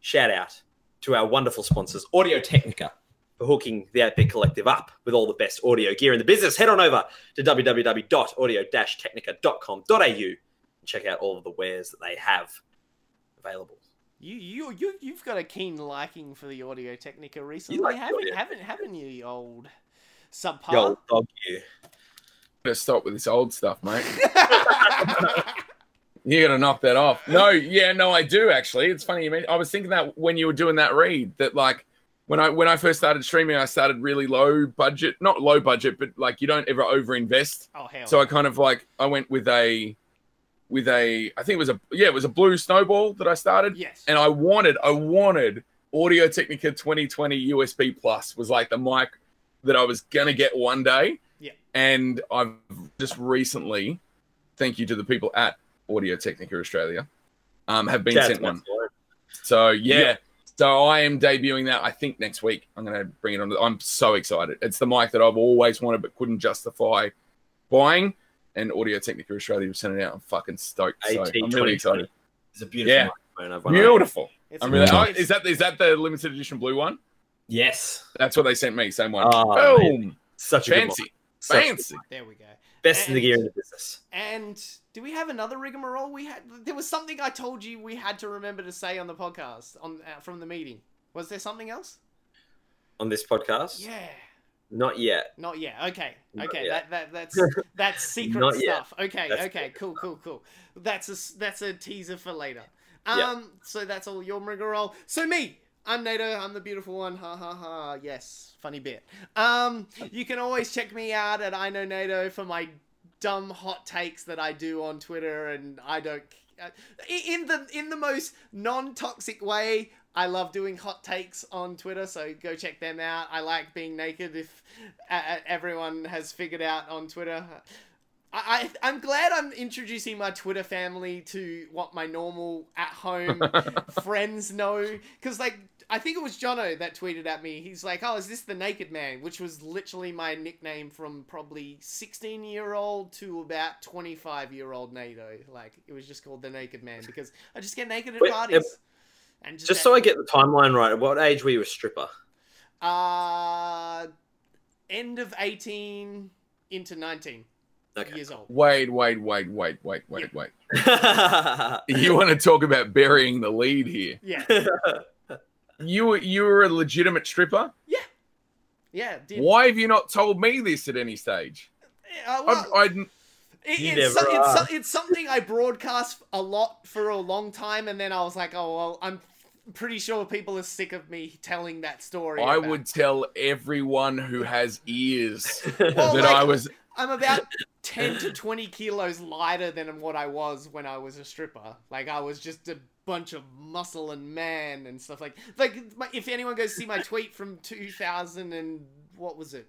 Speaker 3: shout out to our wonderful sponsors, Audio Technica, for hooking the 8-Bit Collective up with all the best audio gear in the business. Head on over to www.audio-technica.com.au check out all of the wares that they have available.
Speaker 2: You you you you've got a keen liking for the Audio Technica recently,
Speaker 3: like the
Speaker 2: haven't
Speaker 3: Audio
Speaker 2: haven't haven't you, you old subpar?
Speaker 3: Yo, dog you.
Speaker 4: I'm gonna stop with this old stuff, mate. You gotta knock that off. No, yeah, no, I do actually. It's funny you mean. I was thinking that when you were doing that read, that like when I when I first started streaming, I started really low budget, not low budget, but like you don't ever over invest.
Speaker 2: oh hell.
Speaker 4: So I kind of like I went with a with a I think it was a yeah it was a blue snowball that I started,
Speaker 2: yes.
Speaker 4: and I wanted I wanted Audio Technica 2020 USB Plus was like the mic that I was gonna get one day.
Speaker 2: Yeah.
Speaker 4: And I've just recently, thank you to the people at Audio Technica Australia, um, have been
Speaker 3: Shout out
Speaker 4: sent
Speaker 3: to my
Speaker 4: one.
Speaker 3: boy.
Speaker 4: So yeah. So I am debuting that I think next week. I'm gonna bring it on. I'm so excited. It's the mic that I've always wanted but couldn't justify buying. And Audio Technica Australia have sent it out. I'm fucking stoked. So I'm really
Speaker 3: 2020.
Speaker 4: excited.
Speaker 3: It's a beautiful
Speaker 4: Yeah.
Speaker 3: microphone. I've won.
Speaker 4: Beautiful.
Speaker 2: It's
Speaker 4: I'm really.
Speaker 2: amazing.
Speaker 4: Oh, is that is that the limited edition blue one?
Speaker 3: Yes.
Speaker 4: That's what they sent me. Same one.
Speaker 3: Oh,
Speaker 4: Boom.
Speaker 3: Such a good mic.
Speaker 4: Fancy.
Speaker 3: Such a good
Speaker 4: Fancy.
Speaker 3: mic.
Speaker 2: there we go.
Speaker 3: Best in the gear in the business.
Speaker 2: And do we have another rigmarole? We had there was something I told you we had to remember to say on the podcast on uh, from the meeting. Was there something else?
Speaker 3: On this podcast?
Speaker 2: Yeah.
Speaker 3: Not yet.
Speaker 2: Not yet. Okay.
Speaker 3: Not
Speaker 2: Okay.
Speaker 3: yet.
Speaker 2: That, that that's
Speaker 3: (laughs)
Speaker 2: that's secret
Speaker 3: Not yet.
Speaker 2: stuff. Okay.
Speaker 3: That's
Speaker 2: okay. Cool. Cool. Cool. That's a s- that's a teaser for later. Um.
Speaker 3: Yeah.
Speaker 2: So that's all your rigmarole. So me. I'm Nato. I'm the beautiful one. Ha ha ha. Yes. Funny bit. Um. You can always check me out at I know Nato for my dumb hot takes that I do on Twitter, and I don't. Uh, i- in the in the most non toxic way, I love doing hot takes on Twitter. So go check them out. I like being naked. If uh, uh, everyone has figured out on Twitter. I, I, I'm glad I'm introducing my Twitter family to what my normal at
Speaker 3: (laughs)
Speaker 2: home friends know. Because, like, I think it was Jono that tweeted at me. He's like, Oh, is this the naked man? Which was literally my nickname from probably 16 year old to about 25 year old NATO. Like, it was just called the naked man because I just get naked at
Speaker 3: Wait, um,
Speaker 2: parties. And just,
Speaker 3: Just so I get the timeline right, at what age were you a stripper?
Speaker 2: I. Uh, end of 18 into 19.
Speaker 3: Okay.
Speaker 2: years old.
Speaker 4: Wait, wait, wait, wait, wait, wait, wait.
Speaker 3: yeah,
Speaker 4: (laughs) You want to talk about burying the lead here?
Speaker 2: Yeah,
Speaker 4: You were you were a legitimate stripper.
Speaker 2: yeah. Did,
Speaker 4: Why have you not told me this at any stage?
Speaker 2: Uh,
Speaker 4: I'm,
Speaker 2: well,
Speaker 4: I
Speaker 2: It,
Speaker 3: You
Speaker 2: it's, so-
Speaker 3: never
Speaker 2: it's, so-
Speaker 3: are.
Speaker 2: it's something I broadcast a lot for a long time, and then I was like, oh, well, I'm pretty sure people are sick of me telling that story.
Speaker 4: I
Speaker 2: about-
Speaker 4: would tell everyone who has
Speaker 2: (laughs)
Speaker 4: ears
Speaker 2: Well,
Speaker 4: that
Speaker 2: like,
Speaker 4: I was
Speaker 2: I'm about 10 to 20 kilos lighter than what I was when I was a stripper. Like, I was just a bunch of muscle and man and stuff like Like, my, if anyone goes
Speaker 3: (laughs)
Speaker 2: see my tweet from 2000 and what was it?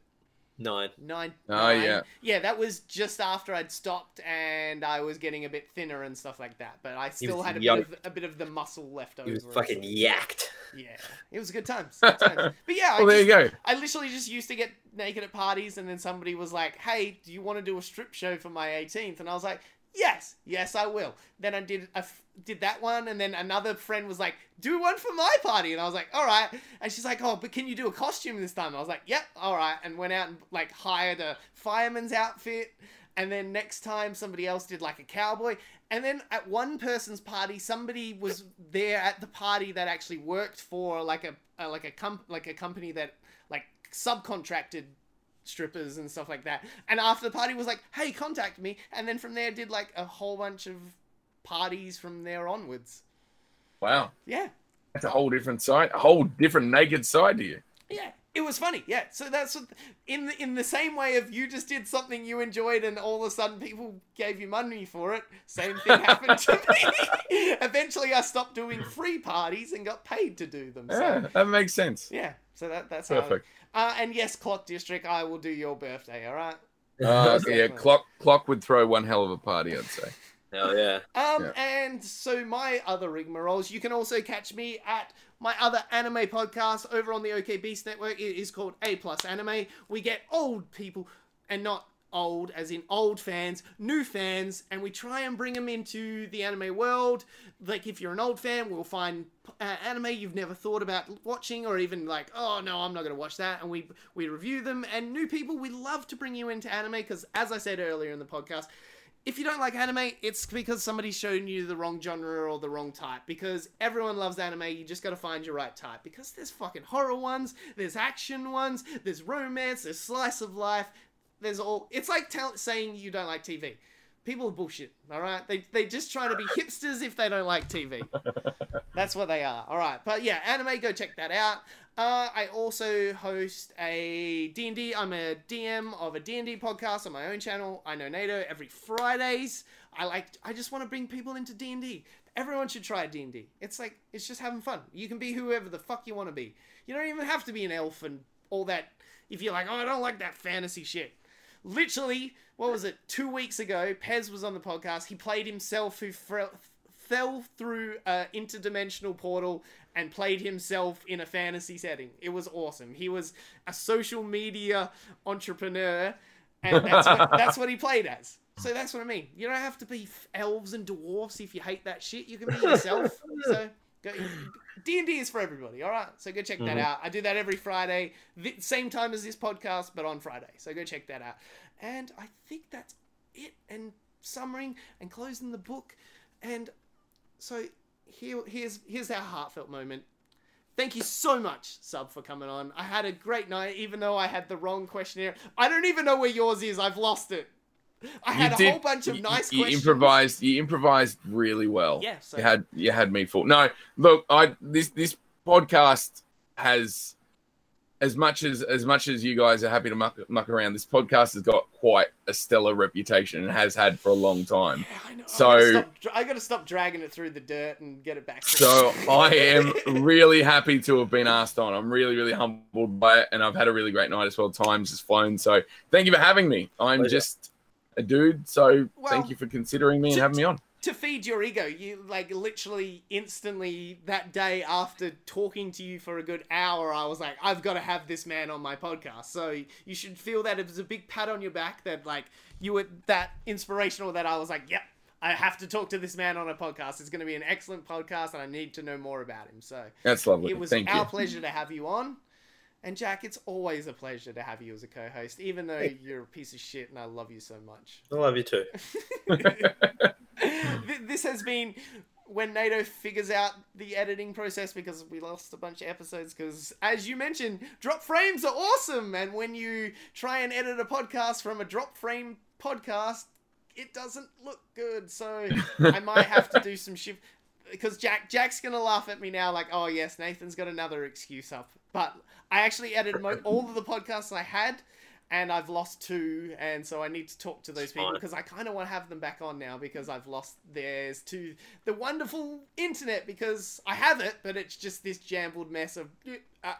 Speaker 3: (laughs) nine.
Speaker 2: Nine.
Speaker 4: Oh,
Speaker 2: nine?
Speaker 4: yeah.
Speaker 2: Yeah, that was just after I'd stopped and I was getting a bit thinner and stuff like that. But I still
Speaker 3: was
Speaker 2: had a
Speaker 3: young.
Speaker 2: bit, of, a bit of the muscle left over.
Speaker 3: He was
Speaker 2: and
Speaker 3: fucking
Speaker 2: stuff.
Speaker 3: yacked.
Speaker 2: Yeah. It was good times. Good
Speaker 3: (laughs)
Speaker 2: times. But yeah,
Speaker 4: Well,
Speaker 2: I
Speaker 4: there
Speaker 2: just,
Speaker 4: you go.
Speaker 2: I literally just used to get naked at parties, and then somebody was like, "Hey, do you want to do a strip show for my 18th?" And I was like, "Yes, yes, I will." Then I did a f- did that one, and then another friend was like, "Do one for my party," and I was like, "All right." And she's like, "Oh, but can you do a costume this time?" And I was like, "Yep, all right," and went out and like hired a fireman's outfit. And then next time somebody else did like a cowboy. And then at one person's party, somebody was there at the party that actually worked for like a uh, like a comp- like a company that like subcontracted strippers and stuff like that. And after the party was like, "Hey, contact me." And then from there did like a whole bunch of parties from there onwards.
Speaker 4: Wow,
Speaker 2: Yeah.
Speaker 4: that's a whole different side, a whole different naked side to you.
Speaker 2: Yeah. It was funny. Yeah. So that's what, in the, in the same way of you just did something you enjoyed and all of a sudden people gave you money for it, same
Speaker 4: (laughs)
Speaker 2: thing happened to me. Eventually I stopped doing free parties and got paid to do them. So
Speaker 4: Yeah, that makes sense.
Speaker 2: yeah. So that that's how-
Speaker 4: Perfect.
Speaker 2: Uh, and yes, Clock District, I will do your birthday, all right?
Speaker 4: Uh, so yeah,
Speaker 2: Definitely.
Speaker 4: clock clock would throw one hell of a party, I'd say.
Speaker 3: Hell yeah.
Speaker 2: Um,
Speaker 4: Yeah.
Speaker 2: and so my other rigmaroles, you can also catch me at my other anime podcast over on the OK Beast Network. It is called A Plus Anime. We get old people, and not old as in old fans, new fans, and we try and bring them into the anime world. Like if you're an old fan, we'll find uh, anime you've never thought about watching, or even like, oh no, I'm not gonna watch that, and we we review them. And new people, we love to bring you into anime because, as I said earlier in the podcast if you don't like anime, it's because somebody's shown you the wrong genre or the wrong type. Because everyone loves anime, you just gotta find your right type. Because there's fucking horror ones, there's action ones, there's romance, there's slice of life, there's all. It's like tell- saying you don't like TV. People are bullshit, alright? They, they just trying to be hipsters if they don't like TV. That's what they are, alright? But yeah, anime, go check that out. Uh, I also host a D&D. I'm a DM of a D&D podcast on my own channel. I know NATO every Fridays. I like. I just want to bring people into D&D. Everyone should try D&D. It's like it's just having fun. You can be whoever the fuck you want to be. You don't even have to be an elf and all that. If you're like, oh, I don't like that fantasy shit. Literally, what was it? Two weeks ago, Pez was on the podcast. He played himself who fre- fell through an interdimensional portal and played himself in a fantasy setting. It was awesome. He was a social media entrepreneur, and that's what, that's what he played as. So that's what I mean. You don't have to be f- elves and dwarfs if you hate that shit. You can be yourself. So D and D is for everybody. All right, so go check
Speaker 4: Mm-hmm.
Speaker 2: that out. I do that every Friday, the same time as this podcast, but on Friday. So go check that out. And I think that's it. And summarizing and closing the book. And so here, here's here's our heartfelt moment. Thank you so much, Sub, for coming on. I had a great night, even though I had the wrong questionnaire. I don't even know where yours is. I've lost it. I had a whole bunch of
Speaker 4: you-
Speaker 2: nice
Speaker 4: you,
Speaker 2: questions.
Speaker 4: improvised. You improvised really well.
Speaker 2: Yeah, so-
Speaker 4: you had you had me fooled. No, look, I this this podcast has as much as as much as you guys are happy to muck, muck around. This podcast has got quite a stellar reputation and has had for a long time.
Speaker 2: Yeah, I know.
Speaker 4: So-
Speaker 2: I gotta, stop, I gotta stop dragging it through the dirt and get it back.
Speaker 4: So I am really happy to have been asked on. I'm really really humbled by it, and I've had a really great night as well. Time's has flown. So thank you for having me. I'm
Speaker 3: Pleasure.
Speaker 4: just a dude, so
Speaker 2: Well,
Speaker 4: thank you for considering me and
Speaker 2: to-
Speaker 4: having me on.
Speaker 2: (laughs) to feed your ego. You like literally instantly that day after talking to you for a good hour, I was like, I've got to have this man on my podcast. So you should feel that it was a big pat on your back that like you were that inspirational that I was like, yep. I have to talk to this man on a podcast. It's going to be an excellent podcast, and I need to know more about him. So
Speaker 4: That's lovely.
Speaker 2: it was
Speaker 4: thank
Speaker 2: our
Speaker 4: you.
Speaker 2: pleasure to have you on. And Jack, it's always a pleasure to have you as a co-host, even though you're a piece of shit, and I love you so
Speaker 4: (laughs)
Speaker 2: much.
Speaker 3: I love you too.
Speaker 2: Th- this has been when NATO figures out the editing process because we lost a bunch of episodes. Because as you mentioned, drop frames are awesome, and when you try and edit a podcast from a drop frame podcast, it doesn't look good. So I might have to do some shift because Jack Jack's gonna laugh at me now, like, oh yes, Nathan's got another excuse up. But I actually edited mo- all of the podcasts I had, and I've lost two, and so I need to talk to those people
Speaker 3: Fine.
Speaker 2: because I kind of want to have them back on now because I've lost theirs to the wonderful internet because I have it, but it's just this jambled mess of. Uh, uh,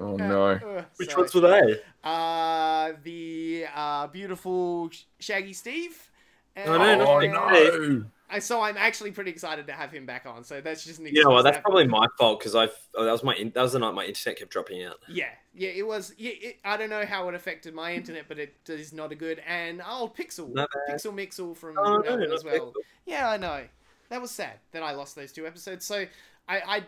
Speaker 4: Oh,
Speaker 2: uh,
Speaker 4: no.
Speaker 2: uh,
Speaker 3: Which
Speaker 2: so-
Speaker 3: ones were they?
Speaker 2: Uh, the uh, beautiful Sh- Shaggy Steve. And,
Speaker 3: Oh, no,
Speaker 4: oh,
Speaker 3: not
Speaker 4: no.
Speaker 2: I so I'm actually pretty excited to have him back on. So that's just an
Speaker 3: You know what?
Speaker 2: excuse
Speaker 3: That's
Speaker 2: to have-
Speaker 3: probably my fault because I've oh, that was my in- that was the night my internet kept dropping out.
Speaker 2: yeah, yeah. It was. Yeah, it, I don't know how it affected my internet, but it is not a good. And oh, Pixel,
Speaker 3: Not
Speaker 2: Pixel Mixel from
Speaker 3: Oh, no,
Speaker 2: Melbourne
Speaker 3: not
Speaker 2: as well.
Speaker 3: Pixel.
Speaker 2: Yeah, I know. That was sad that I lost those two episodes. So I. I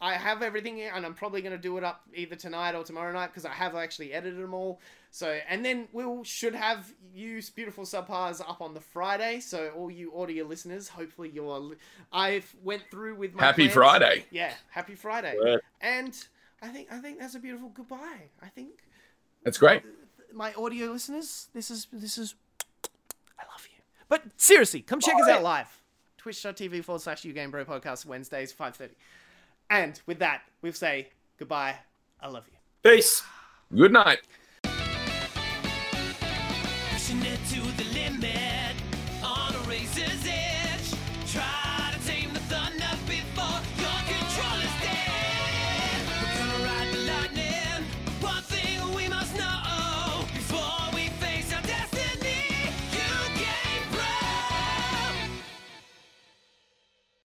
Speaker 2: I have everything, and I'm probably going to do it up either tonight or tomorrow night because I have actually edited them all. So, and then we'll should have you beautiful subpars up on the Friday. So, all you audio listeners, hopefully you're. li- I've went through with my
Speaker 4: Happy
Speaker 2: plans.
Speaker 4: Friday.
Speaker 2: Yeah, happy Friday.
Speaker 3: Word.
Speaker 2: And I think I think that's a beautiful goodbye. I think
Speaker 4: That's great.
Speaker 2: my audio listeners, this is this is I love you. But seriously, come check us out live. Twitch.tv forward slash UGameBro podcast Wednesdays five thirty. And with that, we'll say goodbye. I love you.
Speaker 3: Peace.
Speaker 4: Good night.
Speaker 1: pushing it to the limit on a razor's edge. Try